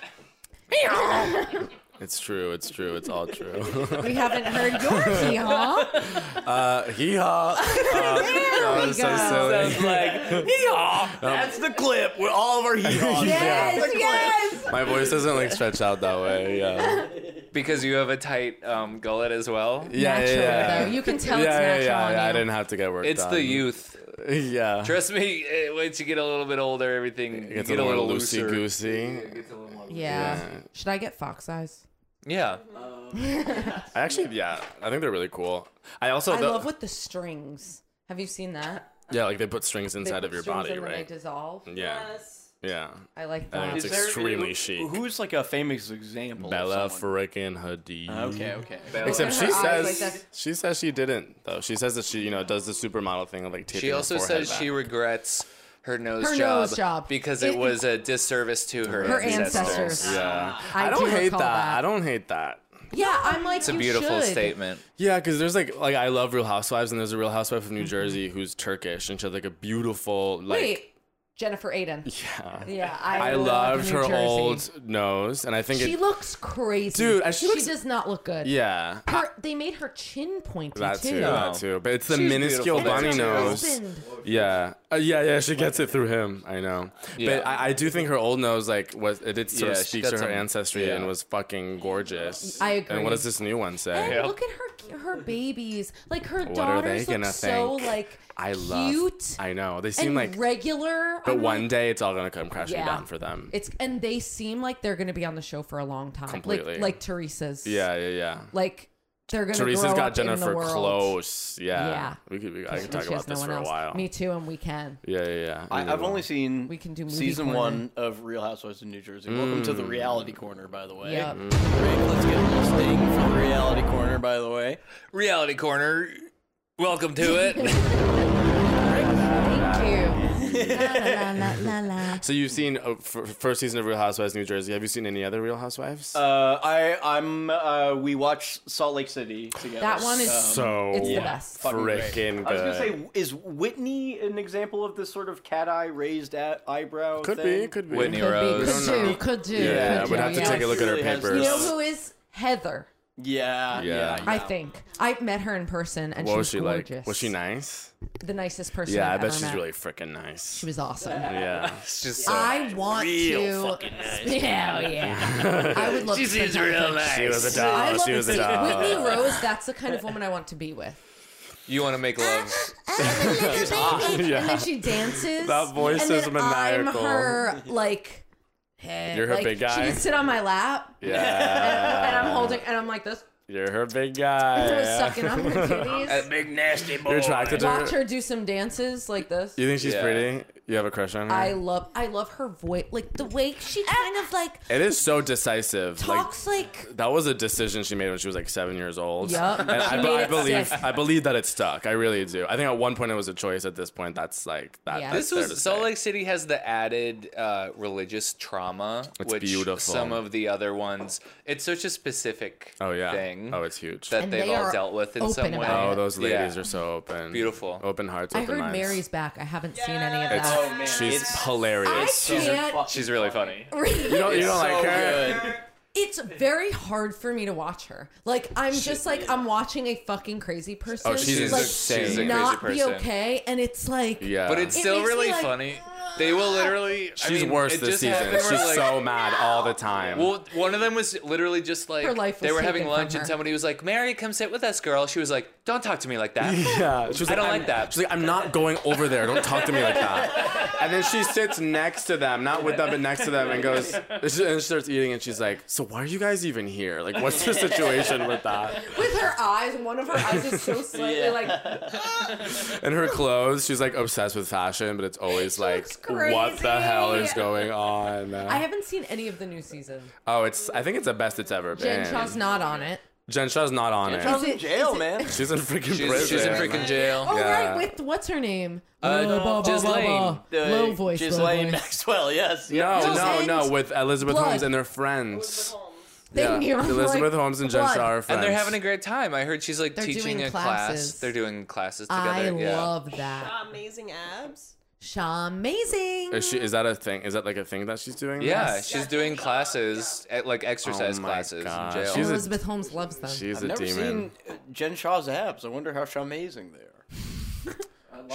[SPEAKER 2] It's true. It's true. It's all true.
[SPEAKER 1] We haven't heard your hee-haw.
[SPEAKER 2] uh, hee haw.
[SPEAKER 1] There we
[SPEAKER 2] so
[SPEAKER 1] go.
[SPEAKER 2] silly. Um,
[SPEAKER 3] Sounds like hee haw. That's the clip with all of our hee haws.
[SPEAKER 1] Yes, yes.
[SPEAKER 2] My voice doesn't like stretch out that way. Yeah.
[SPEAKER 4] Because you have a tight um, gullet as well.
[SPEAKER 2] Yeah.
[SPEAKER 1] Natural,
[SPEAKER 2] yeah, yeah.
[SPEAKER 1] though. You can tell
[SPEAKER 2] yeah,
[SPEAKER 1] it's
[SPEAKER 2] yeah,
[SPEAKER 1] natural
[SPEAKER 2] yeah,
[SPEAKER 1] on
[SPEAKER 2] yeah. I
[SPEAKER 1] you.
[SPEAKER 2] didn't have to get work
[SPEAKER 4] It's
[SPEAKER 2] done.
[SPEAKER 4] the youth.
[SPEAKER 2] Yeah.
[SPEAKER 4] Trust me, eh, once you get a little bit older, everything you
[SPEAKER 2] It's
[SPEAKER 4] get a little,
[SPEAKER 2] loosey
[SPEAKER 4] looser.
[SPEAKER 2] goosey.
[SPEAKER 1] Yeah.
[SPEAKER 2] Yeah.
[SPEAKER 1] Should I get fox eyes?
[SPEAKER 4] Yeah.
[SPEAKER 2] I actually, yeah, I think they're really cool. I also,
[SPEAKER 1] I
[SPEAKER 2] the-
[SPEAKER 1] love with the strings. Have you seen that?
[SPEAKER 2] yeah, like they put strings
[SPEAKER 1] They
[SPEAKER 2] inside
[SPEAKER 1] put
[SPEAKER 2] of your
[SPEAKER 1] strings
[SPEAKER 2] body,
[SPEAKER 1] in when they
[SPEAKER 2] right?
[SPEAKER 1] dissolve.
[SPEAKER 2] Yeah, yeah.
[SPEAKER 1] I like
[SPEAKER 2] think
[SPEAKER 1] that.
[SPEAKER 2] it's extremely chic.
[SPEAKER 3] Who's like a famous example? of
[SPEAKER 2] Bella
[SPEAKER 3] someone?
[SPEAKER 2] frickin' Hadid.
[SPEAKER 3] Okay, okay.
[SPEAKER 2] Except
[SPEAKER 1] Her
[SPEAKER 2] she
[SPEAKER 1] eyes
[SPEAKER 2] says
[SPEAKER 1] like that.
[SPEAKER 2] she says she didn't though. She says that she you know does the supermodel thing of like taping.
[SPEAKER 4] She
[SPEAKER 2] her
[SPEAKER 4] also
[SPEAKER 2] forehead
[SPEAKER 4] says she
[SPEAKER 2] back.
[SPEAKER 4] regrets her nose,
[SPEAKER 1] Her
[SPEAKER 4] job,
[SPEAKER 1] nose job.
[SPEAKER 4] because it,
[SPEAKER 1] It-
[SPEAKER 4] was a disservice to her,
[SPEAKER 1] Her
[SPEAKER 4] ancestors.
[SPEAKER 1] ancestors.
[SPEAKER 2] Yeah,
[SPEAKER 1] I
[SPEAKER 2] I, don't
[SPEAKER 1] do
[SPEAKER 2] hate that.
[SPEAKER 1] recall that.
[SPEAKER 2] I don't hate that.
[SPEAKER 1] Yeah, I'm like
[SPEAKER 4] It's a
[SPEAKER 1] you
[SPEAKER 4] beautiful
[SPEAKER 1] should.
[SPEAKER 4] statement.
[SPEAKER 2] Yeah, because there's like like I love Real Housewives, and there's a Real Housewife of New Jersey who's Turkish, and she had like a beautiful like.
[SPEAKER 1] Mm-hmm. Wait, Jennifer Aiden.
[SPEAKER 2] Yeah.
[SPEAKER 1] Yeah, I,
[SPEAKER 2] I
[SPEAKER 1] love
[SPEAKER 2] loved
[SPEAKER 1] New
[SPEAKER 2] her
[SPEAKER 1] Jersey.
[SPEAKER 2] old nose, and I think
[SPEAKER 1] She
[SPEAKER 2] it.
[SPEAKER 1] looks crazy,
[SPEAKER 2] Dude, and she looks-
[SPEAKER 1] does not look good.
[SPEAKER 2] yeah,
[SPEAKER 1] Her, they made her chin pointy
[SPEAKER 2] that too,
[SPEAKER 1] too.
[SPEAKER 2] that too. But it's the
[SPEAKER 4] She's
[SPEAKER 2] minuscule
[SPEAKER 4] beautiful.
[SPEAKER 2] bunny
[SPEAKER 1] Her
[SPEAKER 2] nose.
[SPEAKER 1] husband.
[SPEAKER 2] Yeah, uh, yeah, yeah. She gets it through him. I know,
[SPEAKER 4] Yeah.
[SPEAKER 2] but I, I do think her old nose, like, was it did sort
[SPEAKER 4] Yeah,
[SPEAKER 2] of
[SPEAKER 4] she
[SPEAKER 2] speak
[SPEAKER 4] got
[SPEAKER 2] to her
[SPEAKER 4] some-
[SPEAKER 2] ancestry
[SPEAKER 4] yeah.
[SPEAKER 2] and was fucking gorgeous.
[SPEAKER 1] I agree.
[SPEAKER 2] And what does this new one say?
[SPEAKER 1] And Look at her her babies. Like her
[SPEAKER 2] What are they
[SPEAKER 1] daughters
[SPEAKER 2] gonna
[SPEAKER 1] look so
[SPEAKER 2] think?
[SPEAKER 1] like
[SPEAKER 2] I love.
[SPEAKER 1] cute
[SPEAKER 2] I know they seem
[SPEAKER 1] and
[SPEAKER 2] like,
[SPEAKER 1] regular.
[SPEAKER 2] but
[SPEAKER 1] I'm
[SPEAKER 2] one
[SPEAKER 1] like,
[SPEAKER 2] day it's all gonna come crashing
[SPEAKER 1] Yeah.
[SPEAKER 2] down for them.
[SPEAKER 1] it's and they seem like they're gonna be on the show for a long time.
[SPEAKER 2] Completely.
[SPEAKER 1] Like like Teresa's.
[SPEAKER 2] yeah, yeah, yeah.
[SPEAKER 1] Like they're gonna
[SPEAKER 2] Teresa's
[SPEAKER 1] grow
[SPEAKER 2] got
[SPEAKER 1] up in the
[SPEAKER 2] Jennifer
[SPEAKER 1] world.
[SPEAKER 2] close. Yeah,
[SPEAKER 1] Yeah.
[SPEAKER 2] We could. We, I could
[SPEAKER 1] And
[SPEAKER 2] talk
[SPEAKER 1] she
[SPEAKER 2] about
[SPEAKER 1] has no
[SPEAKER 2] this
[SPEAKER 1] one
[SPEAKER 2] for a
[SPEAKER 1] else.
[SPEAKER 2] while.
[SPEAKER 1] Me too, and we can.
[SPEAKER 2] Yeah, yeah, yeah.
[SPEAKER 3] I,
[SPEAKER 2] Either
[SPEAKER 3] I've
[SPEAKER 2] one.
[SPEAKER 3] only seen
[SPEAKER 1] We can do movie
[SPEAKER 3] season
[SPEAKER 1] corner.
[SPEAKER 3] one of Real Housewives of New Jersey. Welcome
[SPEAKER 2] Mm.
[SPEAKER 3] to the reality corner, by the way.
[SPEAKER 1] Yep.
[SPEAKER 2] mm-hmm.
[SPEAKER 3] Rick, let's get a little sting for the reality corner, by the way.
[SPEAKER 4] Reality Corner, welcome to it.
[SPEAKER 1] Thank you. La, la, la, la, la.
[SPEAKER 2] So you've seen uh, f- first season of Real Housewives New Jersey. Have you seen any other Real Housewives?
[SPEAKER 3] Uh, I I'm uh, we watched Salt Lake City together.
[SPEAKER 1] That one is
[SPEAKER 2] so
[SPEAKER 1] it's the best.
[SPEAKER 3] fucking great.
[SPEAKER 2] freaking good.
[SPEAKER 3] I was gonna say, is Whitney an example of this sort of cat eye raised at eyebrow?
[SPEAKER 2] could
[SPEAKER 3] thing?
[SPEAKER 2] be, could be.
[SPEAKER 4] Whitney
[SPEAKER 1] Could be,
[SPEAKER 4] Rose.
[SPEAKER 1] could do,
[SPEAKER 2] don't know.
[SPEAKER 1] could do.
[SPEAKER 2] Yeah,
[SPEAKER 1] could
[SPEAKER 2] we'd
[SPEAKER 1] do,
[SPEAKER 2] have to
[SPEAKER 1] yeah.
[SPEAKER 2] take a look at her
[SPEAKER 3] Really has-
[SPEAKER 2] papers.
[SPEAKER 1] You know who is Heather?
[SPEAKER 3] Yeah,
[SPEAKER 2] Yeah.
[SPEAKER 3] yeah.
[SPEAKER 1] I think I met her in person, and
[SPEAKER 2] what
[SPEAKER 1] she
[SPEAKER 2] was
[SPEAKER 1] was,
[SPEAKER 2] she
[SPEAKER 1] gorgeous.
[SPEAKER 2] like? Was she nice?
[SPEAKER 1] The nicest person.
[SPEAKER 2] Yeah,
[SPEAKER 1] I've
[SPEAKER 2] I bet
[SPEAKER 1] ever
[SPEAKER 2] she's
[SPEAKER 1] met.
[SPEAKER 2] really freaking nice.
[SPEAKER 1] She was awesome.
[SPEAKER 2] yeah.
[SPEAKER 4] It's just so-
[SPEAKER 1] I want to. Yeah, yeah. I would love to. spend time with her.
[SPEAKER 2] She was a
[SPEAKER 1] I
[SPEAKER 2] doll.
[SPEAKER 1] love
[SPEAKER 2] She
[SPEAKER 1] to
[SPEAKER 2] was a
[SPEAKER 1] see- Whitney
[SPEAKER 2] doll.
[SPEAKER 1] Rose. That's the kind of woman I want to be with.
[SPEAKER 4] you want to make love.
[SPEAKER 1] And then she dances.
[SPEAKER 2] That voice
[SPEAKER 1] and
[SPEAKER 2] is
[SPEAKER 1] then
[SPEAKER 2] maniacal.
[SPEAKER 1] I'm her like. head,
[SPEAKER 2] You're her
[SPEAKER 1] like,
[SPEAKER 2] big guy?
[SPEAKER 1] She can sit on my lap,
[SPEAKER 2] Yeah.
[SPEAKER 1] and I'm holding, and I'm like this.
[SPEAKER 2] You're her big
[SPEAKER 1] I was
[SPEAKER 2] guy.
[SPEAKER 1] sucking on her titties.
[SPEAKER 4] big nasty boy.
[SPEAKER 2] You're attracted to
[SPEAKER 1] Watch
[SPEAKER 2] her.
[SPEAKER 1] her do some dances like this.
[SPEAKER 2] You think she's
[SPEAKER 4] Yeah.
[SPEAKER 2] pretty? You have a crush on her?
[SPEAKER 1] I love I love her voice, like the way she kind of like
[SPEAKER 2] it is so decisive.
[SPEAKER 1] talks like
[SPEAKER 2] Like, that was a decision she made when she was like seven years old.
[SPEAKER 1] Yup.
[SPEAKER 2] And I,
[SPEAKER 1] She
[SPEAKER 2] be-
[SPEAKER 1] made
[SPEAKER 2] I
[SPEAKER 1] it
[SPEAKER 2] believe
[SPEAKER 1] stick.
[SPEAKER 2] I believe that it stuck. I really do. I think at one point it was a choice. At this point, that's like that.
[SPEAKER 1] Yeah.
[SPEAKER 2] that's
[SPEAKER 4] This
[SPEAKER 2] fair to
[SPEAKER 4] was Salt
[SPEAKER 2] say.
[SPEAKER 4] Lake City has the added uh, religious trauma,
[SPEAKER 2] It's
[SPEAKER 4] which
[SPEAKER 2] beautiful.
[SPEAKER 4] some of the other ones. It's such a specific
[SPEAKER 2] Oh yeah.
[SPEAKER 4] thing
[SPEAKER 2] Oh, it's huge.
[SPEAKER 4] that
[SPEAKER 1] And
[SPEAKER 4] they've
[SPEAKER 1] they
[SPEAKER 4] all
[SPEAKER 1] are
[SPEAKER 4] dealt with in
[SPEAKER 1] open
[SPEAKER 4] some way.
[SPEAKER 1] about
[SPEAKER 2] oh,
[SPEAKER 1] it.
[SPEAKER 2] those ladies
[SPEAKER 4] Yeah.
[SPEAKER 2] are so open.
[SPEAKER 4] Beautiful. Oh,
[SPEAKER 2] Open hearts.
[SPEAKER 1] I
[SPEAKER 2] open
[SPEAKER 1] heard
[SPEAKER 2] minds.
[SPEAKER 1] Mary's back. I haven't seen any of
[SPEAKER 2] It's,
[SPEAKER 1] that.
[SPEAKER 3] man.
[SPEAKER 2] she's
[SPEAKER 3] It's-
[SPEAKER 1] I
[SPEAKER 2] hilarious.
[SPEAKER 1] can't.
[SPEAKER 4] She's really funny.
[SPEAKER 2] You don't, you
[SPEAKER 3] It's
[SPEAKER 2] don't like
[SPEAKER 3] so
[SPEAKER 2] her.
[SPEAKER 3] good.
[SPEAKER 1] It's very hard for me to watch her. Like I'm just like I'm watching a fucking crazy person.
[SPEAKER 2] Oh, she's
[SPEAKER 1] like
[SPEAKER 2] insane. She's a
[SPEAKER 1] not
[SPEAKER 4] crazy
[SPEAKER 1] be
[SPEAKER 4] person.
[SPEAKER 1] okay, and it's like
[SPEAKER 2] Yeah.
[SPEAKER 4] But it's
[SPEAKER 1] It
[SPEAKER 4] still
[SPEAKER 1] makes me
[SPEAKER 4] really
[SPEAKER 1] like,
[SPEAKER 4] funny. They will literally. I
[SPEAKER 2] she's
[SPEAKER 4] mean,
[SPEAKER 2] worse
[SPEAKER 4] it
[SPEAKER 2] this
[SPEAKER 4] just
[SPEAKER 2] season.
[SPEAKER 4] happened where,
[SPEAKER 2] She's
[SPEAKER 4] like-
[SPEAKER 2] so mad all the time.
[SPEAKER 4] Well, one of them was literally just like
[SPEAKER 1] Her life
[SPEAKER 4] they
[SPEAKER 1] was
[SPEAKER 4] were having
[SPEAKER 1] taken from
[SPEAKER 4] lunch, and
[SPEAKER 1] her.
[SPEAKER 4] somebody was like, "Mary, come sit with us, girl." She was like, "Don't talk to me like that."
[SPEAKER 2] Yeah, she was
[SPEAKER 4] I don't
[SPEAKER 2] I'm-
[SPEAKER 4] like that.
[SPEAKER 2] She's like, I'm not going over there. Don't talk to me like that. And then she sits next to them, not with them, but next to them, and goes, and she and she starts eating, and she's like, So why are you guys even here? Like, what's the situation with that?
[SPEAKER 1] with her eyes. One of her eyes is so slightly like
[SPEAKER 2] And her clothes, she's like obsessed with fashion, but it's always like,
[SPEAKER 1] looks crazy.
[SPEAKER 2] What the hell is going on? Uh,
[SPEAKER 1] I haven't seen any of the new season.
[SPEAKER 2] oh, it's. I think it's the best it's ever been.
[SPEAKER 1] Jen Shaw's not on it.
[SPEAKER 2] Jen Shaw's not on it.
[SPEAKER 3] She's
[SPEAKER 1] Is
[SPEAKER 3] in
[SPEAKER 1] it-
[SPEAKER 3] jail,
[SPEAKER 1] is it-
[SPEAKER 3] man.
[SPEAKER 2] She's in freaking prison.
[SPEAKER 4] She's, she's in freaking jail.
[SPEAKER 1] Oh
[SPEAKER 2] Yeah.
[SPEAKER 1] right, with what's her name?
[SPEAKER 4] Uh,
[SPEAKER 1] Blah, blah, blah,
[SPEAKER 4] Ghislaine.
[SPEAKER 1] blah, blah. Low
[SPEAKER 3] Uh,
[SPEAKER 1] voice.
[SPEAKER 3] Ghislaine
[SPEAKER 1] low voice.
[SPEAKER 3] Maxwell. Yes.
[SPEAKER 2] No, no,
[SPEAKER 1] and
[SPEAKER 2] no, with Elizabeth
[SPEAKER 1] blood.
[SPEAKER 2] Holmes and their friends.
[SPEAKER 1] They near him,
[SPEAKER 2] Elizabeth
[SPEAKER 1] like,
[SPEAKER 2] Holmes and Jen
[SPEAKER 1] blood.
[SPEAKER 2] Shaw are friends.
[SPEAKER 4] And they're having a great time. I heard she's like
[SPEAKER 1] They're
[SPEAKER 4] teaching
[SPEAKER 1] doing
[SPEAKER 4] a class.
[SPEAKER 1] classes.
[SPEAKER 4] They're doing classes together.
[SPEAKER 1] I
[SPEAKER 4] yeah.
[SPEAKER 1] love that.
[SPEAKER 5] Amazing abs.
[SPEAKER 1] Shaw, amazing.
[SPEAKER 2] Is she? Is that a thing? Is that like a thing that she's doing?
[SPEAKER 4] Yeah, she's doing classes, at, like exercise
[SPEAKER 2] Oh my
[SPEAKER 4] classes
[SPEAKER 2] gosh.
[SPEAKER 4] in jail.
[SPEAKER 2] She's a-
[SPEAKER 1] Elizabeth Holmes loves them.
[SPEAKER 2] she's
[SPEAKER 3] I've
[SPEAKER 2] a
[SPEAKER 3] never
[SPEAKER 2] demon.
[SPEAKER 3] seen uh, Jen Shaw's abs. I wonder how amazing they are.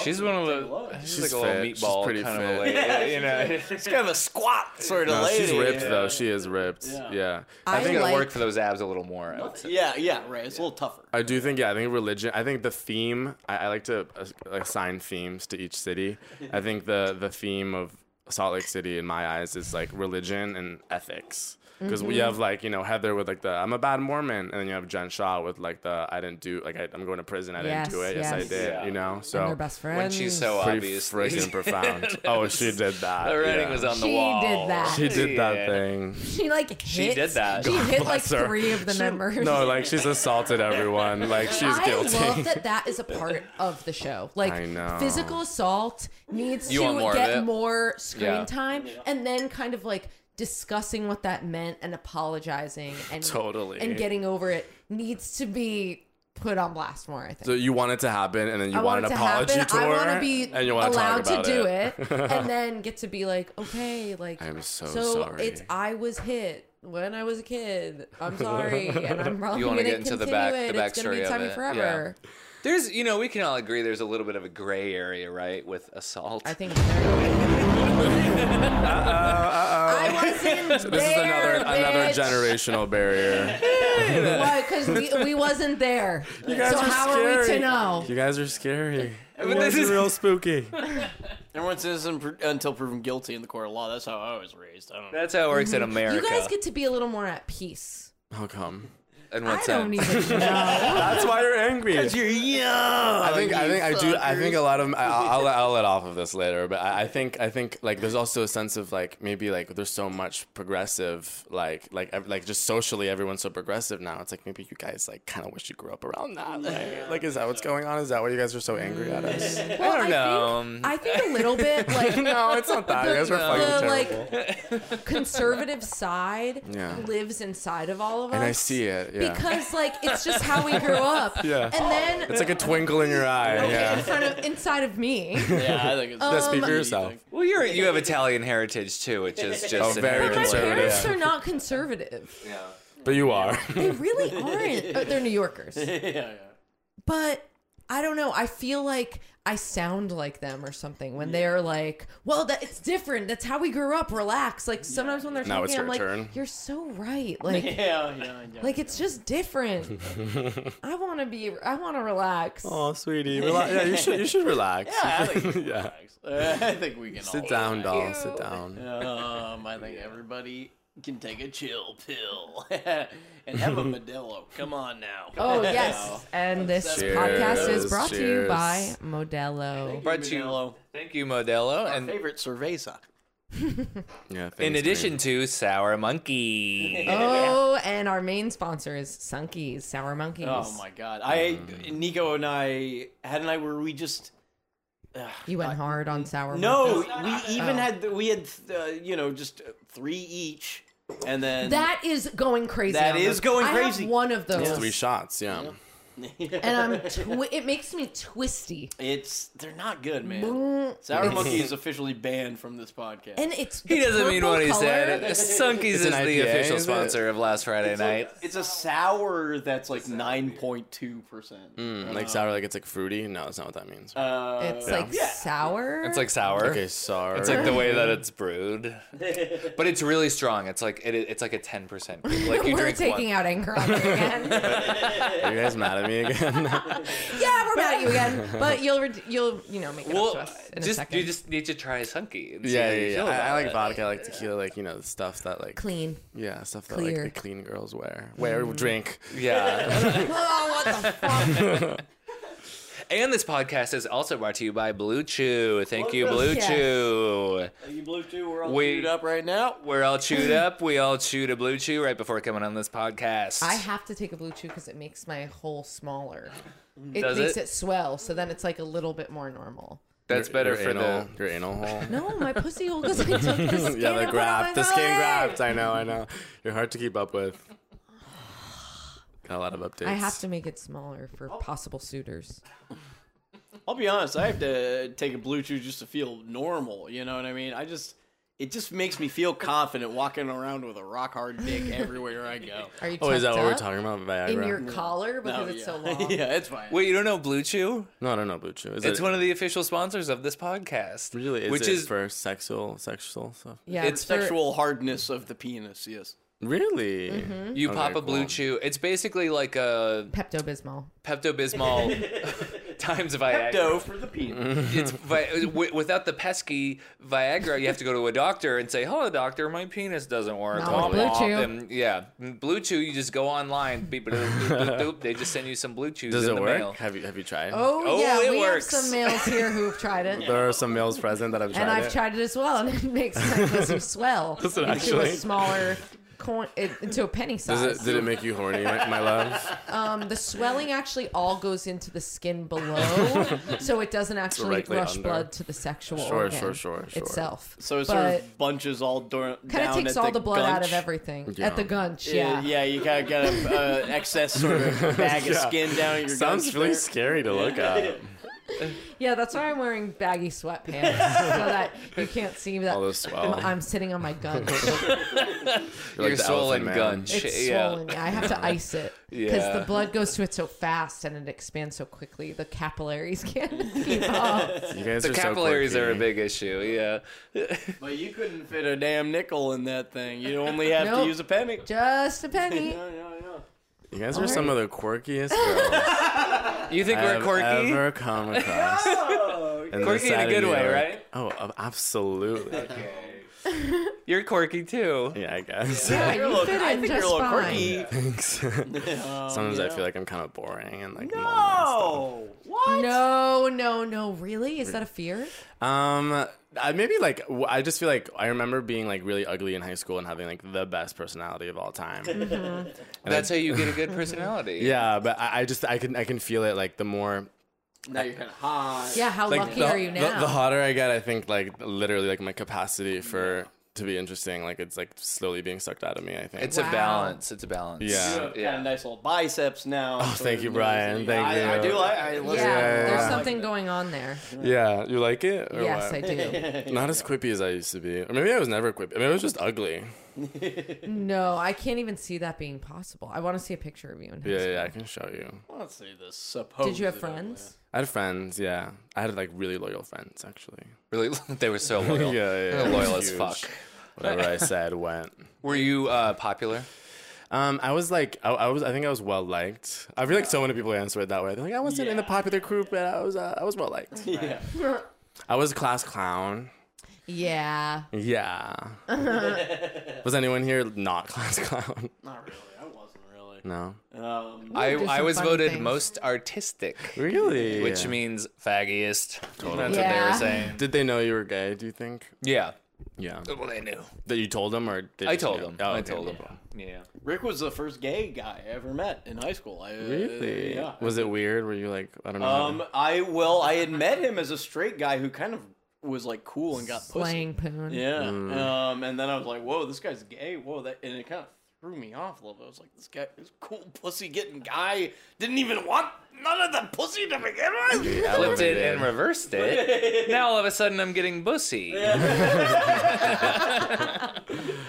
[SPEAKER 4] She's one of the. She's,
[SPEAKER 2] She's
[SPEAKER 4] like a little
[SPEAKER 2] fit. She's
[SPEAKER 4] meatball
[SPEAKER 2] pretty
[SPEAKER 4] kind of
[SPEAKER 2] fit.
[SPEAKER 4] a lady. Yeah, you know.
[SPEAKER 3] She's kind of a squat sort of
[SPEAKER 2] No,
[SPEAKER 3] lady.
[SPEAKER 2] she's ripped
[SPEAKER 3] yeah.
[SPEAKER 2] though. She is ripped. Yeah.
[SPEAKER 3] Yeah.
[SPEAKER 2] I,
[SPEAKER 1] I
[SPEAKER 4] I think
[SPEAKER 2] think.
[SPEAKER 4] it'll
[SPEAKER 1] like-
[SPEAKER 4] work for those abs a little more. I would say.
[SPEAKER 3] Yeah, yeah, right. It's a little tougher.
[SPEAKER 2] I do think. Yeah. I think religion. I think the theme. I, I like to uh, assign themes to each city. I think the the theme of Salt Lake City in my eyes is like religion and ethics. Because we have like you know Heather with like the I'm a bad Mormon, and then you have Jen Shaw with like the I didn't do like I, I'm going to prison. I
[SPEAKER 1] Yes,
[SPEAKER 2] didn't do it. Yes, I
[SPEAKER 1] yes.
[SPEAKER 2] did.
[SPEAKER 4] Yeah.
[SPEAKER 2] You know. So
[SPEAKER 1] They're best friends.
[SPEAKER 4] When she's so
[SPEAKER 2] pretty
[SPEAKER 4] obvious.
[SPEAKER 2] freaking profound. Oh, she did that.
[SPEAKER 4] The writing
[SPEAKER 2] yeah.
[SPEAKER 4] was on the
[SPEAKER 1] She
[SPEAKER 4] wall.
[SPEAKER 1] did that.
[SPEAKER 2] She did that
[SPEAKER 4] Yeah.
[SPEAKER 2] thing.
[SPEAKER 1] she like hit,
[SPEAKER 4] She did that.
[SPEAKER 1] She hit like
[SPEAKER 2] Bless her.
[SPEAKER 1] three of the
[SPEAKER 2] She-
[SPEAKER 1] members.
[SPEAKER 2] No, like she's assaulted everyone. Like she's
[SPEAKER 1] I
[SPEAKER 2] guilty.
[SPEAKER 1] love that that is a part of the show. Like
[SPEAKER 2] I know.
[SPEAKER 1] physical assault needs
[SPEAKER 4] You
[SPEAKER 1] to
[SPEAKER 4] want more of it?
[SPEAKER 1] get more screen
[SPEAKER 4] Yeah.
[SPEAKER 1] time, and then kind of like discussing what that meant and apologizing and
[SPEAKER 2] Totally.
[SPEAKER 1] and getting over it needs to be put on blast more. I think.
[SPEAKER 2] so you want it to happen, and then you
[SPEAKER 1] I
[SPEAKER 2] want,
[SPEAKER 1] want it
[SPEAKER 2] an
[SPEAKER 1] to
[SPEAKER 2] apology
[SPEAKER 1] happen.
[SPEAKER 2] tour,
[SPEAKER 1] I want to be
[SPEAKER 2] and you want to
[SPEAKER 1] allowed
[SPEAKER 2] talk
[SPEAKER 1] to
[SPEAKER 2] about
[SPEAKER 1] do it, and then get to be like, okay, like
[SPEAKER 2] I'm so sorry.
[SPEAKER 1] It's I was hit when I was a kid. I'm sorry, and I'm probably
[SPEAKER 4] You
[SPEAKER 1] gonna
[SPEAKER 4] wanna get into the
[SPEAKER 1] continue
[SPEAKER 4] back-
[SPEAKER 1] it.
[SPEAKER 4] the
[SPEAKER 1] it's gonna
[SPEAKER 4] backstory
[SPEAKER 1] be
[SPEAKER 4] of
[SPEAKER 1] time
[SPEAKER 4] it.
[SPEAKER 1] forever.
[SPEAKER 4] There's, you know, we can all agree there's a little bit of a gray area, right, with assault.
[SPEAKER 1] I think. uh I wasn't
[SPEAKER 2] This is
[SPEAKER 1] there,
[SPEAKER 2] another another
[SPEAKER 1] bitch.
[SPEAKER 2] generational barrier.
[SPEAKER 1] Why? Because we, we wasn't there.
[SPEAKER 2] guys
[SPEAKER 1] so
[SPEAKER 2] are
[SPEAKER 1] how are we to
[SPEAKER 2] scary.
[SPEAKER 1] know?
[SPEAKER 2] You guys are scary.
[SPEAKER 4] mean, this
[SPEAKER 2] Everyone's
[SPEAKER 4] is-
[SPEAKER 2] real spooky.
[SPEAKER 3] Everyone's innocent pr- until proven guilty in the court of law. That's how I was raised. I don't know.
[SPEAKER 4] That's how it works in America.
[SPEAKER 1] Mhm. You guys get to be a little more at peace.
[SPEAKER 2] How come?
[SPEAKER 4] in one
[SPEAKER 1] I
[SPEAKER 4] sense.
[SPEAKER 1] don't even know.
[SPEAKER 2] That's why you're angry.
[SPEAKER 3] You're young.
[SPEAKER 2] I think I think I do I think a lot of I, I'll I'll let off of this later, but I, I think I think like there's also a sense of like maybe like there's so much progressive like like ev- like just socially everyone's so progressive now. It's like maybe you guys like kind of wish you grew up around that. Like, like is that what's going on? Is that why you guys are so angry at us?
[SPEAKER 1] Well, I
[SPEAKER 4] know.
[SPEAKER 1] Think, I think a little bit like
[SPEAKER 2] no, it's not that. You guys are
[SPEAKER 1] the
[SPEAKER 2] fucking terrible.
[SPEAKER 1] like conservative side
[SPEAKER 2] Yeah.
[SPEAKER 1] lives inside of all of us.
[SPEAKER 2] and I see it. Yeah,
[SPEAKER 1] Because like it's just how we grew up.
[SPEAKER 2] Yeah.
[SPEAKER 1] And then
[SPEAKER 2] it's like a twinkle in your eye.
[SPEAKER 1] in
[SPEAKER 2] Yeah,
[SPEAKER 1] front of inside of me.
[SPEAKER 3] Yeah, I think it's
[SPEAKER 1] Oh.
[SPEAKER 2] Just speak for yourself.
[SPEAKER 4] Well, you're you have Italian heritage too, which is just
[SPEAKER 2] Oh, very
[SPEAKER 4] inherent.
[SPEAKER 1] My
[SPEAKER 2] Conservative.
[SPEAKER 1] parents
[SPEAKER 2] Yeah.
[SPEAKER 1] are not conservative.
[SPEAKER 2] But you are.
[SPEAKER 1] They really aren't. Uh, They're New Yorkers.
[SPEAKER 3] yeah, yeah.
[SPEAKER 1] but I don't know. I feel like I sound like them or something when they're like, "Well, that it's different. That's how we grew up. Relax." Like sometimes when they're
[SPEAKER 2] Now it's
[SPEAKER 1] talking, I'm
[SPEAKER 2] your
[SPEAKER 1] like,
[SPEAKER 2] turn.
[SPEAKER 1] "You're so right." Like,
[SPEAKER 3] Yeah, yeah, yeah.
[SPEAKER 1] like it's just different. I want to be. I want to relax.
[SPEAKER 2] Oh, sweetie, relax. Yeah, you should you should relax.
[SPEAKER 3] Yeah, I think,
[SPEAKER 2] Yeah.
[SPEAKER 3] Uh, I think we can all
[SPEAKER 2] Sit down, doll. Sit down.
[SPEAKER 3] Um, I think everybody can take a chill pill and have a Modelo. Come on now.
[SPEAKER 1] Oh yes, and this
[SPEAKER 2] Cheers,
[SPEAKER 1] podcast is brought to you
[SPEAKER 2] cheers.
[SPEAKER 1] by Modelo.
[SPEAKER 4] Brought to you,
[SPEAKER 3] Modelo,
[SPEAKER 4] thank you, Modelo.
[SPEAKER 3] our
[SPEAKER 4] And
[SPEAKER 3] favorite cerveza.
[SPEAKER 2] Yeah.
[SPEAKER 4] in
[SPEAKER 2] thanks,
[SPEAKER 4] addition
[SPEAKER 2] Green.
[SPEAKER 4] to Sour Monkey.
[SPEAKER 1] Oh, and our main sponsor is Sunkies Sour Monkeys.
[SPEAKER 3] Oh my god! I
[SPEAKER 4] Mm.
[SPEAKER 3] Nico and I had and I were we just
[SPEAKER 1] You went hard on Sour
[SPEAKER 3] no
[SPEAKER 1] Monkeys.
[SPEAKER 3] we even
[SPEAKER 1] Oh.
[SPEAKER 3] had we had uh, you know just uh, three each and then
[SPEAKER 1] That is going crazy.
[SPEAKER 3] That
[SPEAKER 1] on
[SPEAKER 3] is
[SPEAKER 1] those.
[SPEAKER 3] going
[SPEAKER 1] I
[SPEAKER 3] crazy.
[SPEAKER 1] Have one of those.
[SPEAKER 2] Three shots. Yeah.
[SPEAKER 1] and I'm twi- it makes me twisty. Mm,
[SPEAKER 3] it's they're not good, man. Sour Monkey is officially banned from this podcast.
[SPEAKER 1] And it's the
[SPEAKER 4] He doesn't mean
[SPEAKER 1] purple
[SPEAKER 4] what he said.
[SPEAKER 1] color.
[SPEAKER 4] Sunkies is
[SPEAKER 2] an
[SPEAKER 4] the
[SPEAKER 2] IPA,
[SPEAKER 4] official
[SPEAKER 2] is it?
[SPEAKER 4] sponsor of Last Friday Night.
[SPEAKER 3] It's a sour that's like nine point two percent.
[SPEAKER 2] Mm, like sour, like it's like fruity. No, that's not what that means.
[SPEAKER 4] Uh,
[SPEAKER 1] It's like sour.
[SPEAKER 4] It's like sour.
[SPEAKER 2] okay, sorry.
[SPEAKER 4] It's like the way that it's brewed, but it's really strong. It's like it, it's like a ten percent. Like you
[SPEAKER 1] we're
[SPEAKER 4] drink
[SPEAKER 1] taking
[SPEAKER 4] one.
[SPEAKER 1] out anger on you again.
[SPEAKER 2] Are you guys mad at me again?
[SPEAKER 1] yeah, we're mad at you again, but you'll re- you'll you know make it up to
[SPEAKER 4] Well,
[SPEAKER 1] us in a
[SPEAKER 4] just
[SPEAKER 1] second.
[SPEAKER 4] you just need to try a sunky. and see
[SPEAKER 2] yeah,
[SPEAKER 4] how you
[SPEAKER 2] yeah, yeah.
[SPEAKER 4] feel
[SPEAKER 2] I, I
[SPEAKER 4] about
[SPEAKER 2] like
[SPEAKER 4] it.
[SPEAKER 2] vodka. I like tequila. Like you know, the stuff that like
[SPEAKER 1] clean.
[SPEAKER 2] yeah, stuff that
[SPEAKER 1] Clear. Mm.
[SPEAKER 2] like the clean girls wear, wear, drink.
[SPEAKER 4] Yeah,
[SPEAKER 1] oh, what the fuck?
[SPEAKER 4] and this podcast is also brought to you by Blue Chew. Thank you, Blue
[SPEAKER 1] Yes.
[SPEAKER 4] Chew.
[SPEAKER 3] you blue too. We're all
[SPEAKER 4] We-
[SPEAKER 3] chewed up right now.
[SPEAKER 4] We're all chewed up. We all chewed a Blue Chew right before coming on this podcast.
[SPEAKER 1] I have to take a blue chew because it makes my hole smaller.
[SPEAKER 3] Mm.
[SPEAKER 1] It
[SPEAKER 4] Does
[SPEAKER 1] makes
[SPEAKER 4] it?
[SPEAKER 1] it? swell, so then it's like a little bit more normal.
[SPEAKER 4] That's better
[SPEAKER 2] your
[SPEAKER 4] for
[SPEAKER 2] anal,
[SPEAKER 4] the.
[SPEAKER 2] your anal hole.
[SPEAKER 1] No, my pussy hole because I took the skin. and
[SPEAKER 2] yeah, the
[SPEAKER 1] put it on my
[SPEAKER 2] graft, the skin
[SPEAKER 1] belly.
[SPEAKER 2] graft. I know, I know. You're hard to keep up with. Got a lot of updates.
[SPEAKER 1] I have to make it smaller for
[SPEAKER 2] Oh.
[SPEAKER 1] possible suitors.
[SPEAKER 3] I'll be honest. I have to take a blue chew just to feel normal. You know what I mean? I just it just makes me feel confident walking around with a rock hard dick everywhere I go.
[SPEAKER 1] Are you?
[SPEAKER 2] Oh, is that
[SPEAKER 1] tucked
[SPEAKER 2] what we're
[SPEAKER 1] up
[SPEAKER 2] talking about?
[SPEAKER 1] In
[SPEAKER 2] Viagra.
[SPEAKER 1] your collar
[SPEAKER 3] Oh,
[SPEAKER 1] because it's
[SPEAKER 3] yeah.
[SPEAKER 1] so long.
[SPEAKER 3] yeah, it's fine.
[SPEAKER 4] Wait, you don't know Blue Chew?
[SPEAKER 2] No, I don't know, Blue Chew. Is
[SPEAKER 4] It's
[SPEAKER 2] it,
[SPEAKER 4] one of the official sponsors of this podcast.
[SPEAKER 2] really is
[SPEAKER 4] which
[SPEAKER 2] it
[SPEAKER 4] is
[SPEAKER 2] for sexual sexual stuff.
[SPEAKER 1] Yeah,
[SPEAKER 4] It's
[SPEAKER 1] for-
[SPEAKER 3] Sexual hardness of the penis. Yes.
[SPEAKER 2] Really?
[SPEAKER 1] Mm-hmm.
[SPEAKER 4] you pop
[SPEAKER 2] Okay,
[SPEAKER 4] a Blue
[SPEAKER 2] cool.
[SPEAKER 4] Chew. It's basically like a
[SPEAKER 1] Pepto Bismol.
[SPEAKER 4] Pepto Bismol times Viagra.
[SPEAKER 3] Dough for the penis.
[SPEAKER 4] It's vi- wi- without the pesky Viagra, you have to go to a doctor and say, "Hello, doctor, my penis doesn't work."
[SPEAKER 1] Not with
[SPEAKER 4] Womp
[SPEAKER 1] Blue
[SPEAKER 4] womp.
[SPEAKER 1] Chew.
[SPEAKER 4] And, yeah, Blue Chew. You just go online. Beep, boop, boop, boop, boop. They just send you some Blue Chews
[SPEAKER 2] Does
[SPEAKER 4] in
[SPEAKER 2] it
[SPEAKER 4] the
[SPEAKER 2] work?
[SPEAKER 4] mail.
[SPEAKER 2] Have you have you tried?
[SPEAKER 1] Oh,
[SPEAKER 4] Oh,
[SPEAKER 1] yeah,
[SPEAKER 4] it
[SPEAKER 1] we
[SPEAKER 4] works.
[SPEAKER 1] have some males here who've tried it,
[SPEAKER 2] There are some males present that have tried
[SPEAKER 1] and I've
[SPEAKER 2] it.
[SPEAKER 1] tried it as well, and it makes my pussy swell
[SPEAKER 2] Does it
[SPEAKER 1] into a
[SPEAKER 2] actually?
[SPEAKER 1] smaller coin it, into a penny
[SPEAKER 2] Does
[SPEAKER 1] size.
[SPEAKER 2] it, did it make you horny, my, my love?
[SPEAKER 1] um, the swelling actually all goes into the skin below, so it doesn't actually
[SPEAKER 2] Directly
[SPEAKER 1] rush
[SPEAKER 2] under.
[SPEAKER 1] blood to the sexual
[SPEAKER 2] Sure,
[SPEAKER 1] organ
[SPEAKER 2] sure, sure, sure.
[SPEAKER 1] itself.
[SPEAKER 3] So it sort
[SPEAKER 1] but
[SPEAKER 3] of bunches all do-
[SPEAKER 1] kind
[SPEAKER 3] down.
[SPEAKER 1] of takes
[SPEAKER 3] at
[SPEAKER 1] all the, blood out of
[SPEAKER 3] gunch.
[SPEAKER 1] everything
[SPEAKER 2] Yeah.
[SPEAKER 1] at the gunch. Yeah,
[SPEAKER 3] Yeah, yeah, you kind of got a uh, excess sort of bag of
[SPEAKER 2] Yeah.
[SPEAKER 3] skin down your
[SPEAKER 2] Sounds
[SPEAKER 3] guts
[SPEAKER 2] really
[SPEAKER 3] there.
[SPEAKER 2] scary to look at.
[SPEAKER 1] Yeah, that's why I'm wearing baggy sweatpants so that you can't see that
[SPEAKER 2] All the swell.
[SPEAKER 1] I'm sitting on my gunch.
[SPEAKER 2] You're
[SPEAKER 4] Your
[SPEAKER 2] like the
[SPEAKER 4] swollen
[SPEAKER 2] Elephant Man.
[SPEAKER 4] gunch.
[SPEAKER 1] It's
[SPEAKER 4] yeah.
[SPEAKER 1] swollen. I have to ice it because
[SPEAKER 4] Yeah.
[SPEAKER 1] the blood goes to it so fast and it expands so quickly. The capillaries can't keep up.
[SPEAKER 2] You guys
[SPEAKER 4] The
[SPEAKER 2] are
[SPEAKER 4] capillaries
[SPEAKER 2] so
[SPEAKER 4] are a
[SPEAKER 2] quirky.
[SPEAKER 4] big issue. Yeah.
[SPEAKER 3] But you couldn't fit a damn nickel in that thing. You only have to
[SPEAKER 1] Nope.
[SPEAKER 3] use a penny.
[SPEAKER 1] Just a penny.
[SPEAKER 3] No, no, no.
[SPEAKER 2] You guys are some of the quirkiest girls
[SPEAKER 4] You think we're
[SPEAKER 2] I've
[SPEAKER 4] quirky? Oh,
[SPEAKER 2] ever come across. And
[SPEAKER 4] Quirky
[SPEAKER 2] this
[SPEAKER 4] in a
[SPEAKER 2] side of
[SPEAKER 4] good
[SPEAKER 2] me,
[SPEAKER 4] way,
[SPEAKER 2] like-
[SPEAKER 4] right?
[SPEAKER 2] Oh, ab- absolutely.
[SPEAKER 4] You're quirky too.
[SPEAKER 2] Yeah, I guess.
[SPEAKER 1] Yeah,
[SPEAKER 3] You're a
[SPEAKER 1] you
[SPEAKER 3] little,
[SPEAKER 1] fit
[SPEAKER 3] I
[SPEAKER 1] in
[SPEAKER 3] think you're a
[SPEAKER 1] just
[SPEAKER 3] little
[SPEAKER 1] fine.
[SPEAKER 3] quirky.
[SPEAKER 2] Thanks.
[SPEAKER 4] Oh,
[SPEAKER 2] Sometimes I
[SPEAKER 3] yeah.
[SPEAKER 2] feel like I'm kind of boring and like. normal
[SPEAKER 1] Oh,
[SPEAKER 3] No, what?
[SPEAKER 1] No, no, no. Really? Is that a fear?
[SPEAKER 2] and stuff. Um, I maybe like w- I just feel like I remember being like really ugly in high school and having like the best personality of all time.
[SPEAKER 4] That's how you get a good personality.
[SPEAKER 2] yeah, but I, I just I can I can feel it like the more
[SPEAKER 3] Now you're kind of hot.
[SPEAKER 1] Yeah. How
[SPEAKER 2] like
[SPEAKER 1] lucky
[SPEAKER 2] the,
[SPEAKER 1] are you
[SPEAKER 2] the-
[SPEAKER 1] now?
[SPEAKER 2] The, hotter I get, I think like literally like my capacity for to be interesting like it's like slowly being sucked out of me. I think
[SPEAKER 4] It's
[SPEAKER 1] Wow.
[SPEAKER 4] a balance. It's a balance.
[SPEAKER 3] You
[SPEAKER 2] Yeah.
[SPEAKER 3] have kind of nice little biceps now. Oh,
[SPEAKER 2] thank you, Brian. Thank
[SPEAKER 3] I, I
[SPEAKER 2] you.
[SPEAKER 3] do like. I listen.
[SPEAKER 1] yeah,
[SPEAKER 2] yeah,
[SPEAKER 1] There's
[SPEAKER 2] yeah.
[SPEAKER 1] something going on there.
[SPEAKER 2] yeah. You like it? Or
[SPEAKER 1] yes,
[SPEAKER 2] what?
[SPEAKER 1] I do.
[SPEAKER 2] Not as quippy as I used to be, or maybe I was never quippy. Maybe I was just ugly.
[SPEAKER 1] No, I can't even see that being possible. I want to see a picture of you. In high
[SPEAKER 2] Yeah,
[SPEAKER 1] school.
[SPEAKER 2] yeah, I can show you.
[SPEAKER 3] Let's see this. Supposed.
[SPEAKER 1] Did you have friends?
[SPEAKER 2] I had friends, yeah. I had like really loyal friends, actually.
[SPEAKER 4] Really, they were so loyal.
[SPEAKER 2] yeah,
[SPEAKER 4] They're loyal
[SPEAKER 2] It was
[SPEAKER 4] as fuck.
[SPEAKER 2] huge. Whatever I said went.
[SPEAKER 4] Were you uh, popular?
[SPEAKER 2] Um, I was like, I, I was, I think I was well liked. I feel like so many people answer it that way. They're like, I wasn't in the popular group, but I was, uh, I was well liked.
[SPEAKER 3] Yeah.
[SPEAKER 2] I was class clown.
[SPEAKER 1] Yeah.
[SPEAKER 2] Yeah. was anyone here not class clown?
[SPEAKER 3] Not really. I wasn't really.
[SPEAKER 2] No.
[SPEAKER 3] Um,
[SPEAKER 4] I,
[SPEAKER 1] do
[SPEAKER 4] I
[SPEAKER 1] some
[SPEAKER 4] was
[SPEAKER 1] funny
[SPEAKER 4] voted
[SPEAKER 1] things.
[SPEAKER 4] most artistic,
[SPEAKER 2] Really?
[SPEAKER 4] which means faggiest. That's what they
[SPEAKER 1] Yeah.
[SPEAKER 4] were saying.
[SPEAKER 2] Did they know you were gay? Do you think?
[SPEAKER 4] Yeah.
[SPEAKER 2] Yeah.
[SPEAKER 4] Well, they knew.
[SPEAKER 2] That you told them, or they
[SPEAKER 4] I
[SPEAKER 2] just
[SPEAKER 4] told
[SPEAKER 2] knew?
[SPEAKER 4] them.
[SPEAKER 2] Oh,
[SPEAKER 4] I
[SPEAKER 2] okay,
[SPEAKER 4] told
[SPEAKER 2] cool.
[SPEAKER 4] them. Yeah.
[SPEAKER 3] Rick was the first gay guy I ever met in high school. I, uh,
[SPEAKER 2] Really?
[SPEAKER 3] yeah.
[SPEAKER 2] Was it weird? Were you like, I don't know? how to-
[SPEAKER 3] Um, I well, I had met him as a straight guy who kind of was like cool and got
[SPEAKER 1] Slang poon.
[SPEAKER 3] pussy. Yeah.
[SPEAKER 2] Mm.
[SPEAKER 3] Um, and then I was like, whoa, this guy's gay. Whoa, that, and it kind of threw me off a little. bit. I was like, this guy, this cool pussy getting guy, didn't even want none of the pussy to begin with.
[SPEAKER 2] Yeah,
[SPEAKER 4] Flipped it
[SPEAKER 2] did.
[SPEAKER 4] and reversed it. now all of a sudden I'm getting bussy.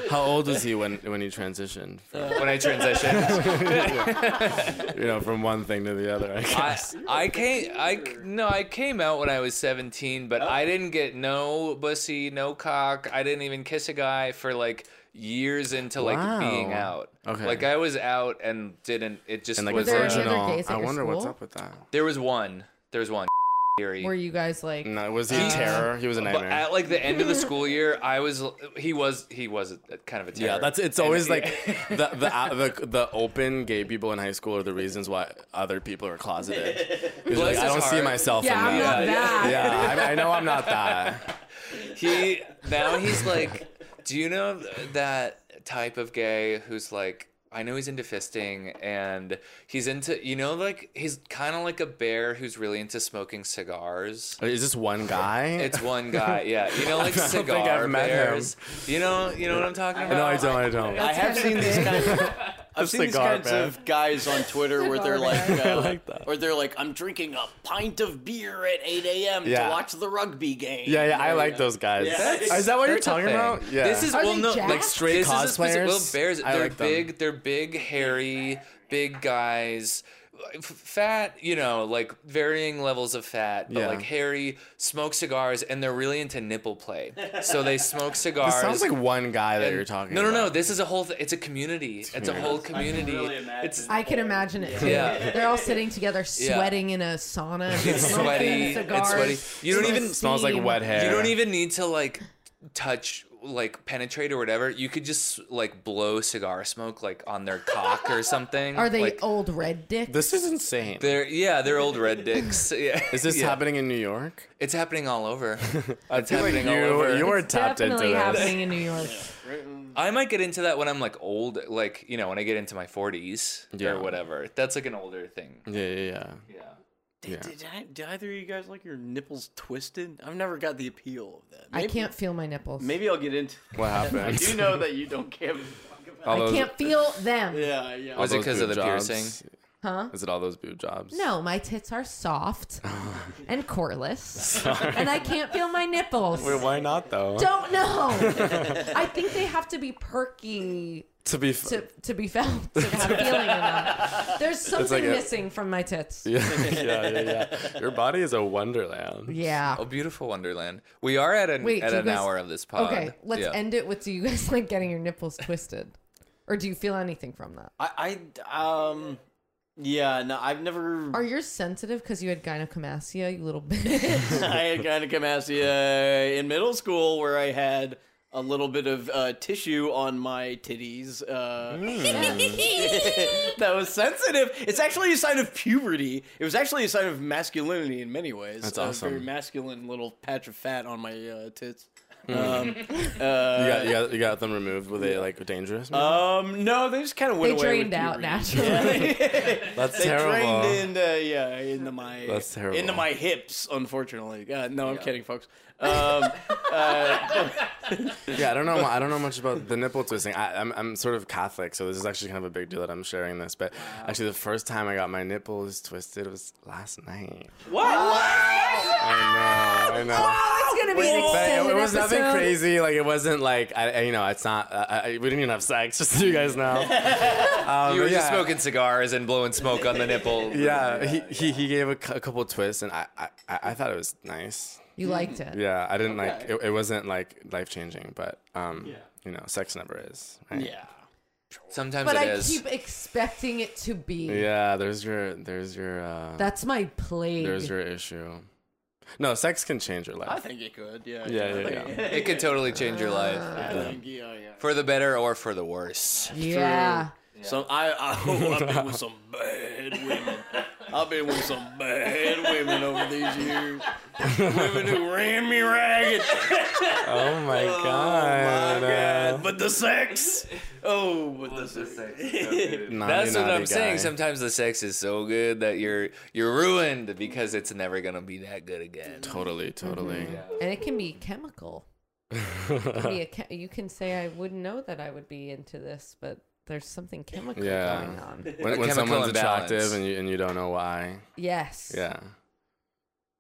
[SPEAKER 2] How old was he when when you transitioned? From,
[SPEAKER 4] When I transitioned,
[SPEAKER 2] you know, from one thing to the other. I
[SPEAKER 4] I,
[SPEAKER 2] guess.
[SPEAKER 4] I came. I no. I came out when I was 17,
[SPEAKER 2] Oh.
[SPEAKER 4] but I didn't get no bussy, no cock. I didn't even kiss a guy for like years into like
[SPEAKER 2] Wow.
[SPEAKER 4] being out.
[SPEAKER 2] Okay.
[SPEAKER 4] Like I was out and didn't. It just
[SPEAKER 2] and like
[SPEAKER 4] was.
[SPEAKER 1] there
[SPEAKER 4] uh,
[SPEAKER 1] any other
[SPEAKER 2] original.
[SPEAKER 1] gays at
[SPEAKER 2] I
[SPEAKER 1] your
[SPEAKER 2] wonder what's
[SPEAKER 1] school?
[SPEAKER 2] up with that.
[SPEAKER 4] There was one. There was one. Theory.
[SPEAKER 1] Were you guys like?
[SPEAKER 4] Mm.
[SPEAKER 2] No, was he a terror? He was a
[SPEAKER 4] But
[SPEAKER 2] nightmare.
[SPEAKER 4] at like the end of the school year, I was he was he was a- kind of a terror.
[SPEAKER 2] yeah, that's it's
[SPEAKER 4] And
[SPEAKER 2] always
[SPEAKER 4] he-
[SPEAKER 2] like the the, uh, the the open gay people in high school are the reasons why other people are closeted. Because like,
[SPEAKER 4] Bless
[SPEAKER 2] I
[SPEAKER 4] his
[SPEAKER 2] don't see
[SPEAKER 4] heart.
[SPEAKER 2] myself
[SPEAKER 1] Yeah,
[SPEAKER 2] in
[SPEAKER 1] I'm
[SPEAKER 2] that.
[SPEAKER 1] not that.
[SPEAKER 2] yeah, I, I know I'm not that.
[SPEAKER 4] he now he's like, do you know that type of gay who's like, I know he's into fisting and he's into you know like he's kind of like a bear who's really into smoking cigars.
[SPEAKER 2] Is this one guy?
[SPEAKER 4] It's one guy, yeah. You know, like
[SPEAKER 2] I don't think
[SPEAKER 4] cigar
[SPEAKER 2] I've met him.
[SPEAKER 4] bears. You know, you know what I'm talking about.
[SPEAKER 2] no, I don't. I don't.
[SPEAKER 3] I have seen these kinds. Of, I've seen these
[SPEAKER 2] Cigar
[SPEAKER 3] kinds
[SPEAKER 2] man.
[SPEAKER 3] of guys on Twitter where they're
[SPEAKER 1] Cigar
[SPEAKER 3] like, uh,
[SPEAKER 2] like that.
[SPEAKER 3] or they're like, I'm drinking a pint of beer at 8 a.m.
[SPEAKER 2] Yeah.
[SPEAKER 3] to watch the rugby game.
[SPEAKER 2] yeah, yeah, I like those guys.
[SPEAKER 3] Yeah.
[SPEAKER 2] Is that what you're
[SPEAKER 4] That's a
[SPEAKER 2] talking
[SPEAKER 4] thing.
[SPEAKER 2] about? Yeah.
[SPEAKER 4] This is
[SPEAKER 1] Are
[SPEAKER 4] well,
[SPEAKER 1] they
[SPEAKER 4] no,
[SPEAKER 1] jacked?
[SPEAKER 4] like
[SPEAKER 2] Straight
[SPEAKER 4] this is a specific- well,
[SPEAKER 2] cosplayers?
[SPEAKER 4] bears.
[SPEAKER 2] I
[SPEAKER 4] They're
[SPEAKER 2] like them.
[SPEAKER 4] big. They're big, hairy, big guys. f- Fat, you know, like varying levels of fat, but
[SPEAKER 2] Yeah.
[SPEAKER 4] like hairy, smoke cigars, and they're really into nipple play. So they smoke cigars.
[SPEAKER 2] This sounds like one guy that
[SPEAKER 4] and-
[SPEAKER 2] you're talking.
[SPEAKER 4] No, no,
[SPEAKER 2] about.
[SPEAKER 4] no. This is a whole. Th- it's a community. It's, a whole community. it's
[SPEAKER 1] I can imagine it too.
[SPEAKER 4] Yeah.
[SPEAKER 1] They're all sitting together,
[SPEAKER 4] Yeah.
[SPEAKER 1] sweating in a sauna.
[SPEAKER 4] It's
[SPEAKER 1] smoking
[SPEAKER 4] sweaty. It's
[SPEAKER 1] Cigars.
[SPEAKER 4] sweaty. You don't
[SPEAKER 1] It's
[SPEAKER 4] even
[SPEAKER 2] smells like
[SPEAKER 1] steam.
[SPEAKER 2] wet hair.
[SPEAKER 4] You don't even need to like touch like penetrate or whatever. You could just like blow cigar smoke like on their cock or something.
[SPEAKER 1] Are they
[SPEAKER 4] like,
[SPEAKER 1] old red dicks?
[SPEAKER 2] This is insane.
[SPEAKER 4] they're yeah, they're old red dicks. Yeah.
[SPEAKER 2] Is this
[SPEAKER 4] yeah.
[SPEAKER 2] happening in New York?
[SPEAKER 4] It's happening all over. It's
[SPEAKER 2] feel like
[SPEAKER 4] happening
[SPEAKER 2] you,
[SPEAKER 4] all over.
[SPEAKER 2] You were tapped into
[SPEAKER 1] Definitely
[SPEAKER 2] this.
[SPEAKER 1] happening in New York.
[SPEAKER 4] I might get into that when I'm like old, like you know, when I get into my 40s
[SPEAKER 2] Yeah.
[SPEAKER 4] or whatever. That's like an older thing.
[SPEAKER 2] Yeah, yeah, yeah.
[SPEAKER 4] Yeah.
[SPEAKER 3] Did, did, I, did either of you guys like your nipples twisted? I've never got the appeal of that.
[SPEAKER 1] I
[SPEAKER 3] Maybe-
[SPEAKER 1] can't feel my nipples.
[SPEAKER 3] Maybe I'll get into.
[SPEAKER 2] What
[SPEAKER 3] I
[SPEAKER 2] happened?
[SPEAKER 3] do know that you don't care. About
[SPEAKER 2] All
[SPEAKER 1] I
[SPEAKER 2] those-
[SPEAKER 1] can't feel them.
[SPEAKER 3] yeah, yeah.
[SPEAKER 2] all
[SPEAKER 4] Was it
[SPEAKER 2] those
[SPEAKER 4] 'cause of
[SPEAKER 2] boob
[SPEAKER 4] the
[SPEAKER 2] jobs?
[SPEAKER 4] piercing?
[SPEAKER 1] Huh?
[SPEAKER 2] Is it all those boob jobs?
[SPEAKER 1] No, my tits are soft and coreless, and I can't feel my nipples.
[SPEAKER 2] Wait, why not though?
[SPEAKER 1] Don't know. I think they have to be perky
[SPEAKER 2] To be. F-
[SPEAKER 1] to, to be felt to have feeling in them. There's something
[SPEAKER 2] like a-
[SPEAKER 1] missing from my tits.
[SPEAKER 2] yeah, yeah, yeah, yeah. Your body is a wonderland.
[SPEAKER 1] Yeah.
[SPEAKER 4] Oh, beautiful Wonderland. We are at an
[SPEAKER 1] Wait,
[SPEAKER 4] at
[SPEAKER 1] do you
[SPEAKER 4] an
[SPEAKER 1] guys-
[SPEAKER 4] hour of this pod.
[SPEAKER 1] Okay, let's
[SPEAKER 4] Yeah.
[SPEAKER 1] end it with do you guys like getting your nipples twisted? Or do you feel anything from that?
[SPEAKER 3] I, I um, yeah. No, I've never.
[SPEAKER 1] Are yours sensitive because you had gynecomastia, you little bitch?
[SPEAKER 3] I had gynecomastia in middle school where I had a little bit of uh, tissue on my titties. Uh,
[SPEAKER 1] Hmm.
[SPEAKER 3] that was sensitive. It's actually a sign of puberty. It was actually a sign of masculinity in many ways.
[SPEAKER 2] That's
[SPEAKER 3] A very
[SPEAKER 2] awesome.
[SPEAKER 3] masculine little patch of fat on my uh, tits.
[SPEAKER 2] You got, you got, you got them removed. Were they like dangerous?
[SPEAKER 3] Um, no, they just kind of
[SPEAKER 1] they
[SPEAKER 3] went away. with
[SPEAKER 1] drained out
[SPEAKER 3] puberty.
[SPEAKER 1] naturally.
[SPEAKER 2] That's
[SPEAKER 3] They
[SPEAKER 2] terrible.
[SPEAKER 3] drained in, uh, yeah, into my
[SPEAKER 2] That's terrible.
[SPEAKER 3] into my hips. Unfortunately, uh, no, I'm kidding, folks. Um,
[SPEAKER 2] Yeah, I don't know. mu- I don't know much about the nipple twisting. I, I'm I'm sort of Catholic, so this is actually kind of a big deal that I'm sharing this. But actually, the first time I got my nipples twisted was last night. I know. I know.
[SPEAKER 1] Oh, it's gonna be an
[SPEAKER 2] But it,
[SPEAKER 1] extended
[SPEAKER 2] it was
[SPEAKER 1] episode.
[SPEAKER 2] nothing crazy. Like it wasn't like I, I- you know, it's not. Uh, I, we didn't even have sex. Just so you guys know. Um,
[SPEAKER 4] You were just
[SPEAKER 2] yeah.
[SPEAKER 4] smoking cigars and blowing smoke on the nipple.
[SPEAKER 2] Yeah, he, he he gave a, cou- a couple twists, and I, I I I thought it was nice.
[SPEAKER 1] You liked it.
[SPEAKER 2] Yeah, I didn't like it. It wasn't like life changing, but um, you know, sex never is. right?
[SPEAKER 3] yeah.
[SPEAKER 4] Sometimes
[SPEAKER 1] But
[SPEAKER 4] it
[SPEAKER 1] I
[SPEAKER 4] is.
[SPEAKER 1] keep expecting it to be.
[SPEAKER 2] Yeah. There's your there's your uh,
[SPEAKER 1] That's my plague.
[SPEAKER 2] there's your issue. No, sex can change your life.
[SPEAKER 3] I think it could. Yeah. I
[SPEAKER 2] Yeah,
[SPEAKER 3] think-
[SPEAKER 2] yeah,
[SPEAKER 3] I
[SPEAKER 4] It could totally change your life
[SPEAKER 1] Ah.
[SPEAKER 3] think- yeah, yeah.
[SPEAKER 4] for the better or for the worse.
[SPEAKER 1] Yeah.
[SPEAKER 3] Some I, I oh, I've been with some bad women. I've been with some bad women over these years. women who ran me ragged.
[SPEAKER 2] Oh my
[SPEAKER 3] Oh
[SPEAKER 2] god.
[SPEAKER 3] my god! But the sex. Oh, but the sex.
[SPEAKER 2] Naughty,
[SPEAKER 4] That's what
[SPEAKER 2] naughty
[SPEAKER 4] I'm saying.
[SPEAKER 2] guy.
[SPEAKER 4] Sometimes the sex is so good that you're you're ruined because it's never gonna be that good again.
[SPEAKER 2] Totally, totally.
[SPEAKER 1] And it can be chemical. It can be a chem- you can say, I wouldn't know that I would be into this, but there's something chemical
[SPEAKER 2] Yeah.
[SPEAKER 1] going on.
[SPEAKER 2] When,
[SPEAKER 4] A
[SPEAKER 2] when
[SPEAKER 4] chemical
[SPEAKER 2] someone's
[SPEAKER 4] imbalance.
[SPEAKER 2] attractive and you and you don't know why.
[SPEAKER 1] Yes.
[SPEAKER 2] Yeah.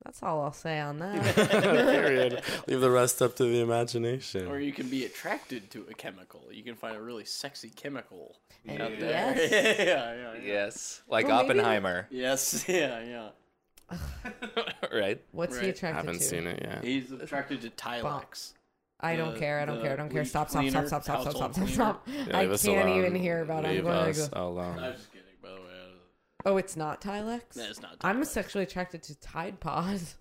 [SPEAKER 1] That's all I'll say on that.
[SPEAKER 2] Period. Leave the rest up to the imagination.
[SPEAKER 3] Or you can be attracted to a chemical. You can find a really sexy chemical out there.
[SPEAKER 1] Yes.
[SPEAKER 3] yeah, yeah, yeah.
[SPEAKER 4] Yes, like
[SPEAKER 1] Well, maybe-
[SPEAKER 4] Oppenheimer,
[SPEAKER 3] Yes, yeah, yeah.
[SPEAKER 4] right?
[SPEAKER 1] What's he
[SPEAKER 3] Right.
[SPEAKER 1] attracted
[SPEAKER 2] Haven't
[SPEAKER 1] to?
[SPEAKER 2] seen it yet.
[SPEAKER 3] He's attracted to Tilex.
[SPEAKER 1] I don't
[SPEAKER 3] The-
[SPEAKER 1] care. I don't
[SPEAKER 3] the
[SPEAKER 1] care. I don't care.
[SPEAKER 3] leaf
[SPEAKER 1] Stop, stop, stop, stop,
[SPEAKER 3] cleaner,
[SPEAKER 1] stop, stop, stop,
[SPEAKER 3] household
[SPEAKER 1] stop, stop.
[SPEAKER 2] Yeah,
[SPEAKER 1] I
[SPEAKER 2] leave us
[SPEAKER 1] can't
[SPEAKER 2] alone.
[SPEAKER 1] even hear about it. I'm
[SPEAKER 2] Leave
[SPEAKER 1] going
[SPEAKER 2] us
[SPEAKER 1] to go.
[SPEAKER 3] I'm
[SPEAKER 2] alone.
[SPEAKER 3] just kidding, by the way.
[SPEAKER 1] Oh, it's not Tilex?
[SPEAKER 3] No, it's not
[SPEAKER 1] I'm
[SPEAKER 3] Tilex.
[SPEAKER 1] sexually attracted to Tide Pods.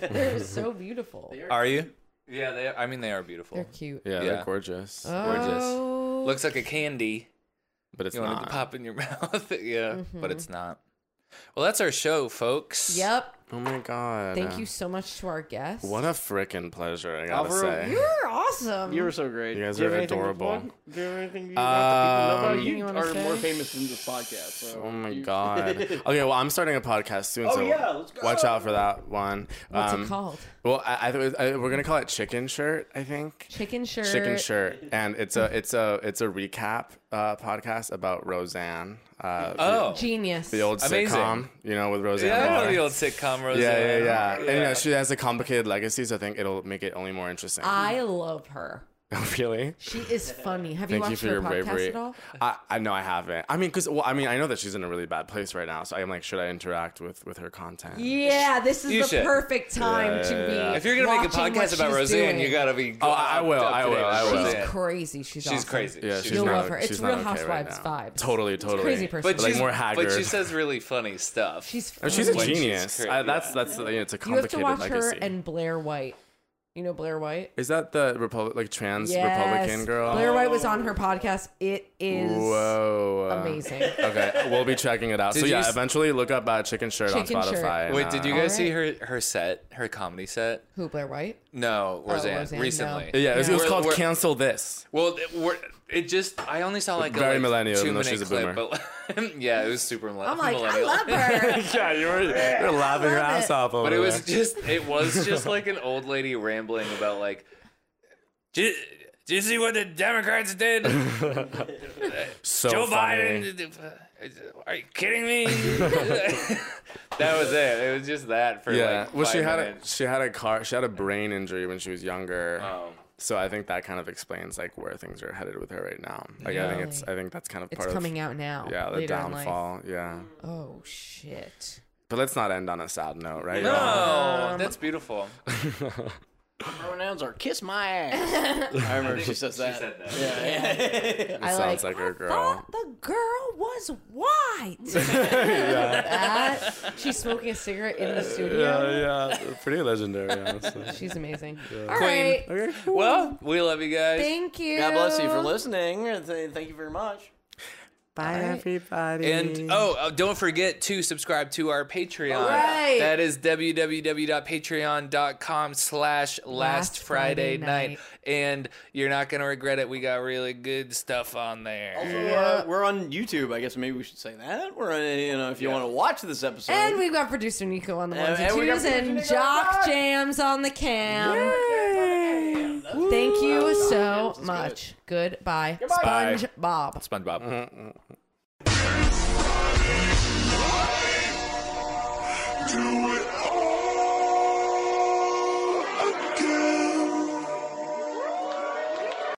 [SPEAKER 1] They're so beautiful.
[SPEAKER 4] Are you? Yeah, they. Are, I mean, they are beautiful.
[SPEAKER 1] They're cute.
[SPEAKER 2] Yeah,
[SPEAKER 4] Yeah.
[SPEAKER 2] they're gorgeous,
[SPEAKER 4] gorgeous.
[SPEAKER 1] Oh,
[SPEAKER 4] Looks like a candy.
[SPEAKER 2] but it's
[SPEAKER 4] You want it
[SPEAKER 2] not.
[SPEAKER 4] to pop in your mouth, yeah, but it's not. Well, that's our show, folks.
[SPEAKER 1] Mm-hmm. Yep.
[SPEAKER 2] Oh my god.
[SPEAKER 1] Thank you so much to our guests.
[SPEAKER 2] What a freaking pleasure, I gotta
[SPEAKER 3] Alvaro,
[SPEAKER 2] say.
[SPEAKER 1] You're awesome.
[SPEAKER 3] You were so great.
[SPEAKER 2] You guys
[SPEAKER 3] Do you
[SPEAKER 2] are
[SPEAKER 3] have anything to
[SPEAKER 2] adorable.
[SPEAKER 3] plug? Do you have anything you want the people to know about?
[SPEAKER 2] Um,
[SPEAKER 3] You,
[SPEAKER 1] You wanna
[SPEAKER 3] are
[SPEAKER 1] say?
[SPEAKER 3] more famous than this podcast. So
[SPEAKER 2] Oh my
[SPEAKER 3] you-
[SPEAKER 2] god. Okay, well, I'm starting a podcast soon, so
[SPEAKER 3] yeah, let's go.
[SPEAKER 2] watch out for that one.
[SPEAKER 1] What's
[SPEAKER 2] Um,
[SPEAKER 1] it called?
[SPEAKER 2] Well, I, I, th- I, we're gonna call it Chicken Shirt, I think.
[SPEAKER 1] Chicken shirt.
[SPEAKER 2] Chicken Shirt, and it's a it's a it's a recap uh, podcast about Roseanne, uh, the-
[SPEAKER 4] Oh,
[SPEAKER 1] Genius.
[SPEAKER 2] the, old
[SPEAKER 4] Amazing.
[SPEAKER 2] sitcom, you know, with Roseanne.
[SPEAKER 4] yeah, I know
[SPEAKER 2] Barr.
[SPEAKER 4] the old sitcom Roseanne.
[SPEAKER 2] yeah, yeah, yeah. And you know, she has a complicated legacy, so I think it'll make it only more interesting.
[SPEAKER 1] I love her.
[SPEAKER 2] really?
[SPEAKER 1] She is funny. Have you
[SPEAKER 2] Thank you
[SPEAKER 1] watched
[SPEAKER 2] for your
[SPEAKER 1] her podcast
[SPEAKER 2] bravery.
[SPEAKER 1] at all?
[SPEAKER 2] I, I know I haven't. I mean, because well, I mean, I know that she's in a really bad place right now, so I'm like, should I interact with with her content?
[SPEAKER 1] Yeah, this is
[SPEAKER 4] You
[SPEAKER 1] the
[SPEAKER 4] should.
[SPEAKER 1] perfect time to be.
[SPEAKER 4] If you're gonna make a
[SPEAKER 1] watching what
[SPEAKER 4] podcast about
[SPEAKER 1] she's
[SPEAKER 4] Roseanne,
[SPEAKER 1] doing.
[SPEAKER 4] you gotta be.
[SPEAKER 2] Oh, I- I will,
[SPEAKER 4] up to
[SPEAKER 2] I will,
[SPEAKER 4] date with
[SPEAKER 2] I will.
[SPEAKER 1] She's
[SPEAKER 4] Roseanne.
[SPEAKER 1] crazy. She's
[SPEAKER 4] She's
[SPEAKER 1] awesome.
[SPEAKER 4] crazy.
[SPEAKER 2] Yeah, she's
[SPEAKER 1] You'll
[SPEAKER 2] not,
[SPEAKER 1] love her.
[SPEAKER 2] She's
[SPEAKER 1] It's
[SPEAKER 2] not
[SPEAKER 1] Real
[SPEAKER 2] okay right
[SPEAKER 1] Housewives
[SPEAKER 2] now.
[SPEAKER 1] vibes.
[SPEAKER 2] Totally, totally.
[SPEAKER 1] crazy person.
[SPEAKER 4] But
[SPEAKER 2] like
[SPEAKER 4] she's
[SPEAKER 2] more
[SPEAKER 4] But she
[SPEAKER 2] haggard.
[SPEAKER 4] says really funny stuff.
[SPEAKER 1] She's. Funny.
[SPEAKER 2] And Oh, she's a
[SPEAKER 4] When she's
[SPEAKER 2] genius.
[SPEAKER 4] cra-
[SPEAKER 2] I,
[SPEAKER 4] yeah.
[SPEAKER 2] that's that's you know, it's a
[SPEAKER 1] You have
[SPEAKER 2] complicated
[SPEAKER 1] to watch
[SPEAKER 2] legacy.
[SPEAKER 1] her and Blair White. You know Blair White.
[SPEAKER 2] Is that the Republic like trans Republican
[SPEAKER 1] Yes.
[SPEAKER 2] girl?
[SPEAKER 1] Blair White was on her podcast. It is
[SPEAKER 2] Whoa.
[SPEAKER 1] amazing.
[SPEAKER 2] Okay, we'll be checking it out.
[SPEAKER 4] Did
[SPEAKER 2] so
[SPEAKER 4] you
[SPEAKER 2] yeah,
[SPEAKER 4] s-
[SPEAKER 2] eventually look up uh, Chicken Shirt
[SPEAKER 1] Chicken
[SPEAKER 2] on
[SPEAKER 1] Shirt.
[SPEAKER 2] Spotify. and,
[SPEAKER 4] Wait, did you
[SPEAKER 2] uh,
[SPEAKER 4] guys see her her set, her comedy set?
[SPEAKER 1] Who Blair White?
[SPEAKER 4] No, Roseanne,
[SPEAKER 1] Oh, Roseanne,
[SPEAKER 4] recently.
[SPEAKER 1] no.
[SPEAKER 2] Yeah, it was, it was
[SPEAKER 4] We're-
[SPEAKER 2] called
[SPEAKER 4] we're-
[SPEAKER 2] "Cancel This."
[SPEAKER 4] Well, it, we're, it just I only saw like
[SPEAKER 2] Very
[SPEAKER 4] a, like,
[SPEAKER 2] millennial,
[SPEAKER 4] two
[SPEAKER 2] even though
[SPEAKER 4] minute
[SPEAKER 2] she's a
[SPEAKER 4] clip, but yeah, it was super millennial.
[SPEAKER 1] I'm like, I
[SPEAKER 4] millennial.
[SPEAKER 1] love her.
[SPEAKER 2] Yeah, you were, you were laughing your
[SPEAKER 1] love
[SPEAKER 2] ass
[SPEAKER 1] it.
[SPEAKER 2] off over
[SPEAKER 4] But it was
[SPEAKER 2] there.
[SPEAKER 4] just it was just like an old lady rambling about like, did, did you see what the Democrats did?
[SPEAKER 2] so
[SPEAKER 4] Joe
[SPEAKER 2] funny.
[SPEAKER 4] Biden? uh, Are you kidding me? that was it. It was just that for
[SPEAKER 2] Yeah,
[SPEAKER 4] like.
[SPEAKER 2] well, she
[SPEAKER 4] five
[SPEAKER 2] had a
[SPEAKER 4] minutes.
[SPEAKER 2] she had a car she had a brain injury when she was younger.
[SPEAKER 4] Oh.
[SPEAKER 2] So I think that kind of explains like where things are headed with her right now. Like I think it's I think that's kind of
[SPEAKER 1] It's
[SPEAKER 2] part
[SPEAKER 1] coming
[SPEAKER 2] of
[SPEAKER 1] out now.
[SPEAKER 2] yeah the
[SPEAKER 1] later in life.
[SPEAKER 2] downfall. Yeah,
[SPEAKER 1] Oh shit.
[SPEAKER 2] but let's not end on a sad note, right?
[SPEAKER 4] No,
[SPEAKER 2] y'all?
[SPEAKER 4] Oh,
[SPEAKER 1] Um,
[SPEAKER 4] that's beautiful.
[SPEAKER 3] Pronouns are kiss my ass. I remember she says that.
[SPEAKER 2] It
[SPEAKER 1] I like,
[SPEAKER 2] sounds like her girl.
[SPEAKER 1] Thought the girl was white. That- she's smoking a cigarette in the studio.
[SPEAKER 2] Yeah, yeah, pretty legendary. Honestly.
[SPEAKER 1] She's amazing. All right.
[SPEAKER 4] Queen. Well, we love you guys.
[SPEAKER 1] Thank you.
[SPEAKER 3] God bless you for listening. Th- Thank you very much.
[SPEAKER 2] Bye, everybody.
[SPEAKER 4] And oh, uh, don't forget to subscribe to our Patreon.
[SPEAKER 1] Right.
[SPEAKER 4] That is www.patreon.com slash last
[SPEAKER 1] Last
[SPEAKER 4] Friday
[SPEAKER 1] Friday
[SPEAKER 4] night.
[SPEAKER 1] night.
[SPEAKER 4] And you're not going to regret it. We got really good stuff on there.
[SPEAKER 3] Uh, we're on YouTube. I guess maybe we should say that. We're on, you know, if you want to watch this episode.
[SPEAKER 1] And we've got producer Nico on the
[SPEAKER 3] And-
[SPEAKER 1] ones and,
[SPEAKER 3] and we got
[SPEAKER 1] twos and
[SPEAKER 3] producer Nico on
[SPEAKER 1] Jock
[SPEAKER 3] the-
[SPEAKER 1] Jams on the cam. Thank you so much. Goodbye.
[SPEAKER 2] Goodbye.
[SPEAKER 1] Sponge Bob.
[SPEAKER 4] SpongeBob.
[SPEAKER 7] do it